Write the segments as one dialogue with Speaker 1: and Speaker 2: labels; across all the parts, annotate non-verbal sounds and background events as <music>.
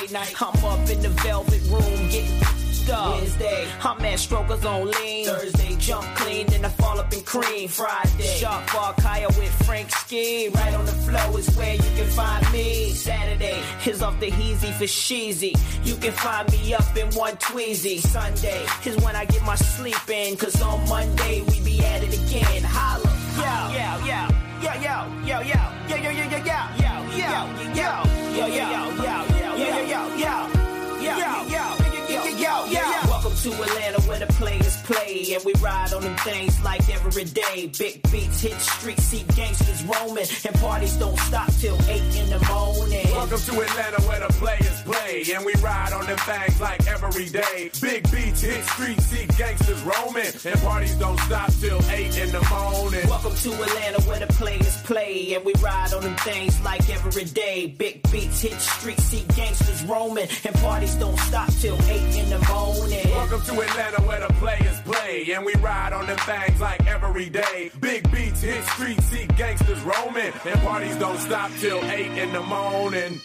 Speaker 1: midnight. I'm up in the velvet room getting up. Wednesday, I'm at strokers on lean. Thursday, jump clean, then I fall up in cream. Friday, sharp bar kaya with Frank Ski. Right on the flow is where you can find me. Saturday is off the heezy for sheezy. You can find me up in one tweezy. Sunday is when I get my sleep in, cause on Monday we be at it again. Holla, yo, yo, yo. Yo yo yo yo yo yo yo yo yo yo yo yo yo yo yo yo yo yo yo yo yo, yo, yo, yo, yo, yo. Welcome to Atlanta where the players play and we ride on them things like every day. Big beats hit streets, see gangsters roaming and parties don't stop till eight in the morning.
Speaker 2: Welcome to Atlanta where the players play and we ride on them things like every day. Big beats hit streets, see gangsters roaming and parties don't stop till eight in the morning.
Speaker 1: Welcome to Atlanta where the players play and we ride on them things like every day. Big beats hit streets, see gangsters roaming and parties don't stop till eight in the morning.
Speaker 2: Welcome to Atlanta where the players play and we ride on them things like every day. Big beats hit streets, see gangsters roaming and parties don't stop till eight in the morning.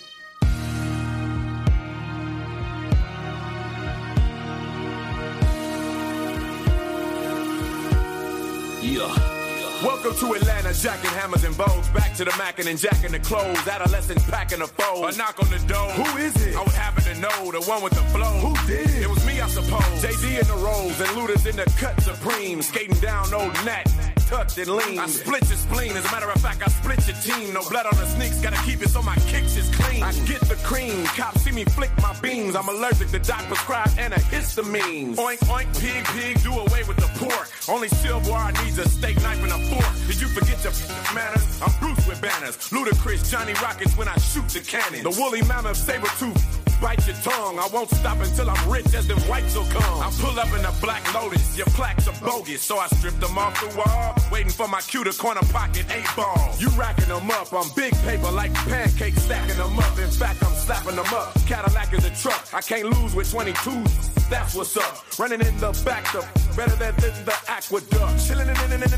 Speaker 2: Welcome to Atlanta, jacking hammers and bows. Back to the mackin' and jacking the clothes. Adolescents packing the fold. A knock on the door. Who is it? I would happen to know the one with the flow. Who did it? It was me, I suppose. JD in the rolls and Luda's in the cut supreme. Skating down old Nat. Tucked and lean. I split your spleen. As a matter of fact, I split your team. No blood on the sneaks. Gotta keep it so my kicks is clean. I get the cream. Cops see me flick my beans. I'm allergic to doc prescribed antihistamines. Oink, oink, pig, pig, do away with the pork. Only silverware needs a steak knife and a fork. Did you forget your <laughs> manners? I'm Bruce with banners. Ludacris, Johnny Rockets when I shoot the cannon. The woolly mammoth saber tooth. Bite your tongue. I won't stop until I'm rich as them whites will come. I pull up in a black lotus. Your plaques are bogus. So I strip them off the wall. Waiting for my cue to corner pocket eight ball. You racking them up. I'm big paper like pancakes stacking them up. In fact, I'm slapping them up. Cadillac is a truck. I can't lose with 22s. That's what's up. Running in the back. The better than, than the aqueduct. Chilling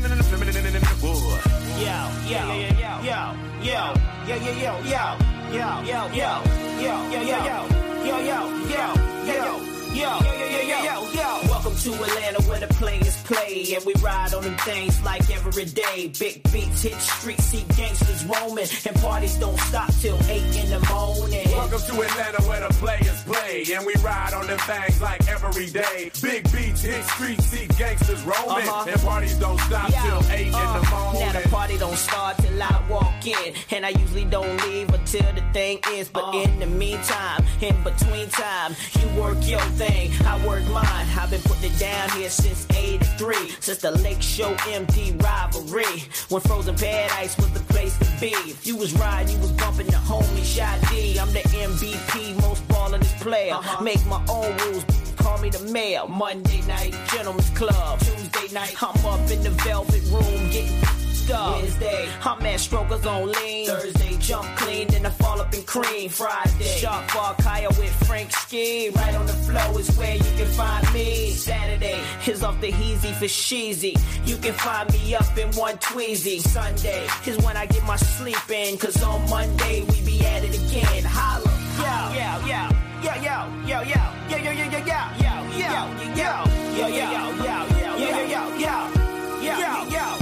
Speaker 2: in the wood.
Speaker 1: yo, yo, yo, yo, yo, yo, yo, yo, yo, yo, yo, yo, yo, yo, yo, yo, yo, yo, yo, yo, yo, yo, yo. Welcome to Atlanta where the players play and we ride on them things like every day. Big beats hit streets, see gangsters roaming and parties don't stop till eight in the morning.
Speaker 2: Welcome to Atlanta where the players play and we ride on them things like every day. Big beats hit streets, see gangsters roaming
Speaker 1: Uh-huh.
Speaker 2: and parties don't stop till eight in the
Speaker 1: Uh, Now the
Speaker 2: morning.
Speaker 1: party don't start till I walk in, and I usually don't leave until the thing ends. But in the meantime, in between time, you work your thing, I work mine. I've been putting it down here since '83, since the Lake Show MD rivalry, when Frozen Paradise was the place to be. If you was riding, you was bumping the homie Shot D. I'm the MVP, most ballin' player. Make my own rules call me the mayor. Monday night, gentlemen's club. Tuesday night, I'm up in the velvet room getting stuff. Wednesday, I'm at strokers on lean. Thursday, jump clean, then I fall up in cream. Friday, sharp bar kaya with Frank Ski. Right on the flow is where you can find me. Saturday, is off the heezy for sheezy. You can find me up in one tweezy. Sunday is when I get my sleep in, cause on Monday we be at it again. Holla, yo, yo, yo. Yo, yo, yo, yo, yo, yo, yo, yo, yo, yo, yo, yo, yo, yo, yo, yo, yo, yo, yo, yo, yo,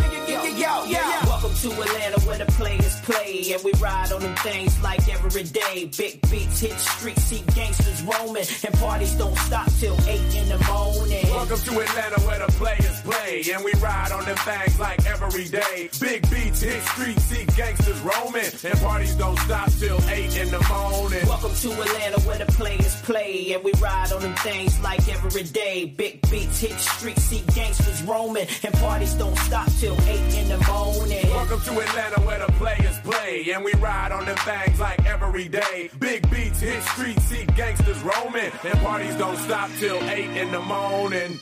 Speaker 1: yo, yo. Welcome to Atlanta where the players play and we ride on them things like every day. Big beats hit streets, see gangsters roaming and parties don't stop till eight in the morning.
Speaker 2: Welcome to Atlanta where the players play and we ride on them things like every day. Big beats hit streets, see gangsters roaming and parties don't stop till eight in the morning.
Speaker 1: Welcome to Atlanta where the players play and we ride on them things like every day. Big beats hit streets, see gangsters roaming and parties don't stop till eight in the morning.
Speaker 2: Welcome to Atlanta where the players play and we ride on them things like every day. Big beats hit streets, see gangsters roaming and parties don't stop till eight in the morning.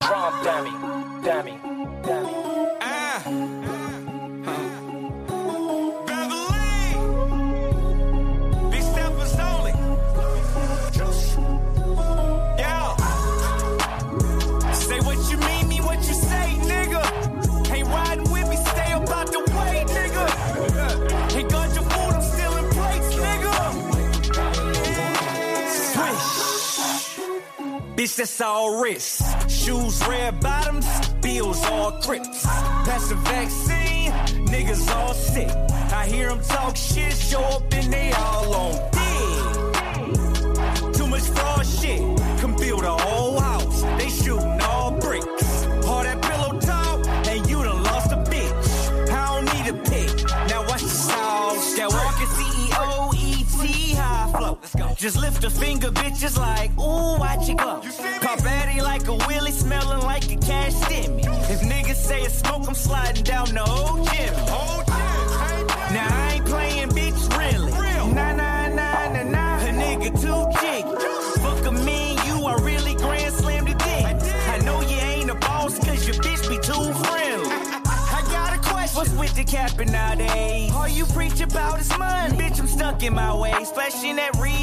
Speaker 3: Prom dummy, dummy, dummy. Ah.
Speaker 4: Beverly, these steppers only. Yeah. Say what Six, that's all risk. Shoes, red bottoms, bills, all thrips. That's the vaccine, niggas all sick. I hear them talk shit, show up and they all on dick. Too much fraud shit, can build a whole house. They shooting all bricks. All that pillow talk, and you done lost a bitch. I don't need a pick, now watch the sauce. That walking E CEO, ET, high flow. Just lift a finger, bitches like, ooh, watch it go. Pop Addy like a wheelie, smelling like a cash stimmy. If niggas say it's smoke, I'm sliding down the old gym. Now I ain't playing, bitch, really. Nah, nah, nah, nah, nah. A nigga too jiggy. Fuck a mean you, I really grand slammed the dick. I know you ain't a boss, cause your bitch be too friendly. I got a question. What's with the capping nowadays? All you preach about is money. Bitch, I'm stuck in my ways. Flashing that real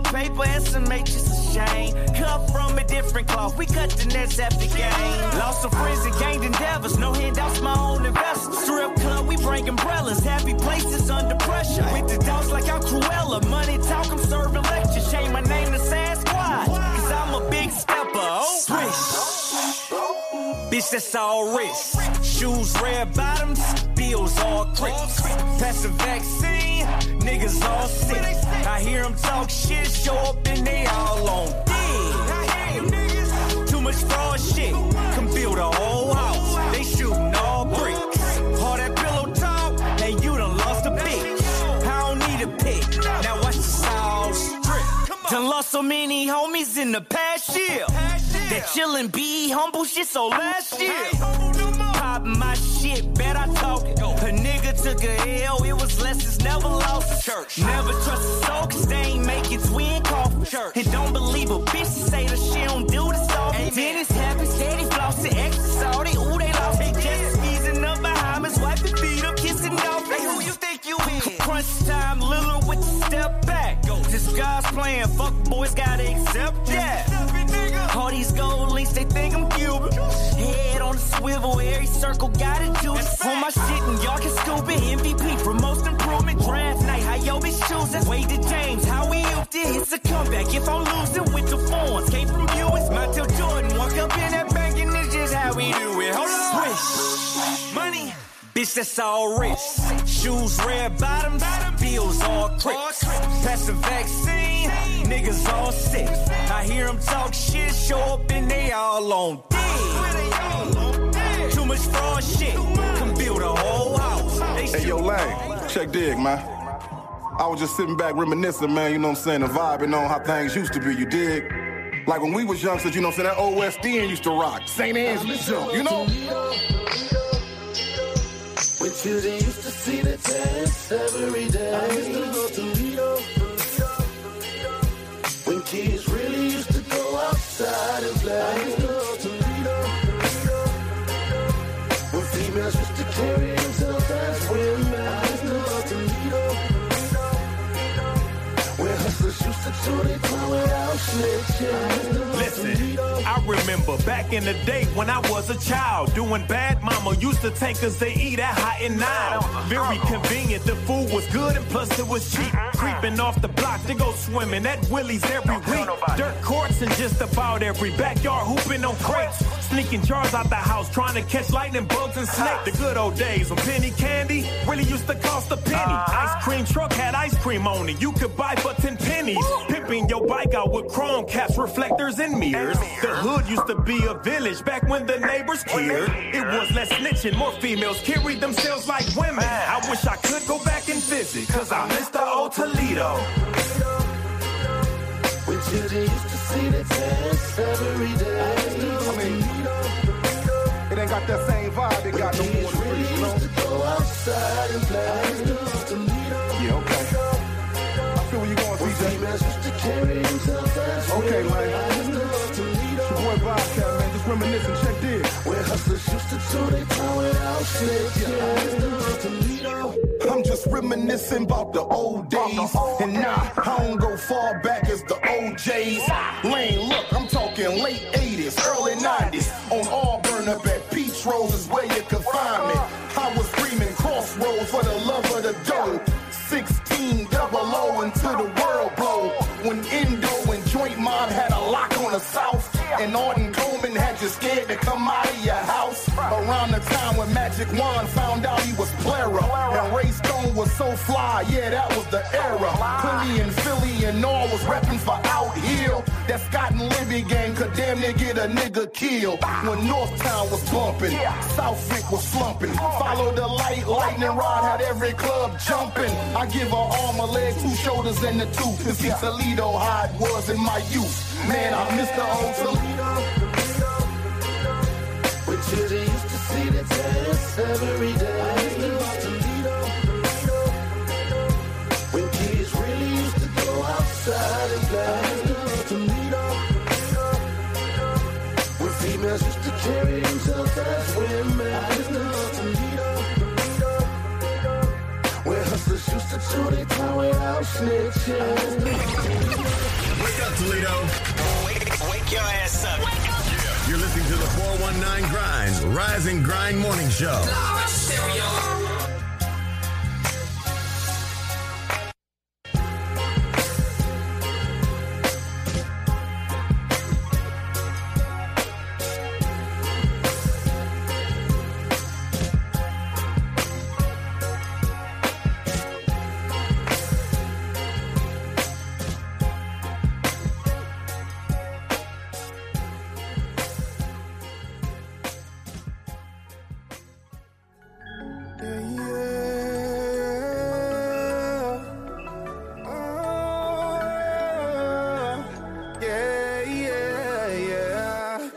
Speaker 4: paper and some matrix of shame. Cut from a different cloth. We cut the nets after game. Lost some friends and gained endeavors. No handouts, my own investors. Strip club, we bring umbrellas. Happy places under pressure. With the dogs like I'm Cruella. Money talk, I'm serving lectures. Shame my name to Sasquatch. Cause I'm a big stepper. Oh, swish. Bitch, that's all risk. Shoes, red bottoms, bills, all crips. Pass the vaccine, niggas all sick. I hear them talk shit, show up and they all on dick. Too much fraud shit, can build a whole house. They shooting all bricks. All that pillow talk, and you done lost a bitch. I don't need a pick, now watch the sauce drip. Done lost so many homies in the past year. That chillin' be humble shit so last year my shit, bet I talk it. A nigga took a L, it was lessons never lost. Church. Never trust a soul, cause they ain't making twin coffee. Church. And don't believe a bitch to say that she don't do the song. Dennis happy, steady flossing, exes all they, ooh, they lost. They just easing up behind his wife and feet up, kissing off. Hey, who you think you is? Crunch time, Lillard with the step back. Go. This guy's playing, fuck boys gotta accept that. All these gold links, they think I'm Cuban. Head on a swivel, every circle got a juice. On my shit, and y'all can scoop it. MVP for most improvement. Draft night, how yo bitch choosing. Wade to James, how we ooped it. It's a comeback. If I'm losing with the forms, came from Ewins. Montel Jordan, walk up in that bank, and it's just how we do it. Hold on. Swish. Money. Bitch, that's all risk. Shoes, red bottoms, bills, all crips. Pass the vaccine, niggas all sick. I hear them talk shit, show up and they all on dick. Too much fraud shit, can build a whole house. They
Speaker 5: Hey, yo, Lang, check dig, man. I was just sitting back reminiscing, man, you know what I'm saying, and vibing on how things used to be, you dig? Like when we was youngsters, you know what I'm saying, that old West End used to rock. St. Anne's, you know?
Speaker 3: With you, they used to see the test every day. I used to go to Lido. When kids really used to go outside and play. I used to go to Lido. When females used to carry themselves as women. I used to go to Lido. Where hustlers used to do their time without snitching.
Speaker 2: Listen, I remember back in the day when I was a child doing bad. Mama used to take us to eat at Hot and Nile. Very convenient, the food was good and plus it was cheap. Creeping off the block to go swimming at Willie's every week. Dirt courts and just about every backyard hooping on crates. Sneaking jars out the house trying to catch lightning bugs and snakes. The good old days when penny candy really used to cost a penny.
Speaker 3: Uh-huh.
Speaker 2: Ice cream truck had ice cream on it. You could buy for 10 pennies. Pimping your bike out with chrome caps, reflectors, and mirrors. The hood used to be a village back when the neighbors cared. It was less snitching, more females carried themselves like women. I wish I could go back and visit, cause I miss the old Toledo.
Speaker 3: With you, they used to see the test every day. I used to go to Lido.
Speaker 5: It ain't got that same vibe, it got no more
Speaker 3: Kids really used to go outside and play. I used to go to Lido.
Speaker 5: Yeah, okay. I feel where you going, CJ.
Speaker 3: Females used to carry themselves as
Speaker 5: Okay,
Speaker 3: women.
Speaker 5: man.
Speaker 3: I used to go to Lido.
Speaker 5: It's your boy Bobcat, man, just reminiscing, check dig.
Speaker 3: Where hustlers used to do their time without snitching. I used to go to Lido.
Speaker 5: I'm just reminiscing about the old days. And nah, I don't go far back as the OJs. Lane, look, I'm talking late 80s, early 90s. On Auburn up at Peach Rose is where you could find me. I was screaming crossroads for the love of the dough. 16 double O until the world blow. When Indo and Joint Mob had a lock on the south. And woman had you scared to come out of your house. Around the time when Magic Wand found out he was Clara. And Ray Stone was so fly, yeah, that was the era. Philly and Philly and all was reppin' for out here. That Scott and Libby gang could damn near get a nigga killed. When North Town was bumpin', Southwick was slumpin'. Follow the light, lightning rod had every club jumpin'. I give her arm, a leg, two shoulders, and a tooth. To see Toledo how it was in my youth. Man, I miss the old Toledo.
Speaker 3: With children used to see the test every day. I used to watch Toledo. When kids really used to go outside and play. I used to watch Toledo. When females used to carry themselves as women. I used to watch Toledo. When hustlers used to chew their time without snitching. I used to watch Toledo.
Speaker 6: Wake up, Toledo.
Speaker 7: Wake, wake your ass up.
Speaker 6: You're listening to the 419 Grind, Rise and Grind Morning Show.
Speaker 8: Yeah, yeah, yeah.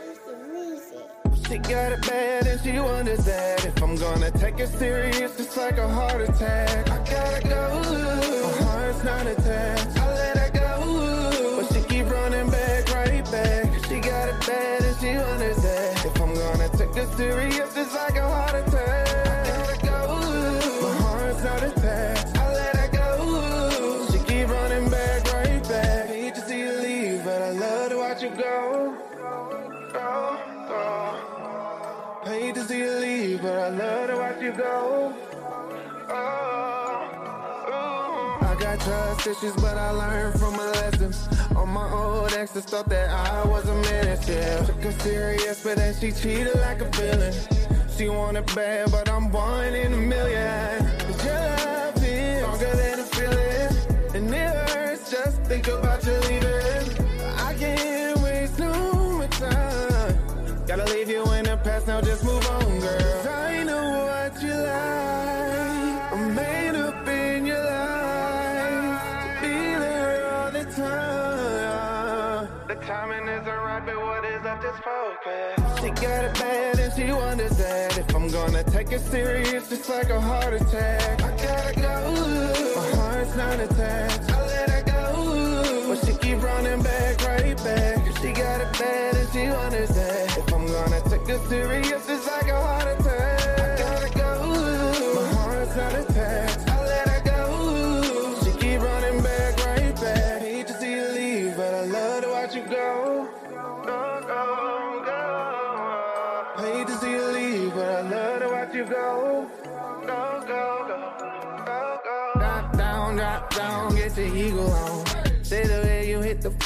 Speaker 8: She got it bad and she wonders that if I'm gonna take it serious, it's like a heart attack. I gotta go. My heart's not attached. I let her go. But she keep running back, right back. She got it bad and she wonders that if I'm gonna take it serious, it's like a heart attack. I gotta go. My heart's not attached. I let her go. She keep running back, right back. Hate to see you leave, but I love to watch you go. Go, go. Hate to see you leave, but I love to watch you go. I got trust issues, but I learned from my lessons. On my old exes thought that I was a menace, yeah. Took her serious, but then she cheated like a villain. She wanted bad, but I'm one in a million. But your love is stronger than a feeling, and it hurts just think about you leaving. I can't waste no more time. Gotta leave you in the past, now just move on, girl. 'Cause I know what you like. I'm made up in your life. To be there all the time. The timing isn't right, but what is left is focus. She got it bad and she wonders that if I'm gonna take it serious, it's like a heart attack. I gotta go. My heart's not attached. I let her go. But she keep running back, right back. She got it bad and she wonders that if I'm gonna take it serious, it's like a heart attack. I gotta go. My heart's not attached. I let her go. She keep running back, right back. Hate to see you leave, but I love to watch you go. Go, go, go. Hate to see you leave, but I love to watch you go. Go, go, go. Go, go. Drop down, drop down, get your ego on. Say the way you hit the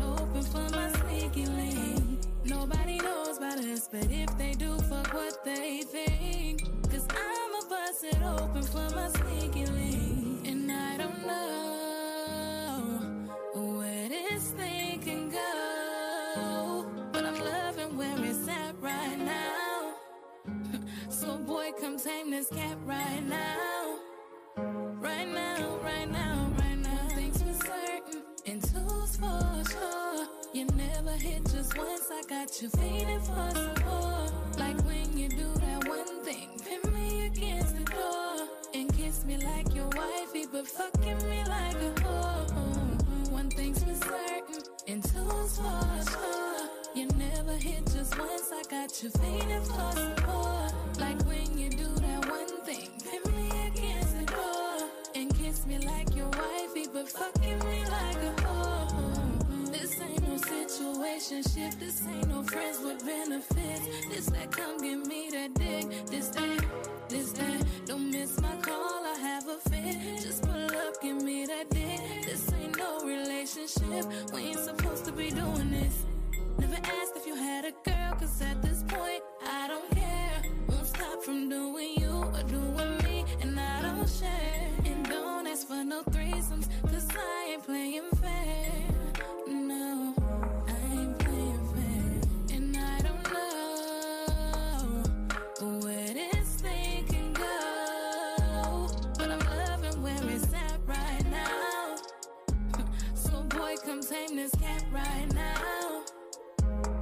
Speaker 9: Oh, think you lame. Nobody knows about us, but if they do, fuck what they think. Cause I'ma bust it open for my sneaky link. And I don't know where this thing can go. But I'm loving where it's at right now. <laughs> So, boy, come tame this cat right now. Right now, right now, right now. Things for certain and two's for sure. You never hit just once. I got you feeling for some more. Like when you do that one thing, pin me against the door and kiss me like your wifey, but fucking me like a whore. One thing's for certain and two's for sure. You never hit just once. I got you feeling for some more. Like when you do that one thing, pin me against the door and kiss me like your wifey, but fucking me like a whore. This ain't no situation ship. This ain't no friends with benefits. This that come give me that dick. This that, this that. Don't miss my call. I have a fit. Just pull up, give me that dick. This ain't no relationship. We ain't supposed to be doing this. Never asked if you had a girl, cause at this point, I don't care. Won't stop from doing you or doing me, and I don't share. And don't ask for no threesomes, cause I ain't playing fair. No, I ain't playing fair. And I don't know where this thing can go. But I'm loving where it's at right now. <laughs> So, boy, come tame this cat right now.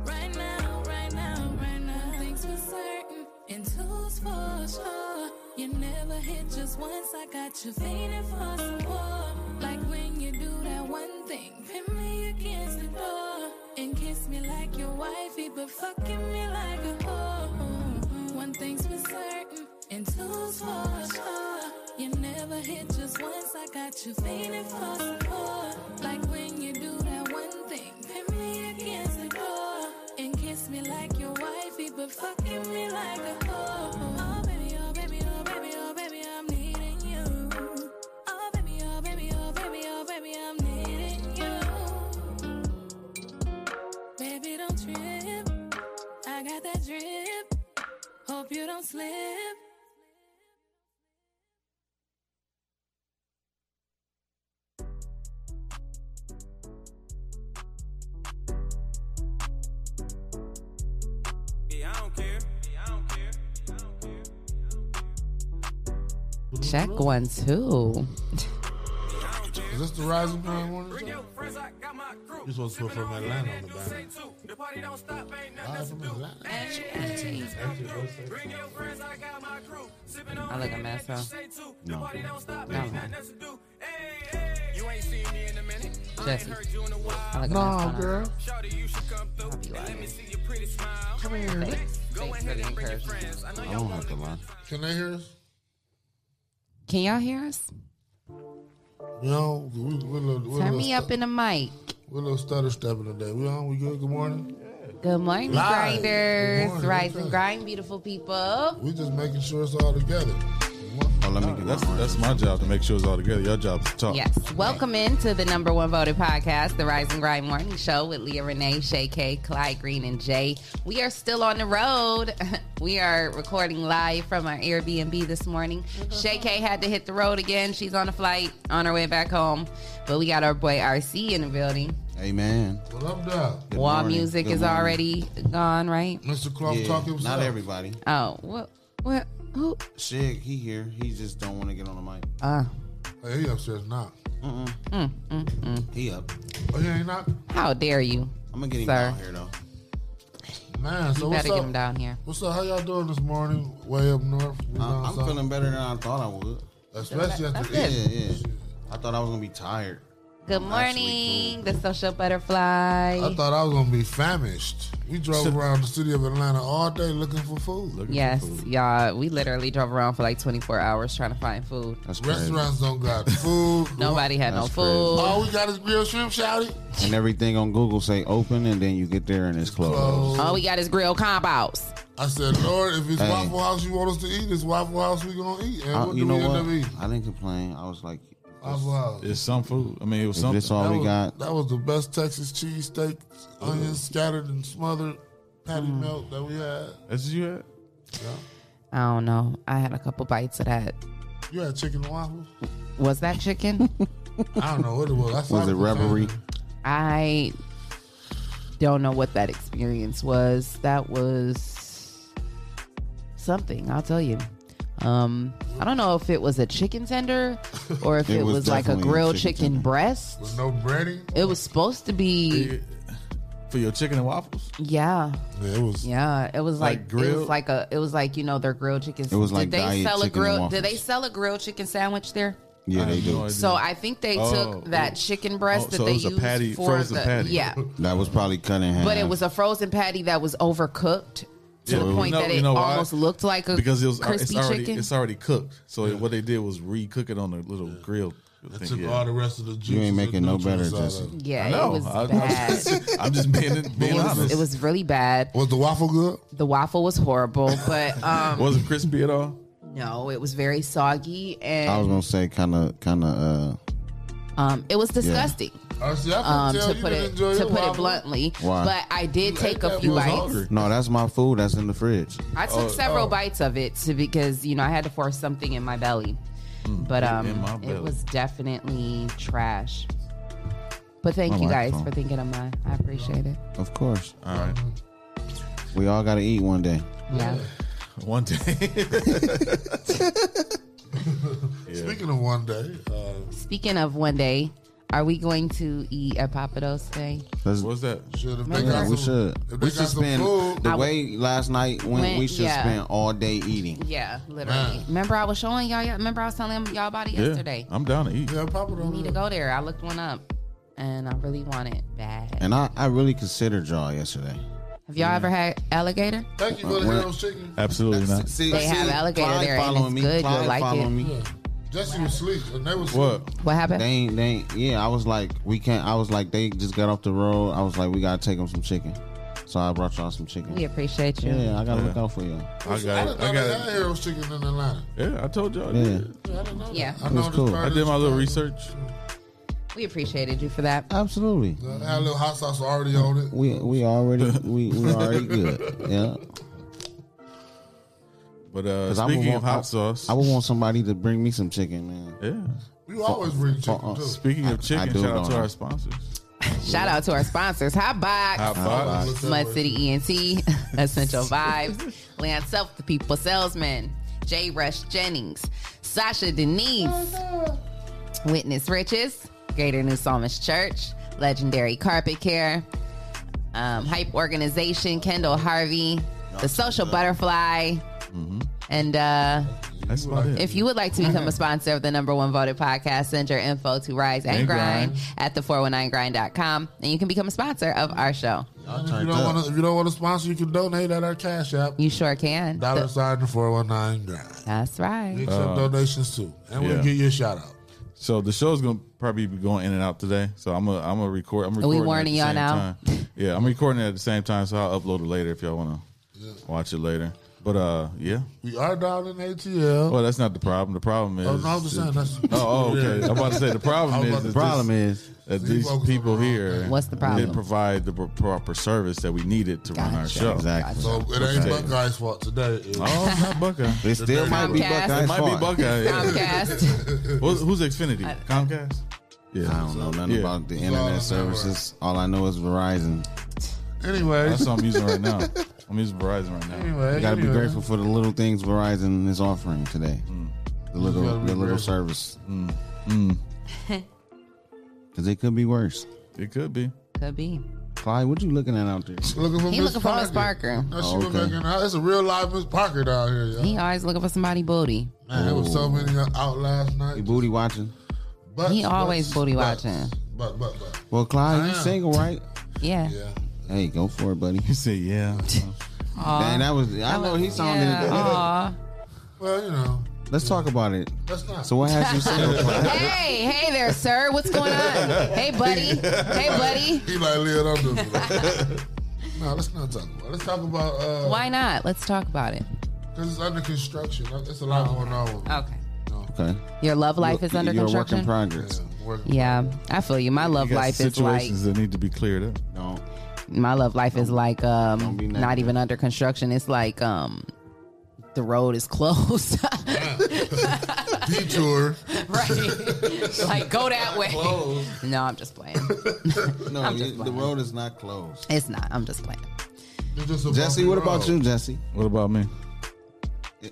Speaker 9: Right now, right now, right now. Things for certain and two's for sure. You never hit just once. I got you feeling for some more. Like when you do that one thing, pin me against the door and kiss me like your wifey, but fucking me like a whore. One thing's for certain and two's for sure. You never hit just once. I got you feeling for some more. Like when you do that one thing, pin me against the door and kiss me like your wifey, but fucking me like a whore. Oh baby, oh baby, oh baby, oh baby, I'm needing you. Oh baby, oh baby, oh baby, oh baby, I'm needing you. Baby, don't trip. I got that drip. Hope you don't slip.
Speaker 2: Yeah, I don't care. Yeah, I don't care.
Speaker 10: Check one's who.
Speaker 11: Is this the Rising Ground one?
Speaker 2: Bring your friends, I got my crew.
Speaker 11: You're supposed to put from Atlanta on the
Speaker 2: Say
Speaker 11: back.
Speaker 2: two. The party don't stop, ain't nothing
Speaker 11: Ah,
Speaker 2: else to
Speaker 11: from
Speaker 2: do.
Speaker 11: Atlanta.
Speaker 2: Hey, hey, come through. Bring your friends, I got my crew. Sipping on
Speaker 10: I look a
Speaker 2: Henny,
Speaker 10: mess,
Speaker 2: that
Speaker 10: huh?
Speaker 2: shit too. The
Speaker 10: No.
Speaker 2: party don't stop,
Speaker 10: No.
Speaker 2: ain't nothing else to do. Hey, hey. You ain't seen me in a minute. I ain't
Speaker 10: Jesse.
Speaker 2: heard you in a while.
Speaker 10: I look a mess, huh?
Speaker 2: Shawty, you should come through.
Speaker 10: be
Speaker 2: And let
Speaker 10: lying.
Speaker 2: me see your pretty smile.
Speaker 11: Come here.
Speaker 2: Next, Go
Speaker 10: Thanks for
Speaker 2: ahead
Speaker 10: the
Speaker 2: and bring your
Speaker 10: encouragement.
Speaker 2: friends. I know
Speaker 11: I
Speaker 2: y'all
Speaker 11: don't
Speaker 2: want
Speaker 11: have to lie. Can they hear us?
Speaker 10: Can y'all hear us?
Speaker 11: No, we, we're a little, we're a
Speaker 10: Turn
Speaker 11: little
Speaker 10: me up in the mic.
Speaker 11: stu- We're a little stutter stepping today. We on? We good? Good morning.
Speaker 10: Good morning,
Speaker 11: Live. Good
Speaker 10: grinders.
Speaker 11: morning,
Speaker 10: Rise
Speaker 11: okay.
Speaker 10: and grind, beautiful people.
Speaker 11: We just making sure it's all together.
Speaker 12: Oh, let me get that's, that's my job to make sure it's all together. Your job is to talk.
Speaker 10: Yes. Welcome into the number one voted podcast, the Rise and Grind Morning Show with Leah Renee, Shay K, Clyde Green, and Jay. We are still on the road. <laughs> we are recording live from our Airbnb this morning.
Speaker 11: Mm-hmm.
Speaker 10: Shay K had to hit the road again. She's on a flight on her way back home. But we got our boy RC in the building.
Speaker 13: Amen.
Speaker 11: What up, Doc?
Speaker 13: Good
Speaker 10: Wall
Speaker 13: morning.
Speaker 10: music
Speaker 13: Good
Speaker 10: is
Speaker 13: morning.
Speaker 10: already gone, right?
Speaker 11: Mr. Clough
Speaker 13: Yeah,
Speaker 11: talking himself.
Speaker 13: Not everybody.
Speaker 10: Oh, what? What? Who?
Speaker 13: Shig, he here. He just don't want to get on the mic.
Speaker 10: Uh,
Speaker 11: Hey, he upstairs now.
Speaker 13: Mm-mm.
Speaker 10: mm, mm, mm.
Speaker 13: He up.
Speaker 11: Oh, he ain't not.
Speaker 10: How dare you?
Speaker 13: I'm gonna get him
Speaker 10: Sir.
Speaker 13: down here though.
Speaker 11: Man, so
Speaker 10: you
Speaker 11: what's
Speaker 10: better
Speaker 11: up?
Speaker 10: get him down here.
Speaker 11: What's up? How y'all doing this morning? Way up north. You
Speaker 13: I'm,
Speaker 11: down
Speaker 13: I'm
Speaker 11: south?
Speaker 13: feeling better than I thought I would.
Speaker 11: Especially after That's
Speaker 13: yeah,
Speaker 11: good.
Speaker 13: yeah. I thought I was gonna be tired.
Speaker 10: Good morning, the social butterfly.
Speaker 11: I thought I was gonna be famished. We drove around the city of Atlanta all day looking for food.
Speaker 10: yes, y'all. We literally drove around for like 24 hours trying to find food.
Speaker 11: Restaurants don't
Speaker 13: <laughs>
Speaker 11: got food. Oh,
Speaker 10: Nobody had
Speaker 13: That's
Speaker 10: no food.
Speaker 11: All we got is grilled shrimp, shouty.
Speaker 13: And everything on Google say open, and then you get there and it's closed.
Speaker 10: All we got is grilled combos.
Speaker 11: I said, Lord, if it's
Speaker 13: Hey.
Speaker 11: Waffle House you want us to eat, it's Waffle House we gonna eat. And
Speaker 13: I-
Speaker 11: what
Speaker 13: Uh, you
Speaker 11: do
Speaker 13: know
Speaker 11: we
Speaker 13: what?
Speaker 11: end up eating?
Speaker 13: I didn't complain. I was like,
Speaker 11: I Alpha
Speaker 12: It's some food. I mean, it was
Speaker 13: If
Speaker 12: something.
Speaker 13: this all
Speaker 11: that
Speaker 13: we
Speaker 11: was,
Speaker 13: got.
Speaker 11: That was the best Texas cheesesteak, onions scattered and smothered, patty
Speaker 13: Mm.
Speaker 11: melt that we had.
Speaker 12: That's what you had.
Speaker 10: I don't know. I had a couple bites of that.
Speaker 11: You had chicken and waffles.
Speaker 10: Was
Speaker 13: <laughs>
Speaker 10: that chicken?
Speaker 11: I don't know what it was. I
Speaker 13: Was it revelry?
Speaker 10: I don't know what that experience was. That was something, I'll tell you. Um, I don't know if it was a
Speaker 13: <laughs>
Speaker 10: chicken tender <laughs> or if it,
Speaker 11: It
Speaker 10: was,
Speaker 11: was
Speaker 10: like a
Speaker 11: definitely a
Speaker 10: grilled
Speaker 11: chicken
Speaker 10: chicken, breast.
Speaker 11: With no
Speaker 13: <laughs>
Speaker 11: breading.
Speaker 10: It was supposed to be
Speaker 12: For your chicken and waffles?
Speaker 10: yeah.
Speaker 11: Yeah, it was
Speaker 10: Yeah, it was like,
Speaker 12: Like grilled?
Speaker 10: it was like a it was like, you know, their grilled chicken.
Speaker 13: It was like
Speaker 10: did they
Speaker 13: diet
Speaker 10: sell a
Speaker 13: chicken and
Speaker 10: grilled did
Speaker 13: waffles.
Speaker 10: they sell a grilled chicken sandwich there?
Speaker 13: Yeah, they do.
Speaker 10: So I think they
Speaker 12: Oh.
Speaker 13: Oh,
Speaker 10: took that chicken breast that
Speaker 13: so
Speaker 10: they
Speaker 13: it was a
Speaker 10: used
Speaker 13: patty,
Speaker 10: for
Speaker 13: frozen
Speaker 10: the
Speaker 13: patty.
Speaker 10: yeah,
Speaker 13: <laughs> That was probably cut in half.
Speaker 10: but it was a frozen patty that was overcooked to
Speaker 12: Mm-hmm. Yeah,
Speaker 10: the
Speaker 12: you
Speaker 10: point
Speaker 12: know-
Speaker 10: that it
Speaker 12: you know why?
Speaker 10: almost looked like a
Speaker 12: because it was uh, it's
Speaker 10: crispy
Speaker 12: already
Speaker 10: chicken.
Speaker 12: it's already cooked. So what they did was re-cook it on a little grill.
Speaker 11: That took all the rest of the juices.
Speaker 13: You ain't making no better, Jesse.
Speaker 10: yeah,
Speaker 12: I
Speaker 10: it
Speaker 12: know.
Speaker 10: was
Speaker 12: I- I-
Speaker 10: bad.
Speaker 12: <laughs> I'm just being being
Speaker 10: it, was,
Speaker 12: honest.
Speaker 10: it was really bad.
Speaker 11: Was the waffle good?
Speaker 10: The waffle was horrible,
Speaker 12: <laughs>
Speaker 10: but um,
Speaker 12: was it crispy at all?
Speaker 10: no, it was very soggy
Speaker 13: I was
Speaker 10: and
Speaker 13: gonna say uh, kind of, kind of.
Speaker 10: um, it was disgusting.
Speaker 11: I see, I can
Speaker 10: Um,
Speaker 11: tell
Speaker 10: to
Speaker 11: you
Speaker 10: put
Speaker 11: didn't
Speaker 10: it
Speaker 11: enjoy
Speaker 10: to
Speaker 11: your
Speaker 10: put it
Speaker 11: waffle.
Speaker 10: bluntly,
Speaker 13: Why?
Speaker 10: but I did take a
Speaker 11: that
Speaker 10: few
Speaker 11: was
Speaker 10: bites.
Speaker 11: hungry.
Speaker 13: No, that's my food. That's in the fridge.
Speaker 10: I took several
Speaker 13: oh.
Speaker 10: bites of it to, because you know I had to force something in my belly, but
Speaker 13: Hmm, in-
Speaker 10: um,
Speaker 13: in my
Speaker 10: it
Speaker 13: belly.
Speaker 10: was definitely trash. But thank
Speaker 13: My
Speaker 10: you guys
Speaker 13: microphone.
Speaker 10: for thinking of mine. I appreciate it.
Speaker 13: Of course.
Speaker 12: All right.
Speaker 13: We all gotta eat one day.
Speaker 10: Yeah.
Speaker 12: One day.
Speaker 11: Speaking of one day, uh,
Speaker 10: Speaking of one day, are we going to eat at Papados today?
Speaker 13: <laughs> Let's-
Speaker 12: What's that?
Speaker 11: should have
Speaker 13: I
Speaker 11: been
Speaker 13: think we should. We should spend the way last night went.
Speaker 10: Went-
Speaker 13: we should
Speaker 10: yeah.
Speaker 13: spend all day eating.
Speaker 10: Yeah, literally. Remember, I was showing y'all. Remember, I was telling y'all about it yesterday.
Speaker 12: I'm down to eat.
Speaker 11: Yeah, Papa
Speaker 10: We
Speaker 11: don't
Speaker 10: need to go there. I looked one up, and I really want it bad.
Speaker 13: And I, I really considered y'all yesterday.
Speaker 10: Have y'all ever had alligator?
Speaker 11: Thank you for the
Speaker 13: When-
Speaker 11: Hell's Chicken.
Speaker 12: Absolutely not.
Speaker 13: See,
Speaker 10: They have alligator
Speaker 13: Clyde
Speaker 10: there, and
Speaker 13: following
Speaker 10: it's
Speaker 13: me.
Speaker 10: good. You'll
Speaker 13: Clyde
Speaker 10: like it.
Speaker 13: following me.
Speaker 11: Jesse was asleep, and they was
Speaker 12: What?
Speaker 10: What happened?
Speaker 13: They ain't, they ain't, yeah, I was like, we can't, I was like, they just got off the road. I was like, we gotta take them some chicken. So I brought y'all some chicken.
Speaker 10: we appreciate you.
Speaker 13: <laughs> Yeah, I gotta
Speaker 12: Yeah.
Speaker 13: look out for y'all.
Speaker 12: I
Speaker 11: I
Speaker 12: got
Speaker 11: didn't
Speaker 12: it.
Speaker 11: know
Speaker 12: I
Speaker 11: they
Speaker 12: got
Speaker 11: had
Speaker 12: it.
Speaker 11: Hell's Chicken in Atlanta.
Speaker 12: Yeah, I told y'all. I
Speaker 13: Yeah.
Speaker 12: did.
Speaker 11: Yeah, I didn't know
Speaker 10: Yeah.
Speaker 11: that. I
Speaker 13: It
Speaker 11: know
Speaker 13: was
Speaker 11: this
Speaker 13: cool.
Speaker 11: part
Speaker 12: I
Speaker 11: of
Speaker 12: did my
Speaker 11: this-
Speaker 12: little research.
Speaker 10: We appreciated you for that.
Speaker 13: Absolutely.
Speaker 12: Mm-hmm.
Speaker 11: I had a little hot sauce already on it.
Speaker 13: We we already we we already good.
Speaker 11: <laughs>
Speaker 13: Yeah.
Speaker 12: But uh,
Speaker 13: 'Cause I would
Speaker 12: speaking of
Speaker 13: want-
Speaker 12: hot
Speaker 13: I-
Speaker 12: sauce,
Speaker 13: I would want somebody to bring me some chicken, man.
Speaker 12: yeah.
Speaker 11: You always bring chicken, too.
Speaker 12: Speaking
Speaker 13: I- I
Speaker 12: of chicken,
Speaker 13: do
Speaker 12: shout out
Speaker 13: know
Speaker 12: to
Speaker 13: that.
Speaker 12: our sponsors.
Speaker 10: Shout out to our sponsors, Hot Box,
Speaker 12: Hot Box.
Speaker 11: Look that
Speaker 10: Mud
Speaker 11: way.
Speaker 10: City ENT, <laughs> Essential Vibes, Land Self, the People Salesman, J. Rush Jennings, Sasha Denise, Witness Riches, Greater New Psalmist Church, Legendary Carpet Care, um, Hype Organization, Kendall Harvey, The Social Butterfly, and uh,
Speaker 12: That's about it.
Speaker 10: if you would like to become a sponsor of the number one voted podcast, send your info to Rise and,
Speaker 12: And
Speaker 10: grind,
Speaker 12: Grind.
Speaker 10: at the419grind.com and you can become a sponsor of our show.
Speaker 11: And if you don't want to, if you don't want to sponsor, you can donate at our Cash App.
Speaker 10: You sure can.
Speaker 11: Dollar
Speaker 10: The-
Speaker 11: sign to four one nine grind.
Speaker 10: That's
Speaker 11: We
Speaker 10: right.
Speaker 11: accept
Speaker 12: Uh,
Speaker 11: donations too, and we'll
Speaker 12: yeah.
Speaker 11: give you a shout out.
Speaker 12: So the show's gonna probably be going in and out today. So I'm gonna I'm gonna record. I'm recording.
Speaker 10: warning
Speaker 12: it
Speaker 10: y'all
Speaker 12: at the
Speaker 10: now?
Speaker 12: same Time. Yeah, I'm recording it at the same time, so I'll upload it later if y'all wanna watch it later. But uh, yeah.
Speaker 11: We are down in ATL.
Speaker 12: Well, that's not the problem. The problem is.
Speaker 11: oh no, I'm just saying that's.
Speaker 12: <laughs> Oh, oh, okay. I'm about to say the
Speaker 11: I <laughs>
Speaker 12: problem
Speaker 11: was about
Speaker 12: is
Speaker 11: to-
Speaker 12: that
Speaker 13: The problem
Speaker 12: this-
Speaker 13: is
Speaker 12: that
Speaker 11: See,
Speaker 12: these
Speaker 11: focus on the
Speaker 12: people
Speaker 11: wrong
Speaker 12: here
Speaker 11: thing.
Speaker 10: What's the problem?
Speaker 12: didn't provide the pro- proper service that we needed to run our
Speaker 10: Gotcha.
Speaker 12: show.
Speaker 13: exactly.
Speaker 11: So it ain't
Speaker 12: Okay.
Speaker 11: Buckeye's fault today. It was-
Speaker 12: Oh, it's
Speaker 10: <laughs>
Speaker 12: not Buckeye.
Speaker 13: It still might be
Speaker 10: Comcast.
Speaker 13: Buckeye.
Speaker 12: It might be Buckeye. yeah.
Speaker 10: Comcast.
Speaker 12: <laughs>
Speaker 10: Uh,
Speaker 12: Who's, who's Xfinity? Comcast. Yeah,
Speaker 13: I don't know nothing
Speaker 12: Yeah.
Speaker 13: about the
Speaker 11: all
Speaker 13: internet
Speaker 11: in the network.
Speaker 13: services. All I know is Verizon.
Speaker 11: Anyway,
Speaker 12: That's what I'm using right
Speaker 11: <laughs>
Speaker 12: now. I'm using Verizon right now.
Speaker 11: anyway,
Speaker 13: You gotta be
Speaker 11: anyway. Mm.
Speaker 13: grateful for the little things Verizon is offering today. The little
Speaker 11: gotta
Speaker 13: the
Speaker 11: be
Speaker 13: little
Speaker 11: grateful. Mm.
Speaker 13: service. <laughs> Cause it could be worse.
Speaker 12: It could be.
Speaker 10: Could be.
Speaker 13: Clyde, what you looking at out there?
Speaker 11: Looking for
Speaker 10: He
Speaker 11: Miss
Speaker 10: looking for Miss Parker.
Speaker 11: No, she
Speaker 13: Oh,
Speaker 11: was
Speaker 13: okay.
Speaker 11: making. It's a real live Miss Parker down here. Y'all.
Speaker 10: He always looking for somebody <laughs> booty.
Speaker 11: Man, there was so
Speaker 12: <laughs>
Speaker 11: many out last
Speaker 13: You
Speaker 11: night.
Speaker 13: booty watching?
Speaker 11: Butts,
Speaker 10: He always
Speaker 11: butts,
Speaker 10: booty
Speaker 11: butts,
Speaker 10: watching.
Speaker 11: But but but
Speaker 13: Well, Clyde, you
Speaker 11: I am.
Speaker 13: single, right?
Speaker 10: Yeah.
Speaker 11: yeah.
Speaker 13: Hey, go for it, buddy.
Speaker 12: You say yeah.
Speaker 13: <laughs> Dang, that was I know he sounded.
Speaker 10: Yeah. Aw.
Speaker 11: Well, you know,
Speaker 13: Let's talk about it.
Speaker 11: that's not.
Speaker 13: So what has
Speaker 11: <laughs>
Speaker 13: you single, Clyde?
Speaker 10: Hey, hey there, sir. What's going on? Hey,
Speaker 13: <laughs>
Speaker 10: buddy. Hey, buddy.
Speaker 11: <laughs> He like Leo, don't do it.
Speaker 10: <laughs>
Speaker 11: no, let's not talk about. it. Let's talk about uh,
Speaker 10: Why not? Let's talk about it.
Speaker 11: Because it's under construction. It's a lot going on.
Speaker 10: Oh, Okay.
Speaker 11: You know.
Speaker 13: Okay.
Speaker 10: Your love life is under
Speaker 13: You're a work
Speaker 10: construction.
Speaker 13: in progress.
Speaker 10: Yeah, I feel you. My love
Speaker 13: got
Speaker 10: life is like
Speaker 12: situations that need to be cleared up.
Speaker 13: No.
Speaker 10: my love life is like um not even under construction. It's like um the road is <laughs> closed.
Speaker 11: Detour.
Speaker 10: <laughs> right. Like go that way. <laughs> No, I'm just playing.
Speaker 13: No,
Speaker 10: I'm
Speaker 13: you-
Speaker 10: just
Speaker 13: the
Speaker 10: playing.
Speaker 13: road is not closed.
Speaker 10: It's not. I'm just playing.
Speaker 13: Jesse, what about you, Jesse?
Speaker 12: What about me?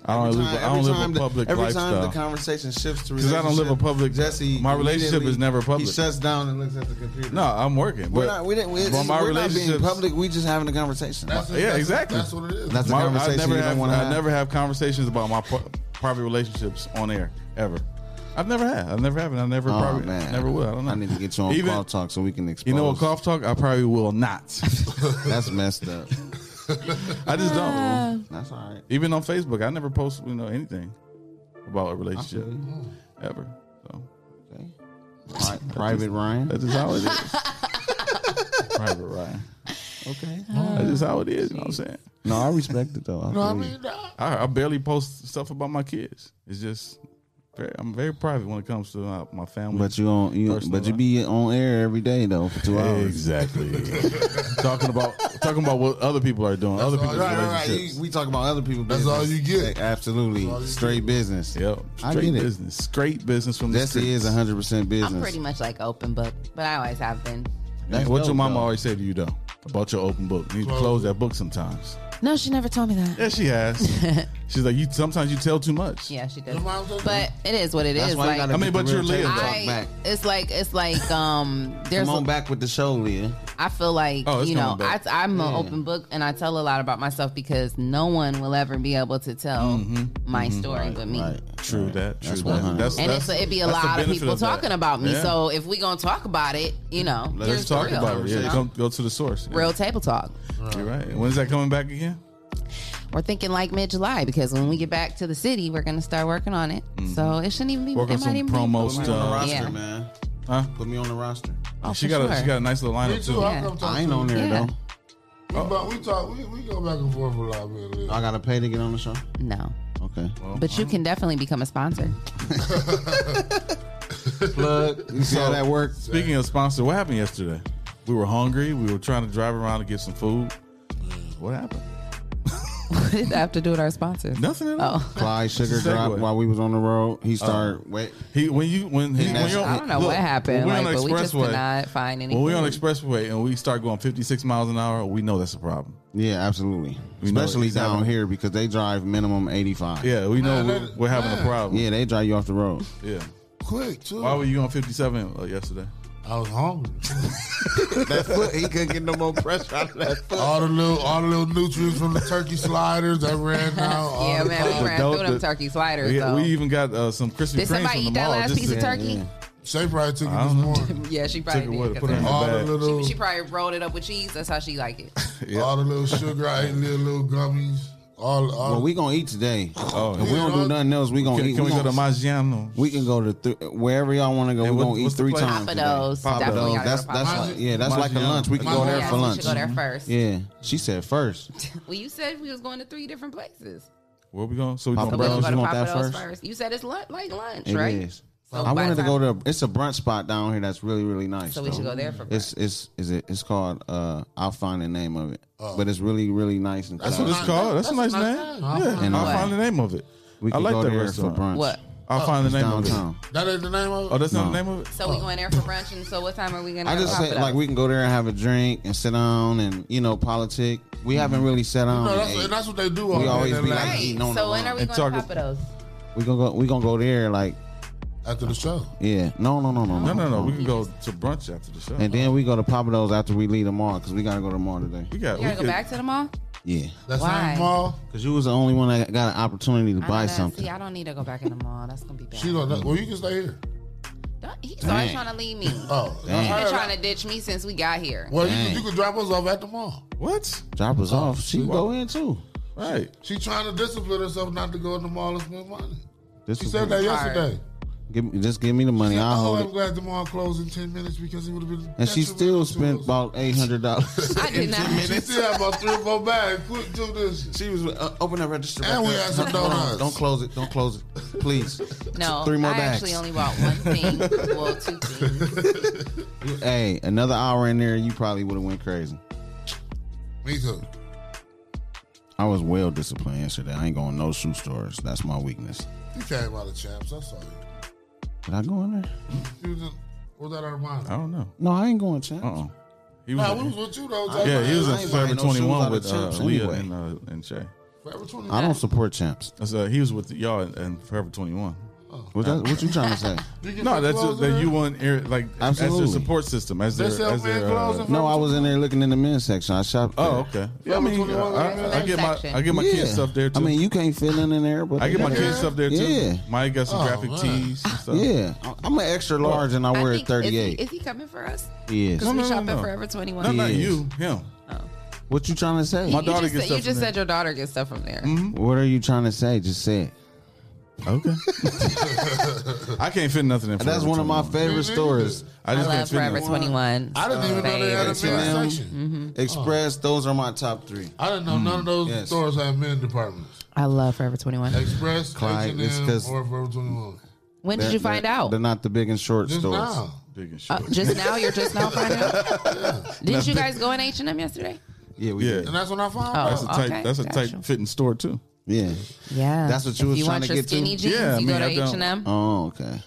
Speaker 12: I don't
Speaker 13: Every time-
Speaker 12: live, I don't
Speaker 13: every
Speaker 12: live
Speaker 13: time
Speaker 12: a
Speaker 13: the-
Speaker 12: public
Speaker 13: every
Speaker 12: lifestyle.
Speaker 13: time the conversation shifts to
Speaker 12: 'Cause I don't live a
Speaker 13: relationship,
Speaker 12: public-
Speaker 13: Jesse,
Speaker 12: my relationship
Speaker 13: immediately
Speaker 12: is never
Speaker 13: He
Speaker 12: public.
Speaker 13: shuts down and looks at the computer.
Speaker 12: no, I'm working.
Speaker 13: we're
Speaker 12: but-
Speaker 13: not. We didn't. We,
Speaker 12: but my
Speaker 13: we're not being
Speaker 12: relationships-
Speaker 13: public. We just having a conversation.
Speaker 12: yeah, exactly.
Speaker 13: That's the
Speaker 12: My-
Speaker 13: conversation
Speaker 12: I never
Speaker 13: you
Speaker 12: have,
Speaker 13: don't want to
Speaker 12: I
Speaker 13: have.
Speaker 12: never have conversations about my pri- private relationships on air ever. I've never had. I've never happened. I never
Speaker 13: Oh,
Speaker 12: probably
Speaker 13: man.
Speaker 12: never will. I don't know.
Speaker 13: I need to get you on
Speaker 12: Even-
Speaker 13: call talk so we can expose.
Speaker 12: You know what cough talk? I probably will not.
Speaker 13: <laughs> That's messed up.
Speaker 12: I just don't.
Speaker 13: That's all right.
Speaker 12: Even on Facebook, I never post you know anything about a relationship ever. So
Speaker 13: Pri-
Speaker 12: That
Speaker 13: Private
Speaker 12: just-
Speaker 13: Ryan.
Speaker 12: That is how it
Speaker 13: <laughs>
Speaker 12: is. Private Ryan.
Speaker 13: Okay.
Speaker 12: <laughs> That's just how it is. You know what I'm saying?
Speaker 13: No, I respect it though.
Speaker 11: <laughs>
Speaker 13: I
Speaker 11: You know what I
Speaker 13: feel you.
Speaker 11: mean? Nah.
Speaker 12: I, I barely post stuff about my kids. It's just very, I'm very private when it comes to my, my family.
Speaker 13: But you on you,
Speaker 12: personal
Speaker 13: but you
Speaker 12: life.
Speaker 13: be on air every
Speaker 11: <laughs>
Speaker 13: day though for two hours.
Speaker 12: exactly
Speaker 13: <laughs>
Speaker 12: talking about talking about what other people are doing. other
Speaker 11: all
Speaker 12: people's
Speaker 11: you- Right, right,
Speaker 12: relationships.
Speaker 13: You- we talk about other people.
Speaker 11: That's
Speaker 13: business.
Speaker 11: all you get.
Speaker 13: Like, absolutely,
Speaker 11: That's all you
Speaker 13: straight business.
Speaker 12: Yep.
Speaker 13: I
Speaker 12: Straight
Speaker 13: get it.
Speaker 12: business. Straight business from the
Speaker 13: Jesse
Speaker 12: streets.
Speaker 13: is hundred percent business.
Speaker 10: I'm pretty much like open book, but I always have been.
Speaker 12: Man,
Speaker 13: That's
Speaker 12: what
Speaker 13: dope,
Speaker 12: your mama
Speaker 13: though.
Speaker 12: always say to you though about your open book. You need to close that book sometimes.
Speaker 10: No, she never told me that.
Speaker 12: Yeah, she
Speaker 10: <laughs>
Speaker 12: has. She's like you. Sometimes you tell too much.
Speaker 10: Yeah, she does. But it is what it is.
Speaker 13: That's why you
Speaker 10: Like
Speaker 13: gotta
Speaker 12: I mean,
Speaker 13: get
Speaker 12: but
Speaker 13: the
Speaker 12: you're
Speaker 13: real
Speaker 12: Leah,
Speaker 13: table
Speaker 12: though.
Speaker 13: talk
Speaker 10: I-
Speaker 13: back.
Speaker 10: it's like it's
Speaker 13: <laughs>
Speaker 10: like um there's
Speaker 13: Come on
Speaker 10: a-
Speaker 13: back with the show, Leah.
Speaker 10: I feel like
Speaker 13: Oh, it's
Speaker 10: you know
Speaker 13: coming
Speaker 10: I,
Speaker 13: back.
Speaker 10: I'm an
Speaker 13: Yeah.
Speaker 10: open book and I tell a lot about myself because no one will ever be able to tell
Speaker 13: Mm-hmm.
Speaker 10: my story but me.
Speaker 12: True that. True
Speaker 13: That's
Speaker 12: that.
Speaker 13: 100.
Speaker 10: And it's it'd be a
Speaker 12: that's the
Speaker 10: lot of
Speaker 12: benefit
Speaker 10: people
Speaker 12: that.
Speaker 10: talking about me.
Speaker 12: Yeah.
Speaker 10: So if we gonna talk about it, you know, here's
Speaker 12: let's
Speaker 10: the
Speaker 12: talk
Speaker 10: real,
Speaker 12: about it.
Speaker 10: you
Speaker 12: Yeah,
Speaker 10: know?
Speaker 12: come, go to the source. Yeah.
Speaker 10: real table talk.
Speaker 12: You're right. When's that coming back again?
Speaker 10: We're thinking like mid July because when we get back to the city, we're gonna start working on it.
Speaker 13: Mm-hmm.
Speaker 10: So it shouldn't even be.
Speaker 12: Work
Speaker 10: it
Speaker 12: on
Speaker 10: might
Speaker 12: some
Speaker 10: even
Speaker 12: promo
Speaker 10: be-
Speaker 13: Put me on the
Speaker 12: stuff.
Speaker 13: roster,
Speaker 10: Yeah.
Speaker 13: man.
Speaker 12: Huh?
Speaker 13: Put me on the roster.
Speaker 10: Oh,
Speaker 12: she
Speaker 10: for
Speaker 12: got a,
Speaker 10: sure.
Speaker 12: she got a nice little
Speaker 11: Me
Speaker 12: lineup
Speaker 11: too.
Speaker 12: too.
Speaker 11: I
Speaker 10: Yeah.
Speaker 11: come talk
Speaker 13: I ain't on there
Speaker 10: Yeah.
Speaker 13: though.
Speaker 11: We, but we talk. We, we go back and forth a lot, man.
Speaker 13: I gotta pay to get on the show.
Speaker 10: No,
Speaker 13: Okay.
Speaker 10: but you can definitely become
Speaker 13: <laughs>
Speaker 10: a sponsor.
Speaker 13: Plug. You see how that works?
Speaker 12: Speaking of sponsor, what happened yesterday? We were hungry. We were trying to drive around and get some food. What happened?
Speaker 10: <laughs> what did that have to do with our sponsors?
Speaker 12: Nothing at all.
Speaker 10: Oh,
Speaker 13: Clyde sugar
Speaker 12: It's a segue. Uh,
Speaker 13: dropped while we was on the road. He started wait.
Speaker 12: He when you when he, when
Speaker 13: that's-
Speaker 12: you're,
Speaker 10: I don't know
Speaker 12: look,
Speaker 10: what happened.
Speaker 12: when we're
Speaker 10: Like, but
Speaker 12: on
Speaker 10: we just
Speaker 12: expressway-
Speaker 10: did not find any.
Speaker 12: When we're on
Speaker 10: food.
Speaker 12: expressway and we start going 56 miles an hour, we know that's a problem.
Speaker 13: Yeah, absolutely.
Speaker 12: We know
Speaker 13: Especially
Speaker 12: it's
Speaker 13: down
Speaker 12: happening.
Speaker 13: here because they drive minimum eighty five.
Speaker 12: Yeah, we know
Speaker 11: Man,
Speaker 12: we're,
Speaker 11: that-
Speaker 12: we're having a
Speaker 11: man.
Speaker 12: problem.
Speaker 13: Yeah, they drive you off the road.
Speaker 12: Yeah.
Speaker 11: Quick too.
Speaker 12: Why were you on 57 uh, yesterday?
Speaker 11: I was <laughs> hungry.
Speaker 13: that foot, he couldn't get no more pressure out of that foot.
Speaker 11: all the little, all the little nutrients from the turkey sliders that
Speaker 10: <laughs>
Speaker 11: ran out. all
Speaker 10: Yeah,
Speaker 11: the
Speaker 10: man, we
Speaker 11: pop-
Speaker 10: ran
Speaker 12: dope
Speaker 10: through them
Speaker 12: that-
Speaker 10: turkey sliders.
Speaker 12: We,
Speaker 10: though.
Speaker 12: we even got uh, some Krispy
Speaker 10: did
Speaker 12: Kreme from
Speaker 10: somebody
Speaker 12: the
Speaker 10: eat that
Speaker 12: mall.
Speaker 10: last
Speaker 12: just
Speaker 10: piece of
Speaker 12: to-
Speaker 10: turkey?
Speaker 11: Shay probably took it
Speaker 12: I
Speaker 11: this
Speaker 12: don't know.
Speaker 11: morning.
Speaker 10: Yeah, she
Speaker 12: Took it
Speaker 10: probably
Speaker 12: with
Speaker 10: did.
Speaker 12: her,
Speaker 10: 'cause
Speaker 12: put it in
Speaker 10: that-
Speaker 12: her
Speaker 11: All the
Speaker 12: bag.
Speaker 11: little,
Speaker 10: She probably rolled it up with cheese. That's how she like it. <laughs>
Speaker 12: Yeah.
Speaker 11: all the little sugar I ate, little, little gummies. All, all
Speaker 13: Well, we gonna eat today.
Speaker 12: Oh,
Speaker 13: If we don't do nothing else, we gonna
Speaker 12: Can,
Speaker 13: eat.
Speaker 12: can we go to
Speaker 13: gonna-
Speaker 12: Maggiano?
Speaker 13: We can go to th- wherever y'all want to go.
Speaker 12: Hey,
Speaker 13: We're
Speaker 12: what-
Speaker 13: gonna eat
Speaker 12: what's the
Speaker 13: three
Speaker 12: place?
Speaker 13: times. today. Oh,
Speaker 10: Papados. Definitely gotta go
Speaker 13: That's
Speaker 10: to
Speaker 13: that's
Speaker 10: Papados.
Speaker 13: like, yeah. That's like a
Speaker 12: Maggiano.
Speaker 13: lunch. We can go there
Speaker 10: Yeah,
Speaker 13: for
Speaker 10: we
Speaker 13: lunch.
Speaker 10: should go there first.
Speaker 13: Yeah, she said first.
Speaker 10: Well, you said we was going to three different places.
Speaker 12: Where we going? So we
Speaker 13: Papa
Speaker 12: going
Speaker 10: So
Speaker 12: to
Speaker 10: we're
Speaker 13: Bros,
Speaker 10: gonna go
Speaker 12: brunch?
Speaker 13: you
Speaker 10: to
Speaker 13: want that
Speaker 10: Papa Do's
Speaker 13: first?
Speaker 10: first. You said it's lunch, like lunch,
Speaker 13: It is.
Speaker 10: right? So
Speaker 13: I
Speaker 10: by
Speaker 13: wanted
Speaker 10: the
Speaker 13: to go to. It's a brunch spot down here that's really really nice.
Speaker 10: So we should
Speaker 13: though.
Speaker 10: go there for brunch.
Speaker 13: It's it's is it? It's called. Uh, I'll find the name of it. But it's really really nice and.
Speaker 12: That's what it's called. That's, a nice, name. Yeah.
Speaker 13: And
Speaker 12: I'll
Speaker 13: what?
Speaker 12: find the name of it.
Speaker 13: We
Speaker 12: I
Speaker 13: can
Speaker 12: like
Speaker 13: go
Speaker 12: that
Speaker 13: there for
Speaker 12: restaurant.
Speaker 13: brunch.
Speaker 10: What? Oh.
Speaker 12: I'll find the
Speaker 13: It's
Speaker 12: name of it.
Speaker 13: downtown.
Speaker 11: that ain't the name of it.
Speaker 12: Oh, that's not the
Speaker 13: No.
Speaker 12: name of it?
Speaker 10: So we going there for brunch, and so what time are we gonna?
Speaker 13: I
Speaker 10: go
Speaker 13: just
Speaker 10: pop
Speaker 13: say
Speaker 10: it up?
Speaker 13: like we can go there and have a drink and sit down and you know politic. We haven't really sat down.
Speaker 11: no,
Speaker 13: and
Speaker 11: that's,
Speaker 13: ate.
Speaker 11: and that's what they do.
Speaker 13: We
Speaker 11: All day.
Speaker 13: always
Speaker 11: They
Speaker 13: be
Speaker 11: like,
Speaker 13: like-
Speaker 10: right.
Speaker 13: eating on
Speaker 10: So
Speaker 13: the
Speaker 10: when are we
Speaker 12: and
Speaker 10: going to
Speaker 12: talk-
Speaker 10: pop those?
Speaker 13: we gonna go. We gonna go there like
Speaker 11: after the show.
Speaker 13: yeah. No no no no
Speaker 12: No, no, no. We can go to brunch after the show.
Speaker 13: And then we go to Papados after we leave the mall because we gotta go to the mall today.
Speaker 12: we got.
Speaker 10: You
Speaker 12: we
Speaker 10: gotta go
Speaker 12: could- Oh.
Speaker 10: back to the mall.
Speaker 13: Yeah,
Speaker 11: That
Speaker 10: Why?
Speaker 11: same mall.
Speaker 13: because you was the only one that got an opportunity to
Speaker 10: I
Speaker 13: buy
Speaker 10: don't know.
Speaker 13: something.
Speaker 10: See, I don't need to go back in the mall. That's gonna be bad.
Speaker 11: She gonna. Well, you can stay here.
Speaker 10: Don't- He's always
Speaker 13: Dang.
Speaker 10: trying to leave me.
Speaker 11: Oh,
Speaker 13: Dang.
Speaker 11: all
Speaker 10: He's
Speaker 11: right.
Speaker 10: been trying to ditch me since we got here.
Speaker 11: Well, you can,
Speaker 13: Dang.
Speaker 11: you can drop us off at the mall.
Speaker 12: What?
Speaker 13: Drop
Speaker 12: Oh,
Speaker 13: us off. She can go in too.
Speaker 12: Right.
Speaker 11: She trying to discipline herself not to go to the mall and spend money.
Speaker 13: This
Speaker 11: She
Speaker 13: was
Speaker 11: said
Speaker 13: good.
Speaker 11: that yesterday.
Speaker 13: Give me, just give me the money. I'll
Speaker 11: oh,
Speaker 13: hold
Speaker 11: I'm
Speaker 13: it.
Speaker 11: glad tomorrow closed in 10 minutes because it would have been.
Speaker 13: And she still spent about eight hundred dollars.
Speaker 11: I did not. She still had about three or four bags. Quick, do this.
Speaker 13: She was uh, open that register.
Speaker 11: And we had some donuts.
Speaker 13: Don't close it. Don't close it, please.
Speaker 10: No,
Speaker 13: three more
Speaker 10: I
Speaker 13: bags.
Speaker 10: actually only bought one thing. well, two
Speaker 13: <laughs>
Speaker 10: things.
Speaker 13: hey, another hour in there, you probably would have went crazy.
Speaker 11: Me too.
Speaker 13: I was well disciplined yesterday. I ain't going to no shoe stores. That's my weakness.
Speaker 11: You came out of chaps. I saw you.
Speaker 13: Did I go in there?
Speaker 11: You was, in, was that Armani?
Speaker 13: Oh.
Speaker 12: I don't know.
Speaker 13: No, I ain't going champs.
Speaker 12: Uh-uh. He
Speaker 11: Nah,
Speaker 12: was-
Speaker 11: we was with you though.
Speaker 12: Yeah, he was
Speaker 11: I
Speaker 12: in
Speaker 11: ain't
Speaker 12: Forever
Speaker 11: buying no
Speaker 12: Twenty
Speaker 11: shoes
Speaker 12: One
Speaker 11: out of
Speaker 12: with uh,
Speaker 11: Champs
Speaker 12: Leah
Speaker 11: anyway.
Speaker 12: and uh, and Shay.
Speaker 11: Forever 21.
Speaker 13: I don't support champs.
Speaker 12: That's, uh, he was with y'all in, in Forever Twenty One.
Speaker 13: What, that, what you trying to say?
Speaker 11: You get
Speaker 12: No,
Speaker 11: your
Speaker 12: that's
Speaker 11: clothes
Speaker 12: that
Speaker 11: in
Speaker 12: you want air- like as
Speaker 13: Absolutely.
Speaker 12: their support system, as their,
Speaker 11: They sell
Speaker 12: as their
Speaker 11: men's clothes
Speaker 12: uh,
Speaker 11: and
Speaker 13: No, I was in there looking in the men's section. I shopped.
Speaker 12: Oh,
Speaker 13: there.
Speaker 12: okay. Yeah, I mean, I, I- I get my I get my kids
Speaker 13: Yeah.
Speaker 12: stuff there too.
Speaker 13: I mean, you can't fit in in there, but
Speaker 12: I get my
Speaker 13: Yeah.
Speaker 12: kids stuff there too.
Speaker 13: Yeah, Oh,
Speaker 12: Mike got
Speaker 11: Oh,
Speaker 12: some graphic tees. And stuff.
Speaker 13: yeah. I'm an extra large, and I wear
Speaker 10: think- is he,
Speaker 13: 38.
Speaker 10: is he coming for us?
Speaker 13: Yes.
Speaker 10: Because
Speaker 13: No,
Speaker 10: we
Speaker 13: no,
Speaker 10: shop
Speaker 13: no,
Speaker 10: at
Speaker 13: no.
Speaker 10: Forever 21.
Speaker 13: No, not Yes. you.
Speaker 12: Him.
Speaker 13: What you trying to say?
Speaker 10: you just said, You just said your daughter gets stuff from
Speaker 13: <laughs>
Speaker 10: there.
Speaker 12: Mm-hmm.
Speaker 13: What are you trying to say? Just say it.
Speaker 12: Okay.
Speaker 13: <laughs>
Speaker 12: I can't fit nothing in.
Speaker 13: That's
Speaker 12: Forever
Speaker 13: one of my
Speaker 12: 21.
Speaker 13: favorite stores.
Speaker 12: I
Speaker 10: I
Speaker 12: just
Speaker 10: love
Speaker 12: can't fit
Speaker 10: Forever
Speaker 12: nothing.
Speaker 10: 21.
Speaker 11: I didn't even know they had a men's
Speaker 13: H&M,
Speaker 11: section.
Speaker 10: Mm-hmm.
Speaker 13: Express. Those are my top three.
Speaker 11: I didn't know none of those
Speaker 13: Mm-hmm. Yes.
Speaker 11: stores had men's departments.
Speaker 10: I love Forever 21.
Speaker 11: Express,
Speaker 13: Clyde,
Speaker 11: H&M,
Speaker 13: it's 'cause-
Speaker 11: or Forever
Speaker 13: <laughs>
Speaker 11: 21.
Speaker 10: When did
Speaker 13: They're-
Speaker 10: you find
Speaker 13: they're-
Speaker 10: out?
Speaker 13: They're not the big and short
Speaker 11: Just
Speaker 13: stores.
Speaker 11: now.
Speaker 12: Big and
Speaker 10: Uh, just now? You're just now finding out?
Speaker 13: <laughs>
Speaker 10: Didn't you guys go in H&M yesterday?
Speaker 13: Yeah, we
Speaker 12: Yeah.
Speaker 13: did.
Speaker 11: And that's when I found
Speaker 10: Oh,
Speaker 11: out.
Speaker 12: That's a tight.
Speaker 10: okay,
Speaker 12: that's a
Speaker 10: gotcha.
Speaker 12: tight fitting store too.
Speaker 13: Yeah.
Speaker 10: Yeah.
Speaker 13: That's what you
Speaker 10: If
Speaker 13: was
Speaker 10: you
Speaker 13: trying
Speaker 10: want
Speaker 13: to
Speaker 10: your
Speaker 13: get to.
Speaker 10: skinny jeans,
Speaker 12: Yeah, I
Speaker 10: you go
Speaker 12: mean,
Speaker 10: to
Speaker 12: I don't-
Speaker 10: H&M.
Speaker 13: Oh, okay.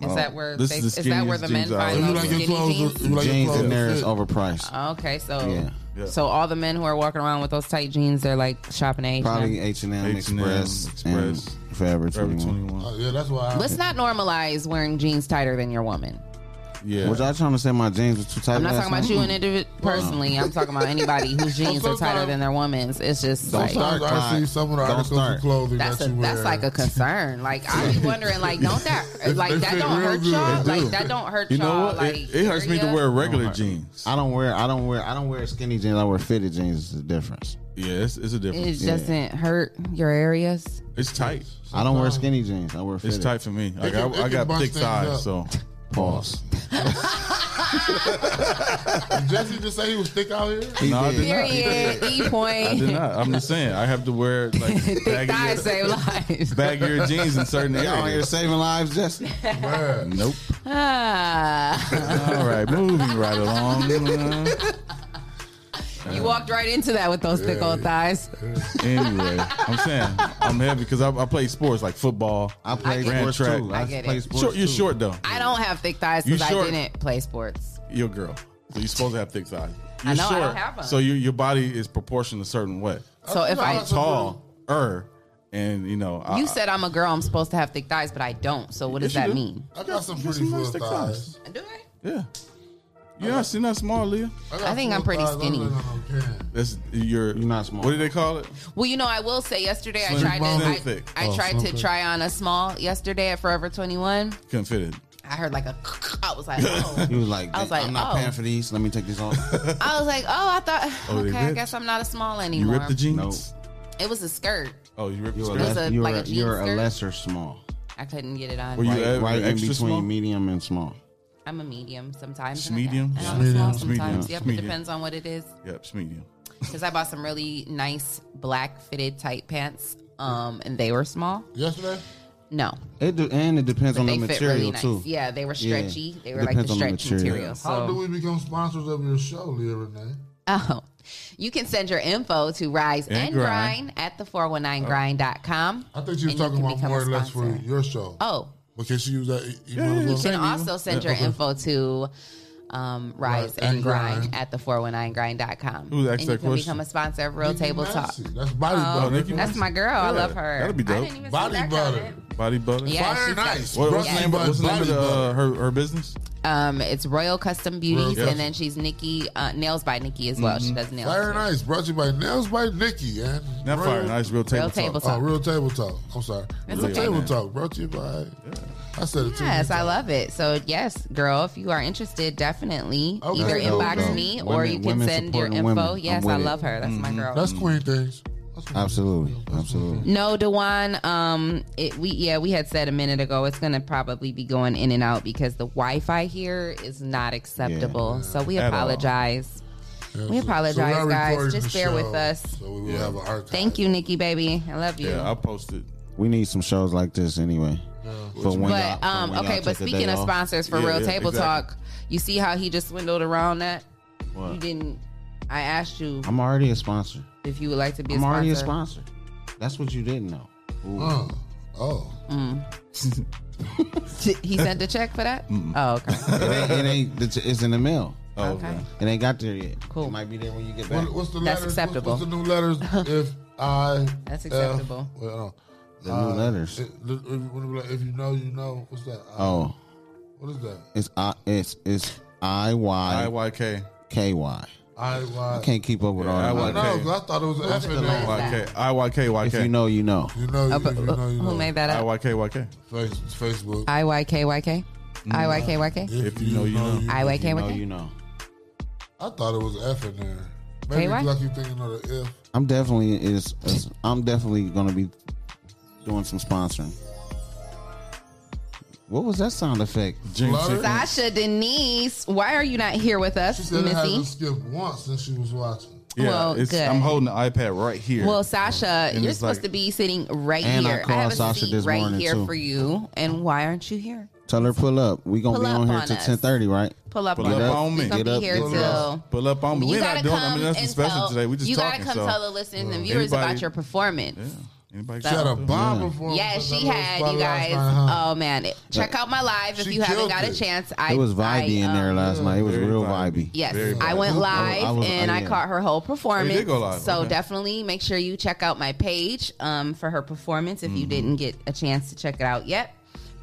Speaker 10: Is that where
Speaker 12: This
Speaker 10: they,
Speaker 12: is
Speaker 10: is,
Speaker 12: the
Speaker 10: that where the
Speaker 12: skinniest
Speaker 10: men
Speaker 12: jeans I
Speaker 10: find
Speaker 12: own.
Speaker 11: You
Speaker 10: those
Speaker 11: like your
Speaker 10: skinny
Speaker 11: clothes?
Speaker 10: jeans?
Speaker 11: You like your
Speaker 13: Jeans
Speaker 11: clothes?
Speaker 13: in there is
Speaker 11: fit?
Speaker 13: overpriced.
Speaker 10: Okay, so
Speaker 13: Yeah.
Speaker 12: Yeah.
Speaker 10: so all the men who are walking around with those tight jeans, they're like shopping at H&M.
Speaker 13: Probably H and M,
Speaker 12: H&M,
Speaker 13: Express,
Speaker 12: Express,
Speaker 13: and Forever
Speaker 12: Forever
Speaker 13: Twenty
Speaker 12: Twenty
Speaker 13: One.
Speaker 12: One.
Speaker 11: Oh, yeah, that's why. I,
Speaker 10: Let's not normalize wearing jeans tighter than your woman.
Speaker 12: Yeah.
Speaker 13: Was y'all trying to say my jeans was too tight?
Speaker 10: I'm not
Speaker 13: last
Speaker 10: talking about
Speaker 13: night?
Speaker 10: you and individ- personally. I'm talking about anybody
Speaker 12: <laughs>
Speaker 10: whose jeans are tighter than their woman's. It's just like
Speaker 11: Sometimes I see
Speaker 13: Clyde.
Speaker 11: some of the
Speaker 13: Don't
Speaker 11: articles of
Speaker 13: start.
Speaker 11: clothing
Speaker 10: that's
Speaker 11: that
Speaker 10: a,
Speaker 11: you wear.
Speaker 10: that's like a concern. Like I be wondering, like
Speaker 12: <laughs>
Speaker 10: don't that like
Speaker 11: They
Speaker 10: that
Speaker 11: fit
Speaker 10: don't
Speaker 11: real
Speaker 10: hurt
Speaker 11: good.
Speaker 10: y'all?
Speaker 11: They
Speaker 10: Like
Speaker 11: do.
Speaker 10: that don't hurt
Speaker 12: You know
Speaker 10: y'all?
Speaker 12: what?
Speaker 10: Like
Speaker 12: it, it hurts me to
Speaker 10: area?
Speaker 12: wear regular jeans.
Speaker 13: I don't wear. I don't wear. I don't wear skinny jeans. I wear fitted jeans. Is the difference.
Speaker 12: Yeah, it's, it's a
Speaker 10: It
Speaker 12: difference.
Speaker 10: doesn't hurt your areas.
Speaker 12: It's tight.
Speaker 13: I don't wear skinny jeans. I wear fitted.
Speaker 12: It's tight for me. Like
Speaker 11: can-
Speaker 12: I, I
Speaker 11: it can
Speaker 12: got
Speaker 11: bust
Speaker 12: thick
Speaker 11: things up.
Speaker 12: thighs, so <laughs>
Speaker 13: Pause.
Speaker 11: Jesse just say he was thick out here.
Speaker 13: He
Speaker 12: No, I
Speaker 13: did.
Speaker 12: did not. <laughs>
Speaker 10: Period. E
Speaker 12: I did
Speaker 10: point.
Speaker 12: not. I'm just saying I have to wear
Speaker 10: <laughs>
Speaker 12: like
Speaker 10: Thick thighs
Speaker 12: baggier,
Speaker 10: save lives.
Speaker 12: baggier jeans in
Speaker 10: <laughs> Oh,
Speaker 12: certain
Speaker 13: <laughs> Y'all out here
Speaker 12: areas.
Speaker 13: saving lives, Justin.
Speaker 12: Nope. <laughs>
Speaker 10: Ah,
Speaker 12: All right, moving right along.
Speaker 10: you walked right into that with those thick old thighs.
Speaker 12: Anyway, I'm saying I'm heavy because I, I play sports like football.
Speaker 13: I play
Speaker 10: get it.
Speaker 13: sports
Speaker 12: Track.
Speaker 13: too.
Speaker 10: I get
Speaker 13: play
Speaker 10: it.
Speaker 13: sports
Speaker 12: Short, you're
Speaker 13: too.
Speaker 12: short though.
Speaker 10: I don't have thick thighs
Speaker 12: You
Speaker 10: because I
Speaker 12: short.
Speaker 10: didn't play sports.
Speaker 12: You're a girl, so you're supposed to have thick thighs.
Speaker 10: I
Speaker 12: You're
Speaker 10: know, I
Speaker 12: short,
Speaker 10: don't have 'em.
Speaker 12: so you, your body is proportioned a certain way.
Speaker 10: So if I
Speaker 12: Tall, er, and you know, I,
Speaker 10: you said I'm a girl, I'm supposed to have thick thighs, but I don't. So what does
Speaker 12: Uh-uh. Yes, you
Speaker 10: that
Speaker 12: do.
Speaker 10: mean?
Speaker 11: I got some
Speaker 12: You
Speaker 11: pretty
Speaker 12: nice
Speaker 11: full
Speaker 12: thick
Speaker 11: thighs.
Speaker 10: Do I?
Speaker 12: yeah. You not seen that small, Leah?
Speaker 11: got
Speaker 10: I think
Speaker 11: full
Speaker 10: I'm pretty
Speaker 11: thighs. I
Speaker 10: skinny.
Speaker 11: look like I'm okay.
Speaker 12: That's your.
Speaker 13: You're not small.
Speaker 12: What do they call it?
Speaker 10: Well, you know, I will say yesterday
Speaker 12: Slim
Speaker 10: I
Speaker 12: bone.
Speaker 10: tried to
Speaker 12: Thick.
Speaker 10: I, I
Speaker 11: Oh,
Speaker 10: tried
Speaker 11: slim
Speaker 10: to
Speaker 11: thick.
Speaker 10: try on a small yesterday at Forever 21.
Speaker 12: Couldn't fit it.
Speaker 10: I heard like a <laughs> I was like,
Speaker 12: <laughs>
Speaker 10: oh.
Speaker 13: He was like,
Speaker 10: I was like,
Speaker 13: I'm not
Speaker 10: oh.
Speaker 13: paying for these. Let me take these
Speaker 10: <laughs>
Speaker 13: off.
Speaker 10: I was like, oh, I thought
Speaker 12: Oh, they
Speaker 10: okay, I
Speaker 12: ripped?
Speaker 10: guess I'm not a small
Speaker 12: You
Speaker 10: anymore.
Speaker 12: ripped the jeans.
Speaker 13: Nope.
Speaker 10: It was a skirt.
Speaker 12: Oh, you ripped the
Speaker 13: You're,
Speaker 12: skirt.
Speaker 13: a, less-
Speaker 10: a-
Speaker 13: you're,
Speaker 10: like a
Speaker 13: a,
Speaker 10: jean
Speaker 13: you're a
Speaker 10: skirt?
Speaker 13: lesser small.
Speaker 10: I couldn't get it on.
Speaker 12: Were you
Speaker 13: Right,
Speaker 12: ever
Speaker 13: right in
Speaker 12: extra
Speaker 13: between
Speaker 12: small?
Speaker 13: medium and small.
Speaker 10: I'm a medium sometimes.
Speaker 12: It's
Speaker 10: and I-
Speaker 12: medium?
Speaker 10: And I'm
Speaker 12: It's
Speaker 10: small
Speaker 12: medium. It's medium.
Speaker 10: sometimes. Yep,
Speaker 12: It's medium.
Speaker 10: it depends on what it is.
Speaker 12: Yep, it's medium.
Speaker 10: Because I bought some really nice black fitted tight pants, um, and they were small.
Speaker 11: Yesterday,
Speaker 10: No,
Speaker 13: It de- and it depends on the
Speaker 10: they fit
Speaker 13: material
Speaker 10: really nice.
Speaker 13: too.
Speaker 10: Yeah, they were
Speaker 13: Yeah.
Speaker 10: stretchy. They
Speaker 13: It
Speaker 10: were like the
Speaker 13: depends on the
Speaker 10: stretch
Speaker 13: material.
Speaker 10: material.
Speaker 11: how do
Speaker 10: So,
Speaker 11: we become sponsors of your show, Leah Renee?
Speaker 10: oh, you can send your info to rise
Speaker 12: And
Speaker 10: and,
Speaker 12: Grind.
Speaker 10: grind. at the 419grind.com.
Speaker 11: I think she was
Speaker 10: And you
Speaker 11: talking
Speaker 10: can
Speaker 11: about
Speaker 10: become
Speaker 11: more or
Speaker 10: a
Speaker 11: less for
Speaker 10: sponsor.
Speaker 11: your show.
Speaker 10: Oh,
Speaker 11: But can she use that? e- email
Speaker 12: yeah,
Speaker 11: as well?
Speaker 12: yeah.
Speaker 10: you can
Speaker 12: Same email.
Speaker 10: also send your
Speaker 11: okay.
Speaker 10: info to um, rise
Speaker 11: and
Speaker 10: and, grind,
Speaker 11: Grind.
Speaker 10: at the 419grind.com.
Speaker 12: Who asked
Speaker 10: and
Speaker 12: that
Speaker 10: you can
Speaker 12: question?
Speaker 10: become a sponsor of Real
Speaker 11: Nikki
Speaker 10: Table Talk.
Speaker 11: Massey. That's body
Speaker 10: Oh,
Speaker 11: butter.
Speaker 12: Nikki
Speaker 10: That's my girl. I
Speaker 12: Yeah,
Speaker 10: love her.
Speaker 12: that'd be
Speaker 10: I
Speaker 12: dope.
Speaker 10: didn't even see
Speaker 11: Body
Speaker 10: that
Speaker 11: butter.
Speaker 10: comment.
Speaker 12: Body butter.
Speaker 10: Yeah,
Speaker 11: Fire
Speaker 10: she's got-
Speaker 11: nice.
Speaker 12: What, what's the
Speaker 11: Brooklyn
Speaker 12: name? What's the name
Speaker 11: body
Speaker 12: of the, uh,
Speaker 11: butter.
Speaker 12: her her business?
Speaker 10: Um, it's Royal Custom Beauties,
Speaker 11: Royal
Speaker 10: and then she's Nikki uh, Nails by Nikki as well. She does nails.
Speaker 11: Fire
Speaker 10: too.
Speaker 11: Nice brought to you by Nails by Nikki and
Speaker 12: Not
Speaker 11: Real-
Speaker 12: fire. Nice real table
Speaker 10: Real table
Speaker 12: talk.
Speaker 10: talk.
Speaker 11: Oh, real table talk. I'm sorry.
Speaker 10: That's
Speaker 11: real
Speaker 10: okay.
Speaker 11: table talk brought to you by. I said it too.
Speaker 10: Yes, I love it. So yes, girl, if you are interested, definitely
Speaker 11: Okay.
Speaker 10: either
Speaker 11: That's
Speaker 10: inbox
Speaker 11: dope,
Speaker 10: me
Speaker 13: though.
Speaker 10: or
Speaker 13: Women-
Speaker 10: you can
Speaker 13: women
Speaker 10: send your
Speaker 13: supporting
Speaker 10: info.
Speaker 13: women.
Speaker 10: Yes,
Speaker 13: I'm
Speaker 10: I
Speaker 13: with
Speaker 11: Mm-hmm.
Speaker 13: it. Mm-hmm.
Speaker 10: love her. That's my girl.
Speaker 11: That's Queen things.
Speaker 13: Absolutely, absolutely.
Speaker 10: No, Dewan. Um, it, we yeah, we had said a minute ago it's gonna probably be going in and out because the Wi-Fi here is not acceptable. So we
Speaker 11: At all.
Speaker 10: apologize.
Speaker 11: Yeah,
Speaker 10: we
Speaker 11: so-
Speaker 10: apologize,
Speaker 11: so we are
Speaker 10: guys.
Speaker 11: recording
Speaker 10: Just
Speaker 11: the
Speaker 10: bear
Speaker 11: show,
Speaker 10: with us.
Speaker 11: So we will have an archive.
Speaker 10: Thank you, Nikki, baby. I love you.
Speaker 12: I posted.
Speaker 13: We need some shows like this anyway. For when y'all-
Speaker 10: but
Speaker 13: for
Speaker 10: um,
Speaker 13: when y'all
Speaker 10: okay.
Speaker 13: take
Speaker 10: But
Speaker 13: a day
Speaker 10: speaking of
Speaker 13: off.
Speaker 10: sponsors for
Speaker 13: Yeah,
Speaker 10: Real
Speaker 13: yeah,
Speaker 10: Table
Speaker 13: exactly.
Speaker 10: Talk, you see how he just swindled around that?
Speaker 13: What?
Speaker 10: You didn't. I asked you
Speaker 13: I'm already a sponsor.
Speaker 10: if you would like to be.
Speaker 13: I'm
Speaker 10: a
Speaker 13: already a
Speaker 10: sponsor.
Speaker 13: That's what you didn't know. Ooh.
Speaker 10: Oh.
Speaker 11: Oh.
Speaker 13: <laughs>
Speaker 10: Mm. he sent the check for that. Oh, okay.
Speaker 13: it ain't. It ain't it's, it's in the mail.
Speaker 10: Oh, okay. Okay.
Speaker 13: It ain't got there yet.
Speaker 10: Cool.
Speaker 13: Might be there when you get back.
Speaker 11: What, what's the
Speaker 10: That's
Speaker 11: letters?
Speaker 10: acceptable.
Speaker 11: What's, what's the
Speaker 10: <laughs>
Speaker 11: new letters? if I.
Speaker 10: That's
Speaker 11: F-
Speaker 10: acceptable.
Speaker 11: well, Uh, no.
Speaker 13: The new letters.
Speaker 11: If, if- if you know, you know. What's that? Uh, I-
Speaker 13: Oh.
Speaker 11: What is that?
Speaker 13: It's I. It's it's I Y
Speaker 12: I Y K
Speaker 13: K Y.
Speaker 11: I
Speaker 13: I
Speaker 11: Y.
Speaker 13: can't keep up with
Speaker 12: Yeah,
Speaker 13: all
Speaker 12: I
Speaker 13: that.
Speaker 12: Y K.
Speaker 11: No, 'cause I thought it was an F in there.
Speaker 12: I Y K Y
Speaker 13: If
Speaker 12: K.
Speaker 13: you know, you know.
Speaker 11: You know, you,
Speaker 10: Oh,
Speaker 11: if
Speaker 10: but-
Speaker 11: you know, you know.
Speaker 10: who made that
Speaker 12: I
Speaker 10: up?
Speaker 12: Y K Y K.
Speaker 11: Face, Facebook.
Speaker 10: I Y K Y K. I Y K Y K.
Speaker 12: If you know, you know.
Speaker 10: I Y K Y K.
Speaker 13: You know.
Speaker 11: I thought it was an F in there. Maybe
Speaker 10: KY?
Speaker 11: because I keep thinking of the F.
Speaker 13: I'm definitely is. is- I'm definitely gonna be doing some sponsoring. What was that sound effect?
Speaker 10: Sasha Denise, why are you not here with
Speaker 11: She
Speaker 10: us,
Speaker 11: said it hasn't
Speaker 10: Missy?
Speaker 11: skipped once since she was watching.
Speaker 12: Yeah,
Speaker 10: Well,
Speaker 12: it's,
Speaker 10: good.
Speaker 12: I'm holding the iPad right here.
Speaker 10: Well, Sasha,
Speaker 12: And
Speaker 10: you're
Speaker 12: it's
Speaker 10: supposed
Speaker 12: like-
Speaker 10: to be sitting right
Speaker 13: And I
Speaker 10: here.
Speaker 13: called
Speaker 10: have a
Speaker 13: Sasha
Speaker 10: seat
Speaker 13: this
Speaker 10: right
Speaker 13: morning,
Speaker 10: here
Speaker 13: too.
Speaker 10: for you. And why aren't you here?
Speaker 13: Tell her pull up. We gonna
Speaker 10: Pull
Speaker 13: be on
Speaker 10: up
Speaker 13: here
Speaker 10: on
Speaker 13: till
Speaker 10: us.
Speaker 13: ten thirty, right?
Speaker 10: Pull up
Speaker 13: Get
Speaker 10: on us. We're gonna
Speaker 13: Get
Speaker 10: be
Speaker 13: up.
Speaker 10: here
Speaker 13: Pull up.
Speaker 10: till.
Speaker 12: Pull up on me.
Speaker 10: You
Speaker 12: We're
Speaker 10: gotta
Speaker 12: not doing. I
Speaker 10: come
Speaker 12: mean, nothing
Speaker 10: and
Speaker 12: special
Speaker 10: tell-
Speaker 12: today. We just
Speaker 10: you gotta
Speaker 12: talking,
Speaker 10: come
Speaker 12: so- Mm.
Speaker 10: tell the listeners
Speaker 13: Mm.
Speaker 10: and viewers
Speaker 12: Anybody-
Speaker 10: about your performance.
Speaker 12: Anybody
Speaker 10: So-
Speaker 11: She had a bomb
Speaker 12: Yeah.
Speaker 11: performance.
Speaker 10: Yeah,
Speaker 11: at that
Speaker 10: she
Speaker 11: little
Speaker 10: had
Speaker 11: spot
Speaker 10: you
Speaker 11: last
Speaker 10: guys.
Speaker 11: night, huh?
Speaker 10: Oh man, It- check out my live if
Speaker 11: She
Speaker 10: you haven't
Speaker 11: killed
Speaker 10: got a
Speaker 11: it.
Speaker 10: chance. I
Speaker 13: It was
Speaker 10: I,
Speaker 13: vibey in there
Speaker 10: um,
Speaker 13: last night. It was
Speaker 12: Very
Speaker 13: real
Speaker 12: vibey.
Speaker 13: vibey.
Speaker 10: Yes,
Speaker 12: Very
Speaker 10: I
Speaker 12: vibrant.
Speaker 10: went live
Speaker 13: I was-
Speaker 10: and
Speaker 13: oh,
Speaker 10: I
Speaker 13: yeah.
Speaker 10: caught her whole performance.
Speaker 12: Oh, you did go live.
Speaker 10: So
Speaker 12: Okay.
Speaker 10: definitely make sure you check out my page um, for her performance if you didn't get a chance to check it out yet.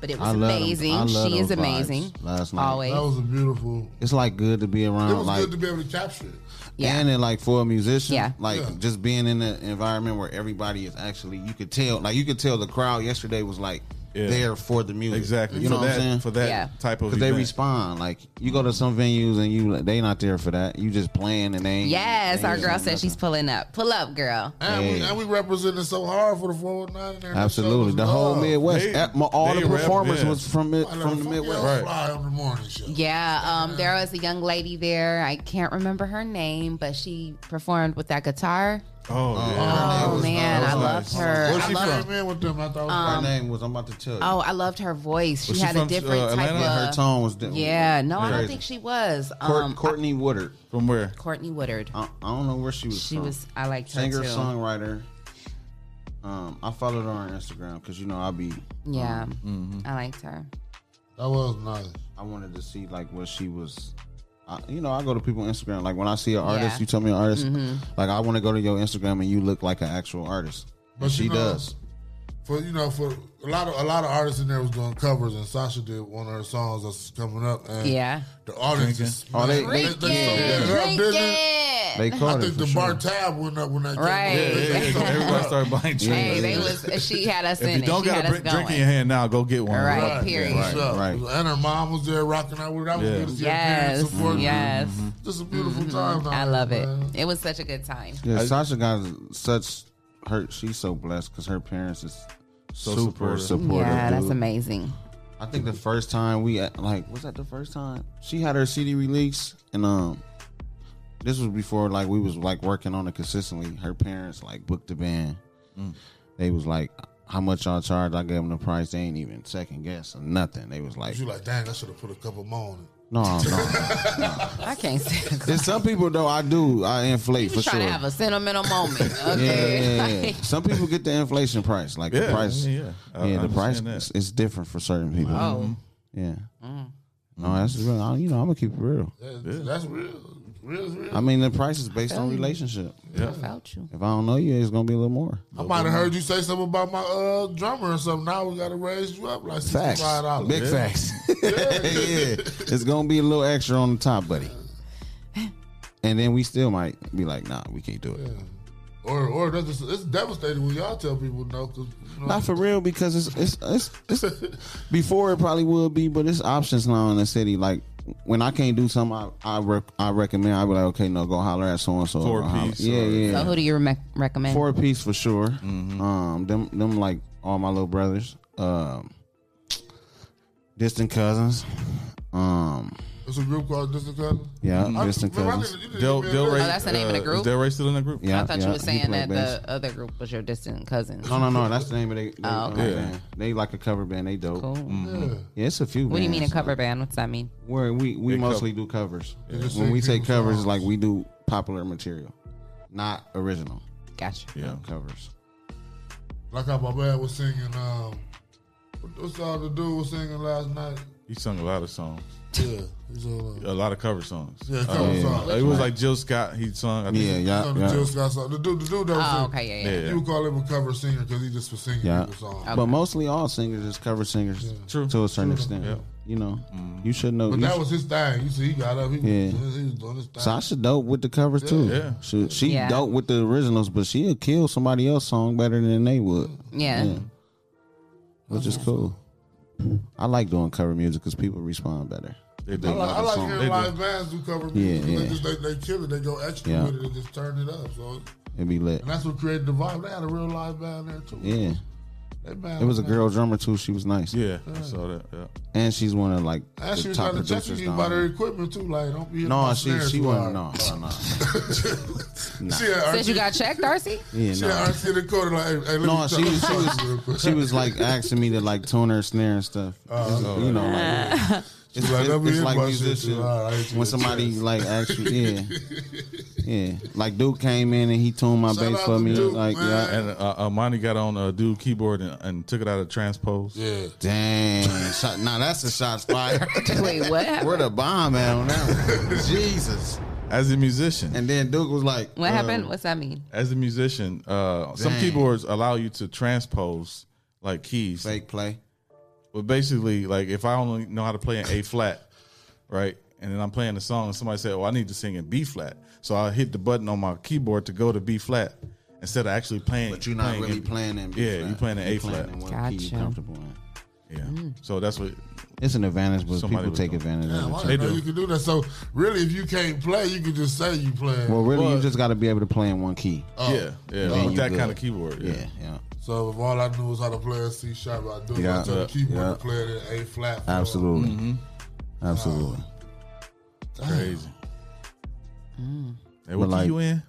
Speaker 10: But it was
Speaker 13: Mm-hmm. I love 'em.
Speaker 10: amazing.
Speaker 13: I love
Speaker 10: She is
Speaker 13: those vibes
Speaker 10: amazing.
Speaker 13: last night.
Speaker 10: Always.
Speaker 11: That was a beautiful.
Speaker 13: It's like good to be
Speaker 11: It
Speaker 13: around.
Speaker 11: was
Speaker 13: like
Speaker 11: good to be able to capture it.
Speaker 10: Yeah.
Speaker 13: and then like for a musician,
Speaker 10: Yeah.
Speaker 13: like
Speaker 11: Yeah.
Speaker 13: just being in an environment where everybody is actually you could tell, like you could tell the crowd yesterday was like
Speaker 12: Yeah.
Speaker 13: there for the music.
Speaker 12: Exactly.
Speaker 13: You
Speaker 12: for
Speaker 13: know what
Speaker 12: that,
Speaker 13: I'm saying?
Speaker 12: For that
Speaker 10: Yeah.
Speaker 12: type of
Speaker 13: Because they
Speaker 12: event.
Speaker 13: respond. Like you go to some venues and you they not there for that. You just playing and they. ain't-
Speaker 10: Yes,
Speaker 13: they
Speaker 10: our
Speaker 13: ain't
Speaker 10: girl
Speaker 13: doing
Speaker 10: said she's pulling up. Pull up, girl.
Speaker 11: And, we,
Speaker 13: Hey.
Speaker 11: and we represented so hard for the oh 419 in there.
Speaker 13: nothing. Absolutely, the whole Midwest.
Speaker 12: They-
Speaker 13: at- my- all
Speaker 12: they
Speaker 13: the
Speaker 12: rep-
Speaker 13: performers
Speaker 12: yeah.
Speaker 13: was from it, from the Midwest.
Speaker 11: Right. Fly on the morning show.
Speaker 10: Yeah, um, there was a young lady there. I can't remember her name, but she performed with that guitar.
Speaker 12: Oh, yeah.
Speaker 10: Oh,
Speaker 11: was
Speaker 10: man,
Speaker 12: nice.
Speaker 10: I loved her.
Speaker 11: Where
Speaker 10: I
Speaker 11: she
Speaker 10: loved,
Speaker 11: came in with them, I thought it was
Speaker 10: Um,
Speaker 13: Her name was. I'm about to tell you.
Speaker 10: oh, I loved her voice. She
Speaker 12: Was she
Speaker 10: had a
Speaker 12: from,
Speaker 10: different
Speaker 12: uh,
Speaker 10: type
Speaker 12: Atlanta?
Speaker 10: of
Speaker 13: her tone was. different.
Speaker 10: Yeah, no, I don't
Speaker 13: Crazy.
Speaker 10: think she was.
Speaker 13: Court,
Speaker 10: Um,
Speaker 13: Courtney Woodard.
Speaker 12: From where?
Speaker 10: Courtney Woodard.
Speaker 13: I, I don't know where she was.
Speaker 10: She
Speaker 13: from.
Speaker 10: was. I liked her
Speaker 13: singer
Speaker 10: too.
Speaker 13: songwriter. Um, I followed her on Instagram because you know I be. um,
Speaker 10: Yeah,
Speaker 12: Mm-hmm.
Speaker 13: Mm-hmm.
Speaker 10: I liked her.
Speaker 11: That was nice.
Speaker 13: I wanted to see like what she was. I, you know, I go to people Instagram. Like when I see an artist,
Speaker 10: Yeah. Mm-hmm.
Speaker 13: you tell me an artist. Like I want to go to your Instagram and you look like an actual artist.
Speaker 11: But
Speaker 13: And she
Speaker 11: you know-
Speaker 13: does.
Speaker 11: For you know, for a lot of a lot of artists in there was doing covers, and Sasha did one of her songs that's coming up. And
Speaker 10: Yeah.
Speaker 11: the audience is
Speaker 13: Oh, they- they-
Speaker 10: Freak
Speaker 13: they-
Speaker 10: it,
Speaker 11: they're
Speaker 10: freak
Speaker 11: busy.
Speaker 10: it.
Speaker 13: They
Speaker 11: I
Speaker 13: caught it
Speaker 11: think
Speaker 13: for
Speaker 11: the
Speaker 13: sure.
Speaker 11: bar tab went up when that came
Speaker 10: Right.
Speaker 11: out.
Speaker 10: Yeah,
Speaker 11: <laughs>
Speaker 10: yeah,
Speaker 12: So everybody started buying drinks.
Speaker 10: Hey, they was. She had us
Speaker 12: if
Speaker 10: in
Speaker 12: you
Speaker 10: it.
Speaker 12: don't
Speaker 10: she
Speaker 12: got
Speaker 10: had
Speaker 12: a
Speaker 10: us
Speaker 12: drink,
Speaker 10: going.
Speaker 12: drink in your hand now, go get one.
Speaker 10: Right.
Speaker 12: Right.
Speaker 10: period.
Speaker 11: Right. So,
Speaker 13: Right.
Speaker 11: And her mom was there rocking out with her. That was
Speaker 12: Yeah.
Speaker 11: good to see her parents
Speaker 10: Yes,
Speaker 11: supporting her.
Speaker 10: yes.
Speaker 13: Mm-hmm.
Speaker 10: Mm-hmm.
Speaker 11: Just a beautiful time. down
Speaker 10: I love
Speaker 11: there,
Speaker 10: it.
Speaker 11: man.
Speaker 10: It was such a good time.
Speaker 13: Yeah, Sasha got such her. She's so blessed because her parents is
Speaker 12: So
Speaker 13: super
Speaker 12: supportive.
Speaker 13: supportive.
Speaker 10: Yeah, that's
Speaker 13: dude.
Speaker 10: amazing.
Speaker 13: I think the first time we at- like was that the first time she had her CD release and um this was before like we was like working on it consistently. Her parents like booked the band.
Speaker 11: Mm.
Speaker 13: They was like, "How much y'all charge?" I gave them the price. They ain't even second guess or nothing. They was like,
Speaker 11: You like, dang, I should have put a couple more on it.
Speaker 13: "No, no."
Speaker 10: I
Speaker 13: <laughs>
Speaker 10: can't say.
Speaker 13: There's some people though. I do. I inflate
Speaker 10: You
Speaker 13: for
Speaker 10: was trying
Speaker 13: sure.
Speaker 10: to have a sentimental
Speaker 13: <laughs>
Speaker 10: moment.
Speaker 13: yeah,
Speaker 10: Okay.
Speaker 13: yeah,
Speaker 10: <laughs>
Speaker 13: yeah, yeah. Some people get the inflation price, like the
Speaker 12: Yeah,
Speaker 13: price.
Speaker 12: yeah, yeah. I- I
Speaker 13: yeah, the price
Speaker 12: understand that. Mm-hmm.
Speaker 13: is, is different for certain people.
Speaker 10: Oh.
Speaker 13: Yeah.
Speaker 10: Mm.
Speaker 13: No, that's real. I, you know, I'm gonna keep it real.
Speaker 11: That's, that's real. Real is real.
Speaker 13: I mean, the price is based on relationship.
Speaker 10: I felt you.
Speaker 13: If I don't know you, it's gonna be a little more.
Speaker 11: I might have heard you say something about my uh, drummer or something. Now we got to raise you up like
Speaker 13: Facts,
Speaker 11: $65.
Speaker 13: big
Speaker 11: Yeah.
Speaker 13: facts. yeah, it's gonna be a little extra on the top,
Speaker 10: <laughs>
Speaker 13: buddy. And then we still might be like, nah, we can't do it.
Speaker 11: Or, or that's just, it's devastating when y'all tell people no. 'cause, you know,
Speaker 13: Not for real because it's it's, it's it's before it probably would be, but it's options now in the city. Like when I can't do something, I I, rec- I recommend. I be like, okay, no, go holler at so and so.
Speaker 12: Four piece
Speaker 13: Yeah,
Speaker 12: or- Mm-hmm.
Speaker 13: yeah.
Speaker 10: So who do you rec- recommend?
Speaker 13: Four piece for sure. Um, them them like all my little brothers, um, distant cousins. Um,
Speaker 11: It's a group called Distant Cousins.
Speaker 13: yeah,
Speaker 11: I-
Speaker 13: distant
Speaker 11: remember, I
Speaker 13: cousins.
Speaker 11: didn't- you didn't Del- even- Del Rey-
Speaker 10: Oh, that's the name of
Speaker 13: uh,
Speaker 10: the group?
Speaker 12: Is Del Rey still in the group?
Speaker 13: Yeah,
Speaker 10: I thought
Speaker 13: yeah,
Speaker 10: you were
Speaker 13: he
Speaker 10: saying
Speaker 13: played
Speaker 10: that
Speaker 13: bass.
Speaker 10: the other group was your distant cousins.
Speaker 13: No, no, no. That's the name of they. they
Speaker 10: Oh,
Speaker 13: uh,
Speaker 10: okay.
Speaker 13: band. They like a cover band. They dope.
Speaker 10: Cool.
Speaker 13: Mhm.
Speaker 10: Yeah.
Speaker 12: Mm-hmm.
Speaker 13: Yeah. it's a few.
Speaker 10: What do you mean a
Speaker 13: bands.
Speaker 10: cover band? What's that mean?
Speaker 13: Where we we
Speaker 10: They
Speaker 13: mostly do covers.
Speaker 10: They just
Speaker 13: When
Speaker 10: sing
Speaker 13: we say
Speaker 10: people's
Speaker 13: covers,
Speaker 10: songs.
Speaker 13: like we do popular material, not original.
Speaker 10: Gotcha.
Speaker 12: Yeah,
Speaker 13: covers.
Speaker 11: Like how my dad was singing. Um, what- what's all the dude was singing last night?
Speaker 12: He sung a lot of songs.
Speaker 11: Yeah, he's a lot.
Speaker 12: A lot of cover songs. Um,
Speaker 11: Yeah, cover songs.
Speaker 12: It was like Jill Scott. He sung. I think.
Speaker 13: Yeah, Uh, yeah,
Speaker 11: Son of Jill Scott song. The dude, the dude that was
Speaker 10: Oh,
Speaker 11: singing-
Speaker 10: okay,
Speaker 12: yeah, yeah.
Speaker 11: You would call him a cover singer because he just was singing
Speaker 13: Yeah,
Speaker 11: people's songs.
Speaker 13: but mostly all singers is cover singers,
Speaker 12: true
Speaker 13: to a certain
Speaker 11: True.
Speaker 13: extent.
Speaker 11: Yeah. Mm-hmm.
Speaker 13: You know, you should know.
Speaker 11: But
Speaker 13: you
Speaker 11: that
Speaker 13: should-
Speaker 11: was his thing. You see, he got up. He,
Speaker 13: Yeah.
Speaker 11: was, he was doing his thing.
Speaker 13: Sasha dope with the covers too.
Speaker 11: Yeah.
Speaker 13: She, she
Speaker 11: Yeah.
Speaker 13: dope with the originals, but she'll kill somebody else's song better than they would.
Speaker 10: Yeah.
Speaker 13: Which is cool. I like doing cover music because people respond better.
Speaker 12: They
Speaker 11: I like, I like hearing live bands do cover
Speaker 13: Yeah,
Speaker 11: music. 'cause
Speaker 13: yeah.
Speaker 11: They, just, they, they kill it. They go extra
Speaker 13: Yeah.
Speaker 11: with it and just turn it up. So
Speaker 13: It'd be lit.
Speaker 11: and that's what created the vibe. They had a real live band there too.
Speaker 13: Yeah.
Speaker 11: That band
Speaker 13: It was a
Speaker 11: nice.
Speaker 13: girl drummer too. She was nice.
Speaker 12: Yeah, I saw that. Yeah.
Speaker 13: And she's one of like
Speaker 11: And she
Speaker 13: the
Speaker 11: was
Speaker 13: top
Speaker 11: trying to check
Speaker 13: producers
Speaker 11: you
Speaker 13: down
Speaker 11: about her
Speaker 13: there.
Speaker 11: equipment too. Like, don't be
Speaker 13: No, she she wasn't. No, no,
Speaker 11: <laughs>
Speaker 13: no. Nah.
Speaker 11: She had
Speaker 10: Said you
Speaker 11: RC
Speaker 10: got checked, Darcy?
Speaker 13: Yeah,
Speaker 11: she
Speaker 13: no.
Speaker 11: had RC the quarter. Like, hey, hey, let
Speaker 13: No,
Speaker 11: me
Speaker 13: she
Speaker 11: tell-
Speaker 13: was, she was she was like asking me to like tune her snare and stuff. It's-
Speaker 11: Oh, okay.
Speaker 13: you know, like,
Speaker 11: She <laughs>
Speaker 13: it's,
Speaker 11: was like,
Speaker 13: it's-
Speaker 11: "Let me
Speaker 13: it's
Speaker 11: hit
Speaker 13: like
Speaker 11: my shit,
Speaker 13: musician
Speaker 11: dude. All right,
Speaker 13: when
Speaker 11: yeah,
Speaker 13: somebody
Speaker 11: cheers.
Speaker 13: like
Speaker 11: <laughs>
Speaker 13: actually, yeah, yeah. Like Duke came in and he tuned my
Speaker 11: Shout
Speaker 13: bass
Speaker 11: out
Speaker 13: for
Speaker 11: to
Speaker 13: me.
Speaker 11: Duke,
Speaker 13: like, yeah,
Speaker 12: And uh, Armani got on a dude keyboard and, and took it out of transpose.
Speaker 11: Yeah.
Speaker 13: Dang. Shot, now that's a shots fired.
Speaker 10: <laughs> Wait, what happened?
Speaker 13: Where the bomb at on that one? Jesus.
Speaker 12: As a musician.
Speaker 13: And then Duke was like,
Speaker 10: What
Speaker 12: Uh,
Speaker 10: happened? <laughs> What's that mean?
Speaker 12: As a musician, uh, some
Speaker 13: Dang.
Speaker 12: keyboards allow you to transpose like keys.
Speaker 13: Fake play.
Speaker 12: But basically, like if I only know how to play an A flat, right, and then I'm playing the song, and somebody said, "Oh, I need to sing in B flat," so I hit the button on my keyboard to go to B flat instead of actually playing.
Speaker 13: But you're not really
Speaker 12: in-
Speaker 13: playing in B
Speaker 12: yeah,
Speaker 13: flat.
Speaker 12: you're playing in
Speaker 13: You're
Speaker 12: A flat.
Speaker 13: playing in what key you Gotcha. comfortable in.
Speaker 12: Yeah, so that's what
Speaker 13: It's an advantage, but
Speaker 12: Somebody
Speaker 13: people
Speaker 12: was
Speaker 13: take
Speaker 12: doing-
Speaker 11: <laughs>
Speaker 13: advantage
Speaker 11: Damn, I
Speaker 13: of it.
Speaker 11: didn't
Speaker 13: too.
Speaker 11: know you could do that. So really, if you can't play, you can just say you play.
Speaker 13: Well, really, you just got to be able to play in one key.
Speaker 11: Oh. Yeah, yeah,
Speaker 13: Then
Speaker 11: with
Speaker 13: you
Speaker 11: that
Speaker 13: good.
Speaker 12: kind of keyboard, yeah.
Speaker 13: yeah, yeah.
Speaker 11: So if all I knew was how to play a C sharp, I do
Speaker 13: Yeah,
Speaker 11: it to
Speaker 13: yeah,
Speaker 11: the keyboard
Speaker 13: yeah.
Speaker 11: to play it in A flat. for-
Speaker 13: Absolutely.
Speaker 12: Mm-hmm.
Speaker 13: Absolutely.
Speaker 12: crazy. Hey,
Speaker 13: But
Speaker 12: what key
Speaker 13: like-
Speaker 12: you in?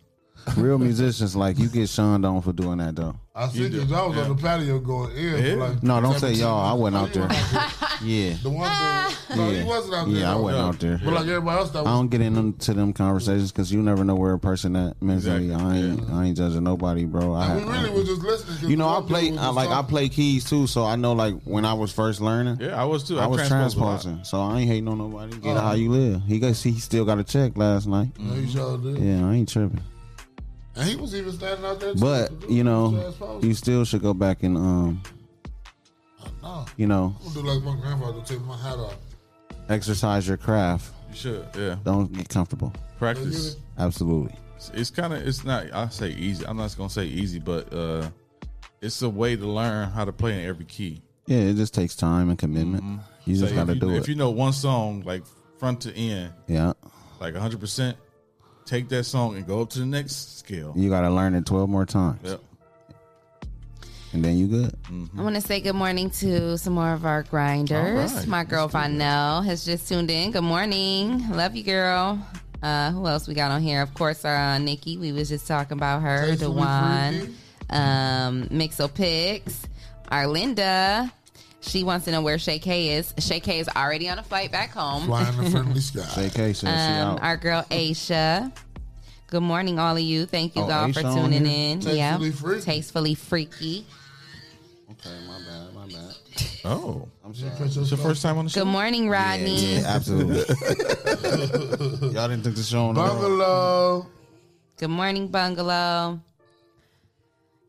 Speaker 12: <laughs>
Speaker 13: Real musicians, like, you get shunned on for doing that, though.
Speaker 11: I
Speaker 12: You
Speaker 11: see
Speaker 12: do,
Speaker 11: because I was
Speaker 12: yeah.
Speaker 11: on the patio going in. for like
Speaker 13: No, don't say
Speaker 11: 17
Speaker 13: y'all. I wasn't out there.
Speaker 11: <laughs>
Speaker 13: Yeah.
Speaker 11: The one dude, no,
Speaker 13: Yeah.
Speaker 11: Oh, he wasn't out
Speaker 13: Yeah,
Speaker 11: there.
Speaker 13: I
Speaker 11: though.
Speaker 13: wasn't out there.
Speaker 11: But like everybody else, that
Speaker 13: I
Speaker 11: was
Speaker 13: don't get into them conversations because you never know where a person at mentally. I ain't, I ain't judging nobody, bro. I,
Speaker 11: we really
Speaker 13: I-
Speaker 11: was just listening. 'cause
Speaker 13: you know,
Speaker 11: the
Speaker 13: I
Speaker 11: other
Speaker 13: play
Speaker 11: dude was
Speaker 13: I,
Speaker 11: just
Speaker 13: like I
Speaker 11: talking.
Speaker 13: play keys too, so I know like when I was first learning.
Speaker 12: Yeah, I was too.
Speaker 13: I,
Speaker 12: I
Speaker 13: was
Speaker 12: transposed a lot.
Speaker 13: transposing, so I ain't hating on nobody. Get
Speaker 11: Oh.
Speaker 13: how you live. He got he still got a check last night.
Speaker 11: Yeah, he sure did.
Speaker 13: Yeah, I ain't tripping.
Speaker 11: And he was even standing out there. too. The
Speaker 13: But
Speaker 11: dude was
Speaker 13: you know,
Speaker 11: just posing.
Speaker 13: you still should go back and um,
Speaker 11: no.
Speaker 13: you know,
Speaker 11: I'm gonna do like my grandfather, take my hat off.
Speaker 13: exercise your craft.
Speaker 12: You should, yeah.
Speaker 13: Don't get comfortable.
Speaker 12: Practice.
Speaker 13: Absolutely.
Speaker 12: It's- it's kind of it's not i say easy i'm not gonna say easy but uh it's a way to learn how to play in every key
Speaker 13: Yeah, it just takes time and commitment. You just
Speaker 12: Say,
Speaker 13: got to
Speaker 12: Mm-hmm. if you,
Speaker 13: do
Speaker 12: if
Speaker 13: it.
Speaker 12: you know one song like front to end
Speaker 13: yeah,
Speaker 12: like 100% take that song and go up to the next scale
Speaker 13: you got to learn it twelve more times,
Speaker 12: Yep. Mm.
Speaker 13: and then you good.
Speaker 10: I want to say good morning to some more of our grinders.
Speaker 13: All right.
Speaker 10: My girl Fonel has just tuned in. Good morning. Love you, girl. Uh, who else we got on here? Of course, our uh, Nikki. We was just talking about her.
Speaker 11: Tastefully
Speaker 10: Dewan, um, Mixo Picks, our Linda. She wants to know where Shay K is. Shay K is already on a flight back home.
Speaker 11: Flying in the
Speaker 10: <laughs>
Speaker 11: friendly sky.
Speaker 13: Vacation. she
Speaker 10: Um,
Speaker 13: out.
Speaker 10: our girl Aisha. Good morning, all of you. Thank you,
Speaker 13: Oh,
Speaker 10: God, for
Speaker 13: Aisha on
Speaker 10: tuning
Speaker 13: here?
Speaker 10: in.
Speaker 11: Tastefully
Speaker 10: yeah,
Speaker 11: freaky.
Speaker 10: tastefully freaky.
Speaker 13: Okay, my bad, my bad.
Speaker 12: oh
Speaker 13: I'm
Speaker 11: You
Speaker 13: sorry.
Speaker 11: catch
Speaker 12: it's
Speaker 11: us
Speaker 12: your
Speaker 11: up?
Speaker 12: first time on the show
Speaker 10: Good morning, Rodney.
Speaker 13: Yeah, absolutely.
Speaker 12: <laughs>
Speaker 13: Y'all didn't think the show on the road.
Speaker 11: Bungalow.
Speaker 10: Good morning, Bungalow.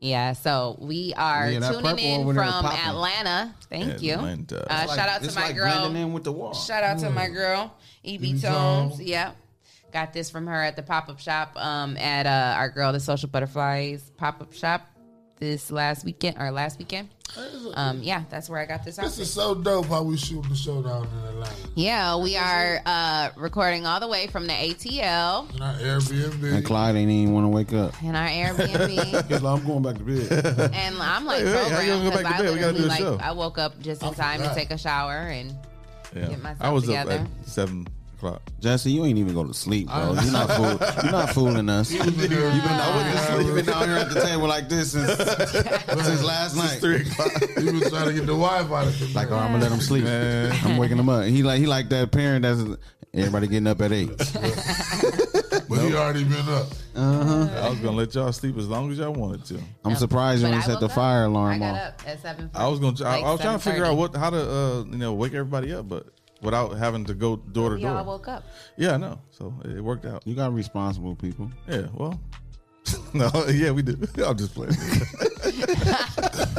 Speaker 10: Yeah, so we are
Speaker 13: Yeah, that
Speaker 10: tuning
Speaker 13: purple
Speaker 10: in
Speaker 13: over
Speaker 10: from
Speaker 13: there popping.
Speaker 10: Atlanta. Thank you.
Speaker 12: Atlanta.
Speaker 10: Uh,
Speaker 13: Like,
Speaker 10: shout out to
Speaker 13: it's
Speaker 10: my
Speaker 13: like blending
Speaker 10: girl.
Speaker 13: in with the wall.
Speaker 10: Shout out to my girl, EB Tones. Yep. Got this from her at the pop up shop um, at uh, our girl, the Social Butterflies pop up shop this last weekend or last weekend. Um, yeah, that's where I got this
Speaker 11: This
Speaker 10: outfit.
Speaker 11: is so dope how we shooting the show down in Atlanta.
Speaker 10: Yeah, we are uh, recording all the way from the ATL
Speaker 11: In our Airbnb.
Speaker 13: And Clyde ain't even want to wake up.
Speaker 10: in
Speaker 12: <laughs>
Speaker 10: our Airbnb.
Speaker 13: He's like, I'm going back to bed.
Speaker 10: And I'm like
Speaker 13: Hey, hey, how you gonna go
Speaker 10: programmed because
Speaker 13: back to
Speaker 10: I
Speaker 13: bed? We gotta
Speaker 10: literally
Speaker 13: do a
Speaker 10: like
Speaker 13: show.
Speaker 10: I woke up just in time to
Speaker 13: forgot.
Speaker 10: take a shower and
Speaker 12: Yeah.
Speaker 10: get myself
Speaker 12: I was
Speaker 10: together.
Speaker 12: up at seven o'clock.
Speaker 13: Jesse, you ain't even go to sleep, bro. You're
Speaker 12: <laughs>
Speaker 13: not, fool- you're not fooling us. You've been, you been down here at the table like this since, since last night.
Speaker 11: three o'clock.
Speaker 13: <laughs>
Speaker 11: You was trying to get the wife out of the
Speaker 13: Like, oh, I'm gonna let him sleep. I'm waking him up. He like he like that parent that's everybody getting up at eight.
Speaker 11: But he already been up.
Speaker 13: Uh-huh.
Speaker 12: I was gonna let y'all sleep as long as y'all wanted to.
Speaker 13: I'm surprised you
Speaker 10: But
Speaker 13: ain't
Speaker 10: I
Speaker 13: set the
Speaker 10: woke up.
Speaker 13: fire
Speaker 10: I
Speaker 13: alarm
Speaker 10: got
Speaker 13: off.
Speaker 10: up at seven.
Speaker 12: I was gonna. I,
Speaker 10: Like
Speaker 12: I was trying to figure
Speaker 10: 7:30.
Speaker 12: out what how to uh, you know wake everybody up, but without having to go door to
Speaker 10: We all
Speaker 12: door.
Speaker 10: woke up.
Speaker 12: Yeah, I know. So it worked out.
Speaker 13: You got responsible people.
Speaker 12: Yeah. Well. <laughs> no. Yeah, we do. <laughs> I'm just playing.
Speaker 13: <laughs>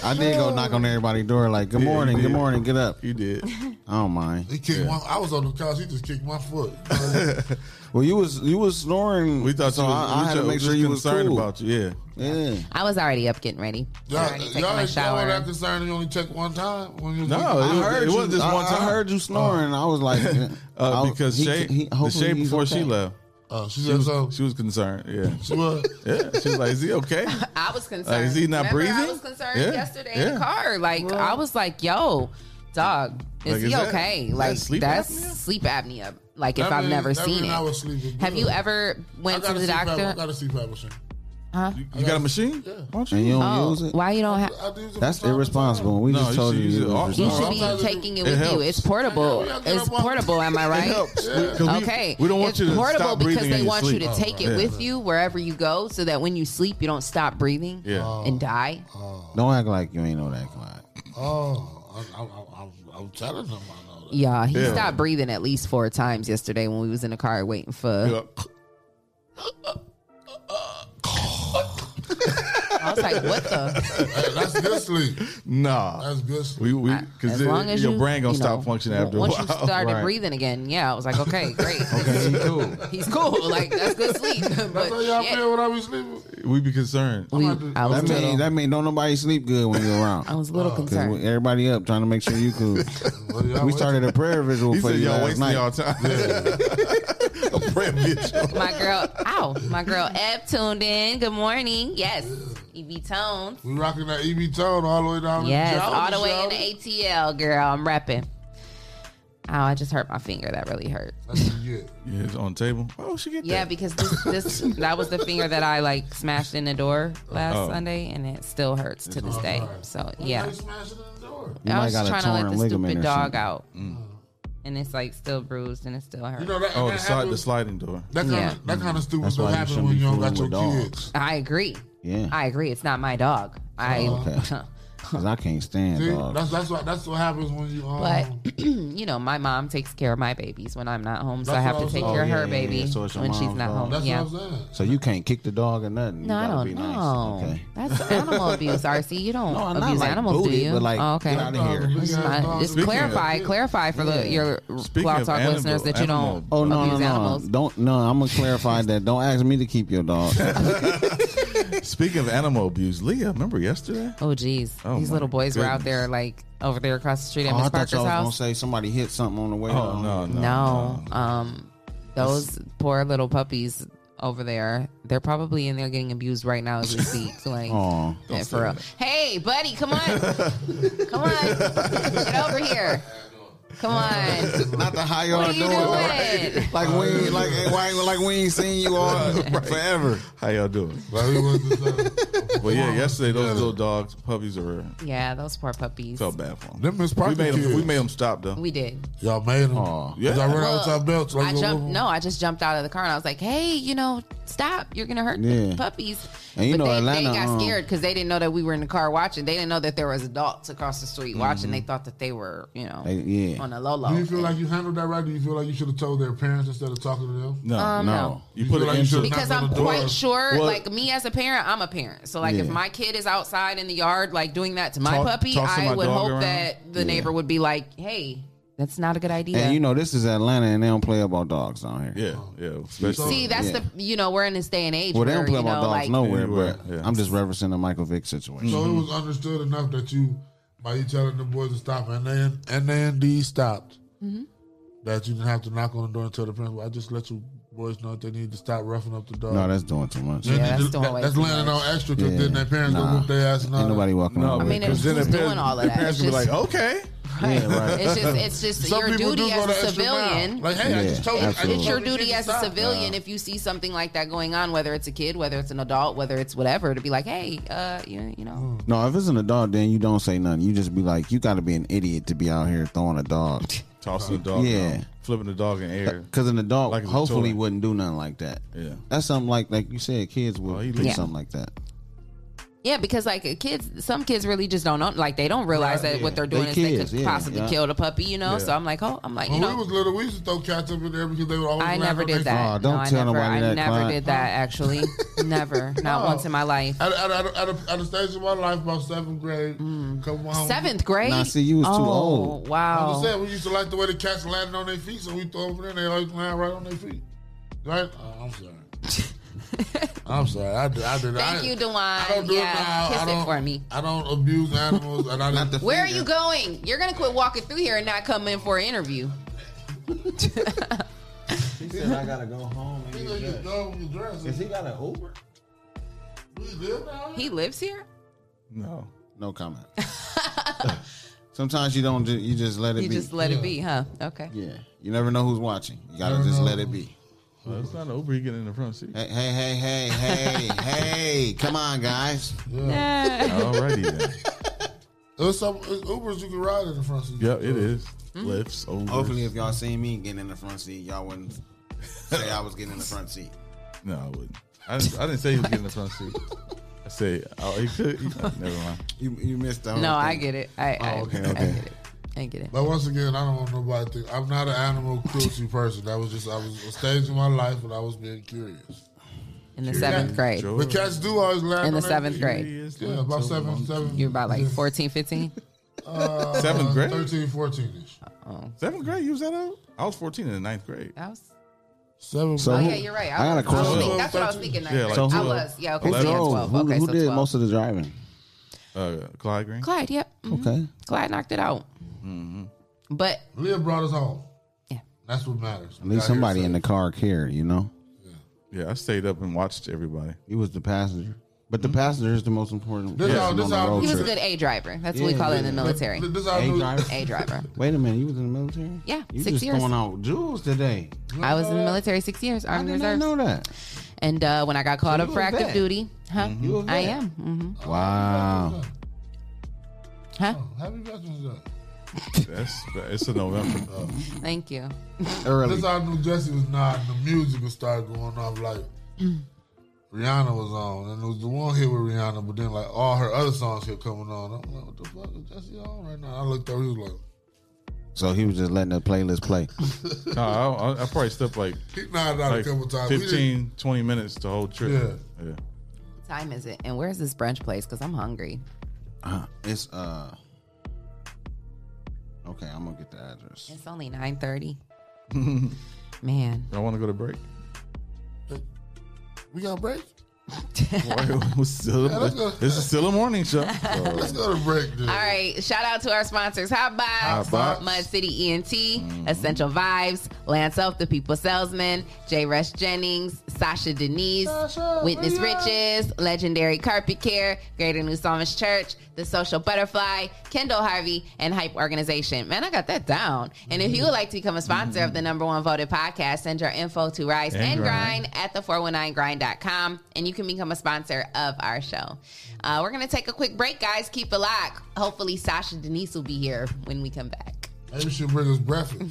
Speaker 13: I did go knock on everybody's door like, good
Speaker 12: Yeah, you
Speaker 13: morning, good
Speaker 12: did.
Speaker 13: morning, get up.
Speaker 12: You did.
Speaker 13: I don't mind.
Speaker 11: He kicked my. I was on the couch. He just kicked my
Speaker 10: <laughs>
Speaker 11: foot. Like,
Speaker 13: Well, you was you was snoring.
Speaker 12: We thought
Speaker 13: so
Speaker 12: you was,
Speaker 13: I, I
Speaker 12: we
Speaker 13: had to
Speaker 12: thought-
Speaker 13: make
Speaker 12: just
Speaker 13: sure you was
Speaker 12: concerned
Speaker 13: cool.
Speaker 12: about you. Yeah.
Speaker 13: Yeah.
Speaker 10: I was already up getting ready.
Speaker 11: Y'all,
Speaker 10: already taking
Speaker 11: y'all,
Speaker 10: my
Speaker 11: ain't- y'all were
Speaker 10: shower.
Speaker 11: not concerned. You only checked one time when you was
Speaker 12: No,
Speaker 11: leaving?
Speaker 12: it was- it wasn't just
Speaker 13: I-
Speaker 12: one
Speaker 13: I
Speaker 12: time. Oh.
Speaker 13: heard you snoring. I was
Speaker 12: <laughs>
Speaker 13: like,
Speaker 12: Uh,
Speaker 13: I was-
Speaker 12: because
Speaker 13: he-
Speaker 12: Shay,
Speaker 13: he-
Speaker 12: the
Speaker 13: hopefully
Speaker 12: Shay
Speaker 13: he's
Speaker 12: before she
Speaker 13: okay.
Speaker 12: left,
Speaker 11: Oh, she
Speaker 12: she
Speaker 11: said
Speaker 12: was,
Speaker 11: so.
Speaker 12: she was concerned. Yeah.
Speaker 11: <laughs> She was.
Speaker 12: Yeah. She was like, "Is
Speaker 11: <laughs>
Speaker 12: he okay?"
Speaker 10: I was concerned.
Speaker 12: Like, is he not
Speaker 10: Remember, I
Speaker 12: breathing?
Speaker 10: was concerned
Speaker 12: Yeah,
Speaker 10: yesterday in
Speaker 12: yeah.
Speaker 10: the car. Like I was like, "Yo, dog, is
Speaker 12: Like,
Speaker 10: he
Speaker 12: is that-
Speaker 10: okay?"
Speaker 12: is that
Speaker 10: like
Speaker 12: sleep
Speaker 10: that's
Speaker 12: apnea?
Speaker 10: sleep apnea. Like if
Speaker 11: That
Speaker 10: I've
Speaker 11: mean-
Speaker 10: never
Speaker 11: that
Speaker 10: seen
Speaker 11: mean
Speaker 10: it.
Speaker 11: I was sleeping
Speaker 10: Have
Speaker 11: good.
Speaker 10: you ever went
Speaker 11: I
Speaker 10: to
Speaker 11: got
Speaker 10: the
Speaker 11: a CPAP I
Speaker 10: doctor?
Speaker 11: got a CPAP machine.
Speaker 10: Huh?
Speaker 12: You got a machine? Why don't
Speaker 13: And you don't
Speaker 10: Oh,
Speaker 13: use it?
Speaker 10: why you don't have?
Speaker 11: I do use it
Speaker 13: That's
Speaker 11: from time to
Speaker 13: irresponsible. We
Speaker 12: No,
Speaker 13: just
Speaker 12: you
Speaker 13: told
Speaker 12: should
Speaker 13: you.
Speaker 12: use
Speaker 13: you
Speaker 12: it
Speaker 13: was
Speaker 12: often.
Speaker 10: You
Speaker 13: responsible.
Speaker 10: should be
Speaker 11: Sometimes it-
Speaker 10: taking it
Speaker 12: it
Speaker 10: with you.
Speaker 12: helps.
Speaker 10: It's portable.
Speaker 11: Yeah, yeah, yeah,
Speaker 10: It's
Speaker 11: yeah.
Speaker 10: portable. Am I right?
Speaker 12: We- 'cause we-
Speaker 10: Okay.
Speaker 12: We don't want
Speaker 10: it's
Speaker 12: you to
Speaker 10: portable
Speaker 12: stop breathing
Speaker 10: because they
Speaker 12: in your
Speaker 10: want
Speaker 12: sleep. Oh,
Speaker 10: you to take it
Speaker 12: yeah.
Speaker 10: with you wherever you go, so that when you sleep, you don't stop breathing
Speaker 12: Yeah.
Speaker 10: and die.
Speaker 12: Oh.
Speaker 13: Don't act like you ain't know that, Clyde.
Speaker 11: Oh, I, I, I, I'm, I'm telling them I know that.
Speaker 10: Yeah, he
Speaker 12: Yeah.
Speaker 10: stopped breathing at least four times yesterday when we was in the car waiting for. I was like, "What the?"
Speaker 13: <laughs>
Speaker 11: Hey, that's good sleep.
Speaker 12: <laughs> Nah.
Speaker 11: That's good sleep.
Speaker 12: We we
Speaker 10: As
Speaker 12: because
Speaker 10: long as
Speaker 12: your
Speaker 10: you,
Speaker 12: brain gonna
Speaker 10: you
Speaker 12: stop
Speaker 10: know,
Speaker 12: functioning after a
Speaker 10: once
Speaker 12: while. <laughs>
Speaker 10: you started
Speaker 13: Right.
Speaker 10: breathing again, yeah, I was like, "Okay, great,
Speaker 13: Okay, he cool.
Speaker 10: he's cool, like that's good sleep." <laughs> but
Speaker 11: That's how y'all
Speaker 10: shit,
Speaker 11: feel when I be sleeping.
Speaker 12: we be concerned.
Speaker 10: we- I was,
Speaker 13: That
Speaker 10: a little,
Speaker 13: mean that mean don't nobody sleep good when you're around.
Speaker 10: I was a little
Speaker 13: 'Cause we-
Speaker 10: concerned.
Speaker 13: everybody up trying to make sure you cool.
Speaker 11: Well, y'all
Speaker 13: we
Speaker 11: wait-
Speaker 13: started a prayer visual
Speaker 12: He
Speaker 13: for
Speaker 12: said
Speaker 13: you
Speaker 12: y'all
Speaker 13: last
Speaker 12: wasting
Speaker 13: night.
Speaker 12: y'all time. a prep bitch.
Speaker 10: My girl, ow, my girl Eb tuned in. Good morning. Yes, EB Tones.
Speaker 11: We rocking that EB tone all the way down.
Speaker 10: Yes,
Speaker 11: the
Speaker 10: all the way in the ATL, girl. I'm repping. Ow, I just hurt my finger. That really hurt.
Speaker 11: That's what
Speaker 13: <laughs>
Speaker 11: you get.
Speaker 12: Yeah, it's on the table. Oh, she get
Speaker 10: Yeah,
Speaker 12: that.
Speaker 10: because this, this that was the finger that I like smashed in the door last
Speaker 12: Oh.
Speaker 10: Sunday, and it still hurts to this day. So
Speaker 11: Why
Speaker 10: yeah,
Speaker 11: you smashing in the door?
Speaker 13: You
Speaker 10: I
Speaker 13: might
Speaker 10: was
Speaker 13: got
Speaker 10: just
Speaker 13: a
Speaker 10: trying to
Speaker 13: torn
Speaker 10: let the
Speaker 13: ligament
Speaker 10: stupid
Speaker 13: or
Speaker 10: dog
Speaker 13: something. Mm.
Speaker 10: out, and it's like still bruised and it still hurts.
Speaker 11: You know that.
Speaker 12: Oh,
Speaker 11: that
Speaker 12: the side, the
Speaker 11: happens-
Speaker 12: sliding door.
Speaker 11: That kind
Speaker 10: Yeah.
Speaker 11: of that kind of stupid
Speaker 13: Mm. That's
Speaker 11: stuff
Speaker 13: why you
Speaker 11: happens
Speaker 13: shouldn't
Speaker 11: when
Speaker 13: be
Speaker 11: you don't got
Speaker 13: fooling
Speaker 11: your
Speaker 13: with dogs.
Speaker 11: kids.
Speaker 10: I agree.
Speaker 13: Yeah.
Speaker 10: I agree. It's not my dog. I.
Speaker 11: Oh,
Speaker 10: <laughs>
Speaker 13: <laughs> Okay. <laughs> 'Cause I can't stand
Speaker 11: See,
Speaker 13: dogs.
Speaker 11: that's that's what that's what happens when you. Um,
Speaker 10: But
Speaker 13: Oh.
Speaker 10: <clears throat> you know, my mom takes care of my babies when I'm not home, so I
Speaker 11: That's
Speaker 10: have
Speaker 11: what I
Speaker 10: to
Speaker 11: was
Speaker 10: take
Speaker 11: saying.
Speaker 10: care
Speaker 11: Oh,
Speaker 10: of
Speaker 13: yeah,
Speaker 10: her
Speaker 13: yeah,
Speaker 10: baby
Speaker 13: yeah. So it's your
Speaker 10: when she's
Speaker 13: mom's
Speaker 10: not
Speaker 13: dog.
Speaker 10: home.
Speaker 11: that's
Speaker 10: yeah.
Speaker 11: what I'm saying.
Speaker 13: So you can't kick the dog or nothing.
Speaker 10: No,
Speaker 13: you
Speaker 10: I
Speaker 13: gotta
Speaker 10: don't
Speaker 13: be
Speaker 10: know.
Speaker 13: nice. Okay.
Speaker 10: That's animal abuse, RC. You don't
Speaker 13: No, I'm not,
Speaker 10: abuse
Speaker 13: like,
Speaker 10: animals,
Speaker 13: booty,
Speaker 10: do you?
Speaker 13: but, like,
Speaker 10: oh, okay.
Speaker 13: get outta here.
Speaker 11: Big ass
Speaker 10: Fine.
Speaker 11: dogs
Speaker 10: Just
Speaker 11: with
Speaker 10: clarify,
Speaker 11: kids.
Speaker 10: clarify for the, your
Speaker 12: Speaking
Speaker 10: Cloud
Speaker 12: of
Speaker 10: Talk
Speaker 12: animal-
Speaker 10: listeners that you
Speaker 12: animal-
Speaker 10: don't
Speaker 13: Oh no, no,
Speaker 10: abuse
Speaker 13: no!
Speaker 10: animals.
Speaker 13: Don't no. I'm gonna clarify that. Don't ask me to keep your dog.
Speaker 12: <laughs> Speaking of animal abuse, Leah, remember yesterday?
Speaker 10: Oh, geez.
Speaker 12: Oh,
Speaker 10: These
Speaker 12: my
Speaker 10: little boys were out
Speaker 12: goodness.
Speaker 10: there, like, over there across the street at
Speaker 13: Oh, I
Speaker 10: Miss
Speaker 13: thought
Speaker 10: Parker's
Speaker 13: y'all was gonna
Speaker 10: house.
Speaker 13: say somebody hit something on the way.
Speaker 12: Oh
Speaker 13: home.
Speaker 12: no, no,
Speaker 10: No. Um, those poor little puppies over there, they're probably in there getting abused right now as we speak.
Speaker 13: <laughs>
Speaker 10: Like,
Speaker 13: Aw.
Speaker 10: yeah, for real. Hey, buddy, come on. come on. Get over
Speaker 13: <laughs>
Speaker 10: here. Come on.
Speaker 13: Not the how y'all
Speaker 10: What are you doing?
Speaker 13: <laughs> Like we ain't- like hey, why like we ain't seen you
Speaker 12: <laughs>
Speaker 13: all forever.
Speaker 12: How y'all doing?
Speaker 11: Like, we went to the-
Speaker 12: Well, uh, yeah, yesterday those little dogs, puppies, were
Speaker 10: Yeah, those poor puppies.
Speaker 12: felt bad for them.
Speaker 11: Them Miss
Speaker 12: We
Speaker 11: Parker
Speaker 12: made them.
Speaker 11: kids.
Speaker 12: We made them stop though.
Speaker 10: We did.
Speaker 11: Y'all made them.
Speaker 13: Aw.
Speaker 11: Yeah. Y'all run out
Speaker 10: Well,
Speaker 11: with y'all belts. Like
Speaker 10: I
Speaker 11: a
Speaker 10: jumped.
Speaker 11: little-
Speaker 10: No, I just jumped out of the car and I was like, "Hey, you know, stop! You're gonna hurt
Speaker 13: Yeah.
Speaker 10: the puppies."
Speaker 13: And you
Speaker 10: but
Speaker 13: know,
Speaker 10: they,
Speaker 13: Atlanta,
Speaker 10: they got
Speaker 13: um,
Speaker 10: scared because they didn't know that we were in the car watching. They didn't know that there was adults across the street watching. They thought that they were, you know,
Speaker 13: Mm-hmm. They- yeah.
Speaker 10: on a low low.
Speaker 11: Do you feel like you handled that right? Do you feel like you should have told their parents instead of talking to them?
Speaker 12: No,
Speaker 10: Um, no.
Speaker 12: You
Speaker 11: You
Speaker 12: put
Speaker 11: feel
Speaker 12: it
Speaker 11: like you
Speaker 12: into
Speaker 11: should
Speaker 10: because
Speaker 11: Knock on
Speaker 10: I'm
Speaker 11: the door.
Speaker 10: quite sure,
Speaker 12: Well-
Speaker 10: like me as a parent, I'm a parent. So like, if
Speaker 13: Yeah.
Speaker 10: my kid is outside in the yard, like doing that to my
Speaker 12: Toss-
Speaker 10: puppy,
Speaker 12: tossing
Speaker 10: I
Speaker 12: my
Speaker 10: would
Speaker 12: dog
Speaker 10: hope
Speaker 12: around.
Speaker 10: that the
Speaker 13: Yeah.
Speaker 10: neighbor would be like, "Hey, That's not a good idea.
Speaker 13: And you know, this is Atlanta, and they don't play about dogs down here.
Speaker 12: Yeah, yeah.
Speaker 10: See, that's the you know we're in this day and age.
Speaker 13: Well, they
Speaker 10: where,
Speaker 13: don't play
Speaker 10: you
Speaker 13: about
Speaker 10: know,
Speaker 13: dogs
Speaker 10: like,
Speaker 13: nowhere, but I'm just referencing the Michael Vick situation.
Speaker 11: So it
Speaker 12: Mm-hmm.
Speaker 11: was understood enough that you, by you telling the boys to stop, and then and then these stopped,
Speaker 12: Mm-hmm.
Speaker 10: Mhm.
Speaker 11: that you didn't have to knock on the door and tell the principal. I just let you boys know that they need to stop roughing up the dog.
Speaker 13: No, that's doing too much.
Speaker 11: Then Yeah, you that's do- doing that- way that's too landing much. on extra 'cause then their parents gonna whoop their ass and all
Speaker 13: Ain't
Speaker 11: that.
Speaker 13: nobody walking
Speaker 11: No,
Speaker 13: around.
Speaker 11: I mean,
Speaker 13: with
Speaker 11: it's
Speaker 13: them.
Speaker 11: who's Then their doing parents- all of their that? parents It's gonna be just- like,
Speaker 12: okay.
Speaker 13: Mm-hmm.
Speaker 12: <laughs>
Speaker 13: Yeah, right.
Speaker 10: It's just it's just
Speaker 11: Some
Speaker 10: your
Speaker 11: people do
Speaker 10: duty
Speaker 11: go
Speaker 10: as
Speaker 11: the
Speaker 10: a
Speaker 11: extra
Speaker 10: civilian.
Speaker 11: mile. Like, hey, I Yeah, just told you- I just
Speaker 10: It's
Speaker 11: absolutely.
Speaker 10: your
Speaker 11: told you
Speaker 10: duty
Speaker 11: to
Speaker 10: as a
Speaker 11: stop.
Speaker 10: civilian if you see something like that going on, whether it's a kid, whether it's an adult, whether it's whatever, to be like, hey, uh, you, you know,
Speaker 13: No, if it's an adult, then you don't say nothing. You just be like, you got to be an idiot to be out here throwing a dog,
Speaker 12: <laughs> tossing the dog.
Speaker 13: Yeah.
Speaker 12: around, flipping the dog in air.
Speaker 13: because an adult
Speaker 12: Like it's a
Speaker 13: hopefully
Speaker 12: toy.
Speaker 13: wouldn't do nothing like that.
Speaker 12: Yeah. Oh,
Speaker 13: that's something like like you said, kids would do
Speaker 10: Yeah.
Speaker 13: something like that.
Speaker 10: yeah, because like kids, some kids really just don't know, like they don't realize
Speaker 13: Right,
Speaker 10: that
Speaker 13: yeah.
Speaker 10: what they're
Speaker 13: They
Speaker 10: doing is
Speaker 13: kids,
Speaker 10: they could
Speaker 13: yeah,
Speaker 10: possibly
Speaker 13: yeah.
Speaker 10: kill the puppy, you know.
Speaker 13: Yeah.
Speaker 10: So I'm like, oh, I'm like,
Speaker 11: when
Speaker 10: you
Speaker 11: we
Speaker 10: know,
Speaker 11: was little, we used to throw cats up in there because they would always.
Speaker 10: I
Speaker 11: laugh
Speaker 10: never
Speaker 11: at their
Speaker 10: did that.
Speaker 11: friends.
Speaker 13: don't
Speaker 10: no, I
Speaker 13: tell
Speaker 10: never,
Speaker 13: nobody
Speaker 10: I
Speaker 13: that,
Speaker 10: never
Speaker 13: Clyde.
Speaker 10: did that
Speaker 13: <laughs>
Speaker 10: actually, never, not
Speaker 11: No.
Speaker 10: once in my life.
Speaker 11: At, at, at, at, a, at a stage of my life, about seventh grade, come home.
Speaker 10: Seventh grade. oh, Wow.
Speaker 11: I just said we used to like the way the cats landed on their feet, so we throw over there and they always land right on their feet. Right? Oh, I'm sorry. <laughs> I'm sorry. I did. I did
Speaker 10: Thank
Speaker 11: I,
Speaker 10: you, Dewan.
Speaker 11: I don't do
Speaker 10: yeah,
Speaker 11: it now.
Speaker 10: kiss
Speaker 11: I
Speaker 10: it
Speaker 11: don't,
Speaker 10: for me.
Speaker 11: I don't abuse animals. And
Speaker 10: <laughs>
Speaker 11: I didn't.
Speaker 10: Where are you going? You're gonna quit walking through here and not come in for an interview.
Speaker 13: He said, I gotta go home.
Speaker 11: You know, you go with your dress.
Speaker 13: he got an Uber?
Speaker 10: He lives here.
Speaker 12: No,
Speaker 13: no
Speaker 10: <laughs>
Speaker 13: comment. Sometimes you don't. ju- You just let it
Speaker 10: You
Speaker 13: be.
Speaker 10: just let it be, huh? Okay.
Speaker 13: Yeah, you never know who's watching. You gotta
Speaker 12: Never
Speaker 13: just
Speaker 12: know.
Speaker 13: let it be.
Speaker 12: Well, it's not over. He getting in the front seat.
Speaker 13: Hey, hey, hey, hey, hey,
Speaker 12: <laughs>
Speaker 13: hey! Come on, guys.
Speaker 10: Yeah.
Speaker 12: Alrighty then.
Speaker 11: <laughs> There's some it's Ubers you can ride in the front seat.
Speaker 12: Yep, it is.
Speaker 10: Mm-hmm.
Speaker 12: Lifts over.
Speaker 13: Hopefully, if y'all seen me getting in the front seat, y'all wouldn't say I was getting in the front seat.
Speaker 12: No, I wouldn't. I didn't, I didn't say he was getting in the front seat. I say oh, he could. he- never mind.
Speaker 13: You you missed the whole
Speaker 10: No, I
Speaker 13: thing.
Speaker 10: get it. I, I,
Speaker 13: Oh, okay,
Speaker 10: I
Speaker 13: okay.
Speaker 10: get it. I get it.
Speaker 11: But once again, I don't want nobody to think I'm not an
Speaker 10: <laughs>
Speaker 11: animal cruelty person. That was just I was a stage in my life when I was being curious.
Speaker 10: In the seventh grade.
Speaker 11: But cats do always laugh.
Speaker 10: In the
Speaker 11: on their
Speaker 10: seventh
Speaker 11: feet.
Speaker 10: grade.
Speaker 11: Yeah, about seven, seven.
Speaker 10: You're about like 14, 15?
Speaker 11: <laughs> Uh,
Speaker 12: Seventh grade?
Speaker 11: 13, 14 ish.
Speaker 10: Oh.
Speaker 12: Seventh grade, you was that old? I was 14 in the ninth grade.
Speaker 10: I was.
Speaker 11: Seventh
Speaker 10: So Oh, yeah, who- you're right. I I got a was- I was question. thinking- that's what I was thinking, ninth grade. I was, yeah, okay, so yeah, 12.
Speaker 13: Who,
Speaker 10: Okay,
Speaker 13: who
Speaker 10: so
Speaker 13: did
Speaker 10: 12.
Speaker 13: most of the driving?
Speaker 12: Uh, Clyde Green.
Speaker 10: Clyde, yep. Mhm.
Speaker 13: Okay.
Speaker 10: Clyde knocked it out.
Speaker 12: Mm-hmm.
Speaker 10: But
Speaker 11: Leah brought us home. Yeah. That's what matters.
Speaker 13: At least somebody in the car cared, you know.
Speaker 12: Yeah, I stayed up and watched everybody.
Speaker 13: He was the passenger, but the passenger is the most important.
Speaker 12: This
Speaker 13: person
Speaker 12: how- this
Speaker 13: on the
Speaker 12: how-
Speaker 13: road
Speaker 10: he was a
Speaker 13: trip.
Speaker 10: good A driver. That's what we
Speaker 13: Yeah,
Speaker 10: call it in the
Speaker 13: yeah.
Speaker 10: military.
Speaker 13: A driver. <laughs>
Speaker 10: A driver.
Speaker 13: Wait a minute, you was in the military?
Speaker 10: Yeah,
Speaker 13: you
Speaker 10: six
Speaker 13: just
Speaker 10: years.
Speaker 13: throwing out jewels today.
Speaker 10: I was in the military six years, Army
Speaker 13: did not
Speaker 10: Reserves.
Speaker 13: know that.
Speaker 10: And uh, when I got called
Speaker 13: So
Speaker 10: up
Speaker 13: you
Speaker 10: for
Speaker 13: a
Speaker 10: active
Speaker 13: vet.
Speaker 10: duty, huh?
Speaker 13: Mhm. You a
Speaker 10: I
Speaker 13: vet.
Speaker 10: am. hmm
Speaker 13: Wow.
Speaker 10: Huh?
Speaker 11: Oh, Happy Veterans Day.
Speaker 12: That's it's in November.
Speaker 10: Thank you.
Speaker 12: Uh,
Speaker 11: This how I knew Jesse was not. The music would start going off like Rihanna was on, and it was the one hit with Rihanna, but then like all her other songs kept coming on. I'm like, what the fuck is Jesse on right now? I looked over, he was like,
Speaker 13: So he was just letting the playlist play.
Speaker 12: no, I, I, I probably stepped like,
Speaker 11: He nodded out a couple times. We
Speaker 12: 15, 20 minutes the whole trip.
Speaker 11: Yeah.
Speaker 12: yeah.
Speaker 10: What time is it? And where's this brunch place? Because I'm hungry.
Speaker 13: Uh, it's uh. Okay, I'm gonna get the address.
Speaker 10: It's only 9.30.
Speaker 12: <laughs>
Speaker 10: Man.
Speaker 12: Y'all want to go
Speaker 11: <laughs>
Speaker 12: to break?
Speaker 11: we got a
Speaker 10: <laughs>
Speaker 11: break.
Speaker 12: Boy, it was still-
Speaker 11: Yeah, let's go.
Speaker 12: this is still a morning
Speaker 11: <laughs>
Speaker 12: show.
Speaker 11: Let's go to break. Dude.
Speaker 10: All right. Shout out to our sponsors Hotbox,
Speaker 12: Hotbox.
Speaker 10: Mud City ENT, Essential Vibes, Lance Elf, The People Salesman, J. Rush Jennings, Sasha Denise,
Speaker 14: Sasha,
Speaker 10: Witness
Speaker 14: bring it.
Speaker 10: Riches, Legendary Carpet Care, Greater New Psalmist Church, The Social Butterfly, Kendall Harvey, and Hype Organization. Man, I got that down. And if you would like to become a sponsor of the number one voted podcast, send your info to Rise
Speaker 14: And
Speaker 10: and
Speaker 14: Grind.
Speaker 10: Grind grind at the 419grind.com and you can become a sponsor of our show. Uh, we're going to take a quick break, guys. Keep it locked. Hopefully, Sasha Denise will be here when we come back.
Speaker 11: Maybe we should bring us breakfast.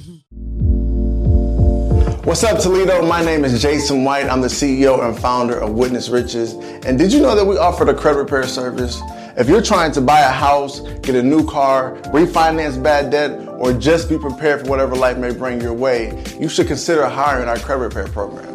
Speaker 15: What's up, Toledo? My name is Jason White. I'm the CEO and founder of Witness Riches. And did you know that we offered a credit repair service? If you're trying to buy a house, get a new car, refinance bad debt, or just be prepared for whatever life may bring your way, you should consider hiring our credit repair program.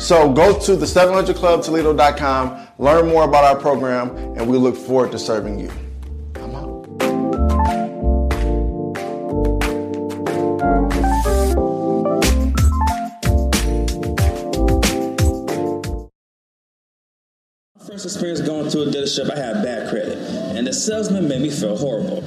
Speaker 15: So go to the 700clubtoledo.com, learn more about our program, and we look forward to serving you.
Speaker 14: first experience going to a dealership, I had bad credit, and the salesman made me feel horrible.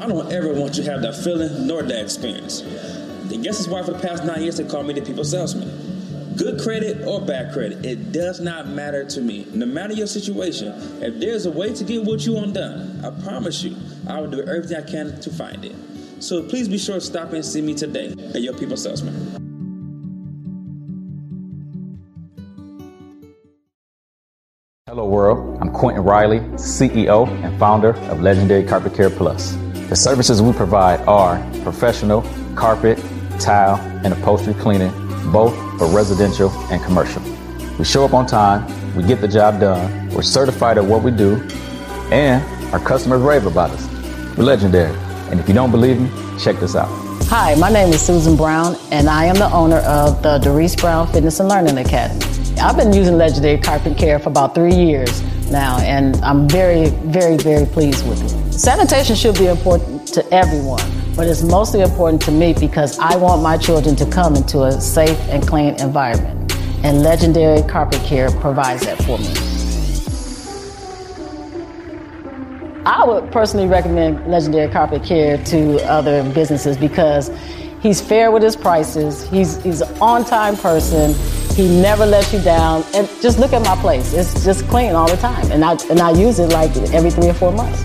Speaker 14: I don't ever want you to have that feeling nor that experience. And guess is why for the past nine years they call me the people salesman. Good credit or bad credit, it does not matter to me. No matter your situation, if there's a way to get what you want done, I promise you, I will do everything I can to find it. So please be sure to stop and see me today at your people salesman.
Speaker 16: Hello, world. I'm Quentin Riley, CEO and founder of Legendary Carpet Care Plus. The services we provide are professional carpet, tile, and upholstery cleaning, both for residential and commercial. We show up on time, we get the job done, we're certified at what we do, and our customers rave about us. We're legendary. And if you don't believe me, check this out.
Speaker 17: Hi, my name is Susan Brown, and I am the owner of the Doris Brown Fitness and Learning Academy. I've been using Legendary Carpet Care for about three years now, and I'm very, very, very pleased with it. Sanitation should be important to everyone, but it's mostly important to me because I want my children to come into a safe and clean environment, and Legendary Carpet Care provides that for me. I would personally recommend Legendary Carpet Care to other businesses because he's fair with his prices. He's he's an on-time person. He never lets you down. And just look at my place; it's just clean all the time. And I and I use it like every three or four months.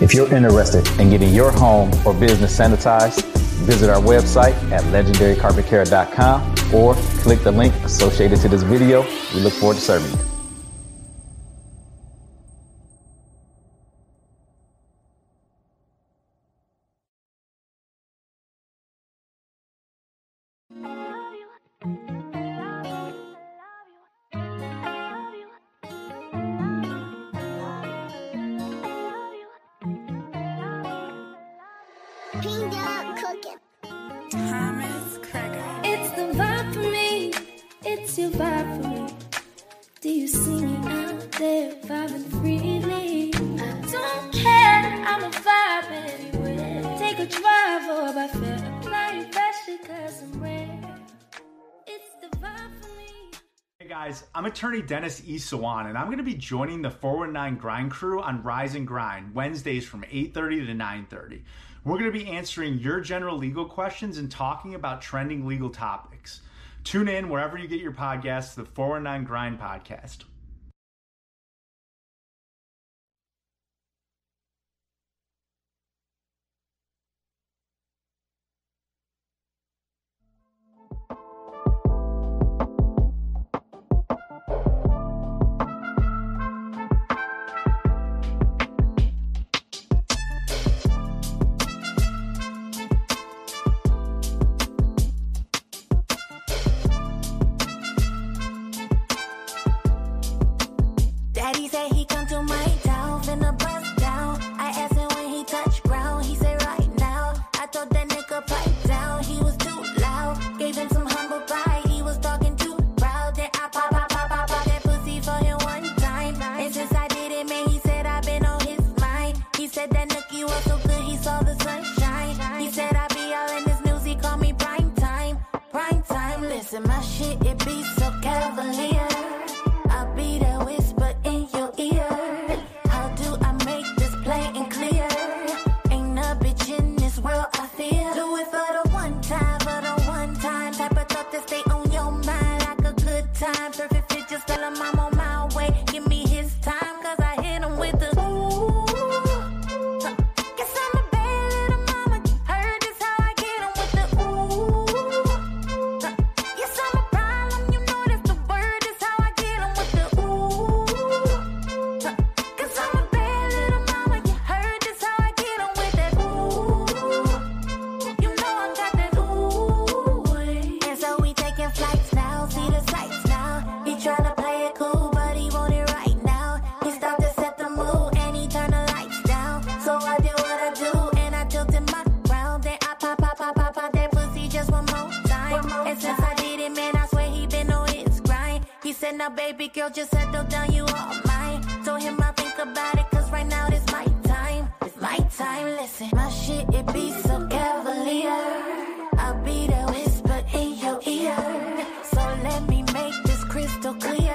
Speaker 16: If you're interested in getting your home or business sanitized, visit our website at legendarycarpetcare.com or click the link associated to this video. We look forward to serving you.
Speaker 9: It's the vibe for me. It's your vibe for me. Do you see me out there vibing freely? I don't care. I'm a vibe anywhere. Take a drive or by fair. Apply your best because I'm rare. It's the vibe for me.
Speaker 18: Hey guys, I'm attorney Dennis E. Sawan, and I'm going to be joining the 419 Grind crew on Rise and Grind Wednesdays from 8:30 to 9:30. We're going to be answering your general legal questions and talking about trending legal topics. Tune in wherever you get your podcasts, to the 419 Grind podcast.
Speaker 19: Daddy said he come to my town, finna bust down. I asked him when he touched ground, he said right now. I told that nigga pipe down, he was too loud. Gave him some humble pie, he was talking too proud. Then I pop, pop, pop, pop, pop that pussy for him one time. And since I did it, man, he said I've been on his mind. He said that nookie was so good, he saw the sunshine. He said I be all in this news, he called me prime time. Prime time, listen, my shit, it be so cavalier. I'll be that whisper in your ear. How do I make this plain and clear? Ain't a bitch in this world I fear. Do it for the one time, for the one time type of thought that stay on your mind like a good time. Perfect fit, just tell him I'm on my way. Give me his time, cause I hit him with the ooh. Guess I'm a bad little mama. Heard this how I get him with the ooh. Yes, I'm a proud now, baby girl, just settle down, you all mine. Told him I'll think about it, cause right now it's my time. It's my time, listen. My shit, it be so cavalier. I'll be the whisper in your ear. So let me make this crystal clear.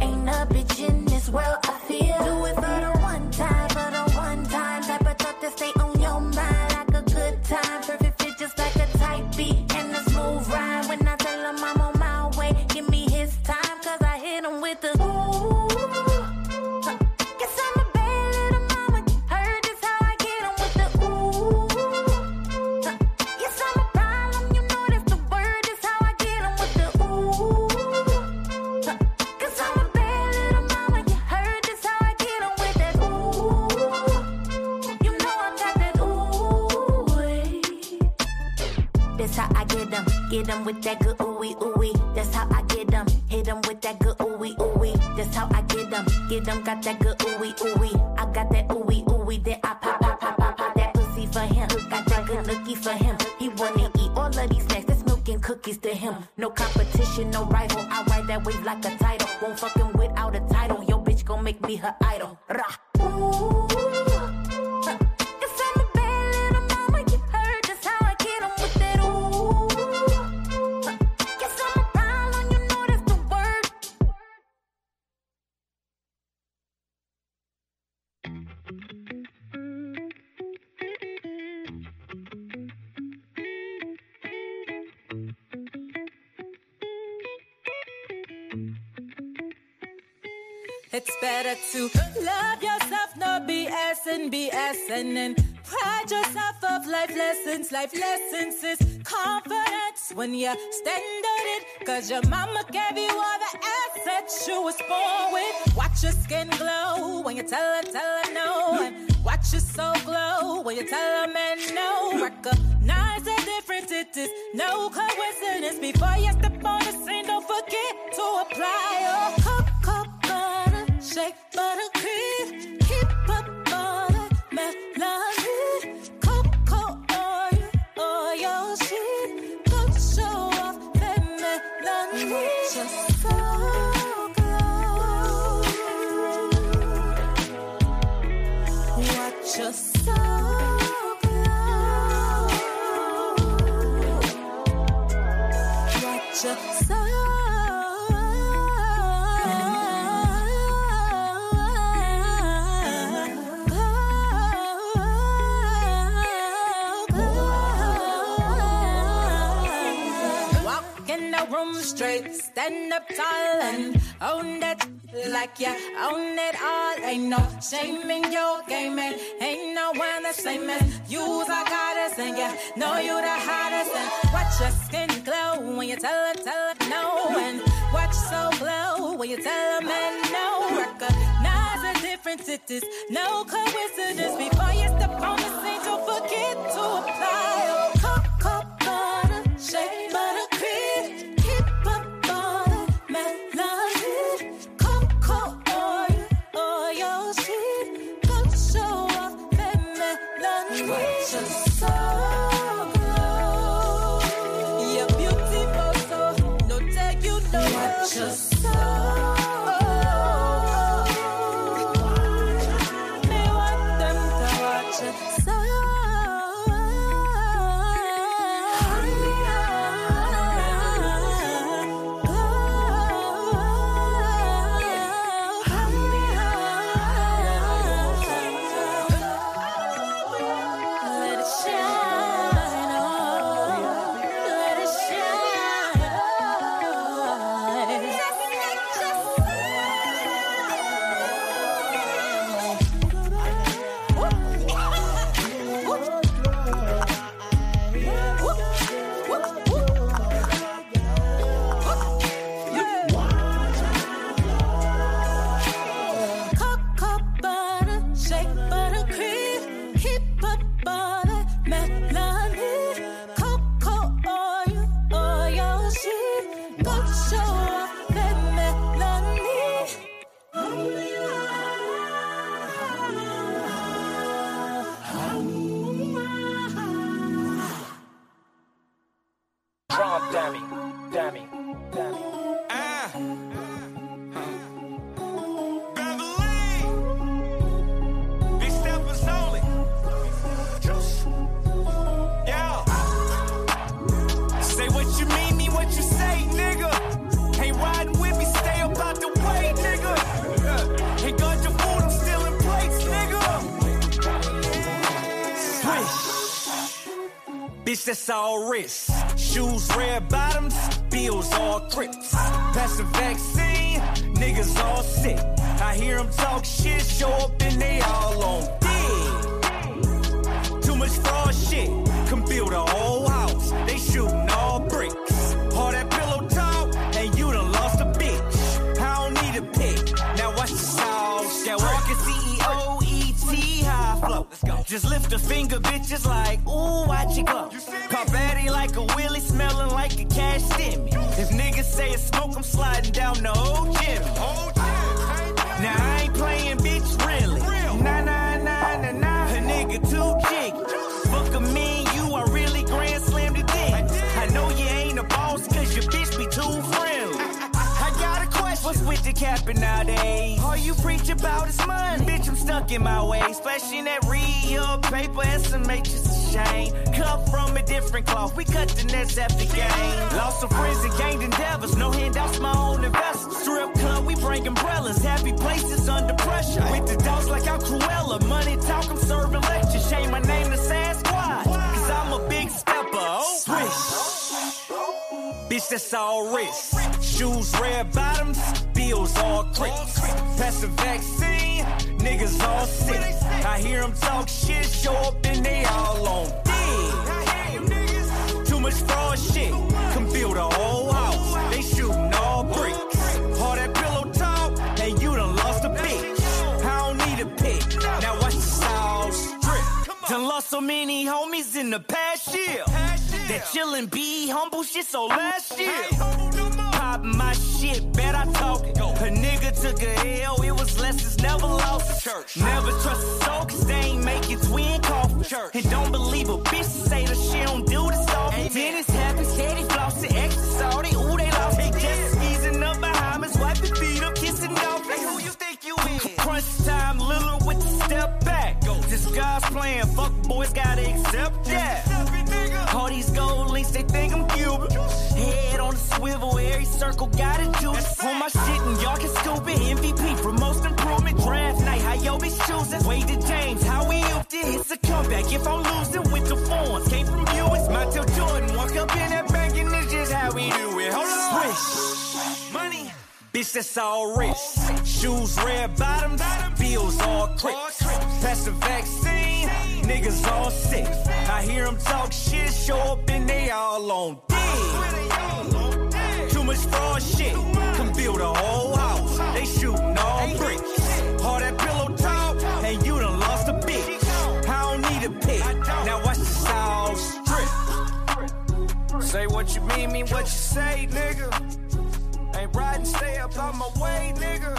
Speaker 19: Ain't a bitch in this world, I feel. Do it for the one time, for the one time. Type of thought that stay on your mind like a good time. Perfect fit, just like a tight beat and a smooth rhyme. When I tell him I'm on my way, give me his time, cause I hit him with the ooh. Guess I'm a bad little mama. Heard this how I get 'em with the ooh. Yes, I'm a problem. You know that's the word. This how I get 'em with the ooh. Cause I'm a bad little mama. You heard this how I get 'em with that ooh. You know I got that ooh. eh. That's how I get 'em, get 'em with that good ooey ooey. That's how I get 'em, hit 'em with that good ooey ooey. That's how I get 'em, get 'em got that good ooey ooey. I got that ooey ooey, then I pop pop pop pop pop that pussy for him. Got that good lookie for him. He wanna eat all of these snacks. That's milk and cookies to him. No competition, no rival. I ride that wave like a title. Won't fucking without a title. Yo, bitch gon' make me her idol. Rah. Guess I'm a bad little mama. You heard just how I get 'em with that ooh. Guess I'm a problem. You know that's the word.
Speaker 20: It's better to love yourself, no BS and BS, and then pride yourself of life lessons. Life lessons is confidence when you stand on it, cause your mama gave you all the assets you was born with. Watch your skin glow when you tell her, tell her no, and watch your soul glow when you tell a man no. Recognize the difference, it is no coincidence. Before you step on the scene, don't forget to apply Oh, your cocoa butter, shake butter cream, keep up butter, melody, cocoa oil, oil sheet, go show off that melody. Just so glow. Watch your soul glow. Watch your Walk in the room straight, stand up tall and own that like you own it all. Ain't no shame in your game, and ain't no one that's same as you's a goddess, and you know you the hottest. And watch your skin glow when you tell her, tell her no, and watch so glow when you tell a man no. Recognize the difference, it is no coincidence. Before you step on the scene, don't forget to apply. Oh, cocoa butter, shea butter cream, keep up butter, melody, cocoa oil, oil sheet, go show off that melody. Your soul glow. You're beautiful, so no tag you no. Watch your soul. Me want them to watch your soul.
Speaker 3: oh,
Speaker 4: Ah. bricks, that's all risk. Shoes, red bottoms, bills, all thrips. Pass the vaccine, niggas all sick. I hear 'em talk shit, show up and they all on dick. Too much fraud shit, can build a whole house. They shooting all bricks. All that pillow talk, and you done lost a bitch. I don't need a pick, now watch the sauce. That walking E CEO, ET, high flow. Just lift a finger, bitches like, ooh, watch it go. Carbetti like a willy, smelling like a cash stimmy. If niggas say it's smoke, I'm sliding down the old gym. Now I ain't playing, bitch, really. Nah, nah, nah, nah, nah. A nigga too jiggy. Fuck a mean you, I really grand slammed the dick. I know you ain't a boss, cause your bitch be too friendly. I got a question. What's with the capping nowadays? All you preach about is money. Bitch, I'm stuck in my ways. Flashing that real paper and some matrix of shame. Cut from a different cloth. We cut the nets after game. Lost some friends and gained endeavors. No handouts, my own investors. Strip club, we bring umbrellas. Happy places under pressure. With the dogs like I'm Cruella. Money talk, I'm serving lectures. Shame my name to Sasquatch. Cause I'm a big stepper. Oh, swish. Bitch, that's all risk. Shoes, red bottoms, bills, all crips. Pass the vaccine, niggas all sick. I hear 'em talk shit, show up and they all on dick. Too much fraud shit, can build a whole house. They shooting all bricks. All that pillow talk, and you done lost a bitch. I don't need a pick, now watch the sauce drip. Done lost so many homies in the past year. That chillin' be humble shit so last year. Pop my shit, bet I talk it. A nigga took a L, it was lessons never lost. Church. Never trust a soul, cause they ain't making twin coffee. Church. And don't believe a bitch to say that she don't do this often. Dennis happy, steady flossing, exes all they, ooh, they lost They just easing up Bahamas, wiping feet up, kissing dolphins. who you think you is? Crunch time, little with the step back. This God's plan, fuck boys gotta accept that. All these gold links, they think I'm Cuban. Head on a swivel, every circle got a juice. On my shit, and y'all can scoop it. MVP for most improvement. Draft night, how y'all be choosing. Wade to James, how we up it. It's a comeback. If I'm losing with the forms, came from you, it's my till Jordan. Walk up in that bank, and it's just how we do it. Hold on. Swish. Money. Bitch, that's all risk. Shoes, red bottoms, bills, all crips. Pass the vaccine, niggas all sick. I hear 'em talk shit, show up and they all on dick. Too much fraud shit, can build a whole house. They shooting all bricks. All that pillow talk, and you done lost a bitch. I don't need a pick, now watch the sauce drip. Say what you mean, mean what you say, nigga. Ain't riding, stay up on my way, nigga.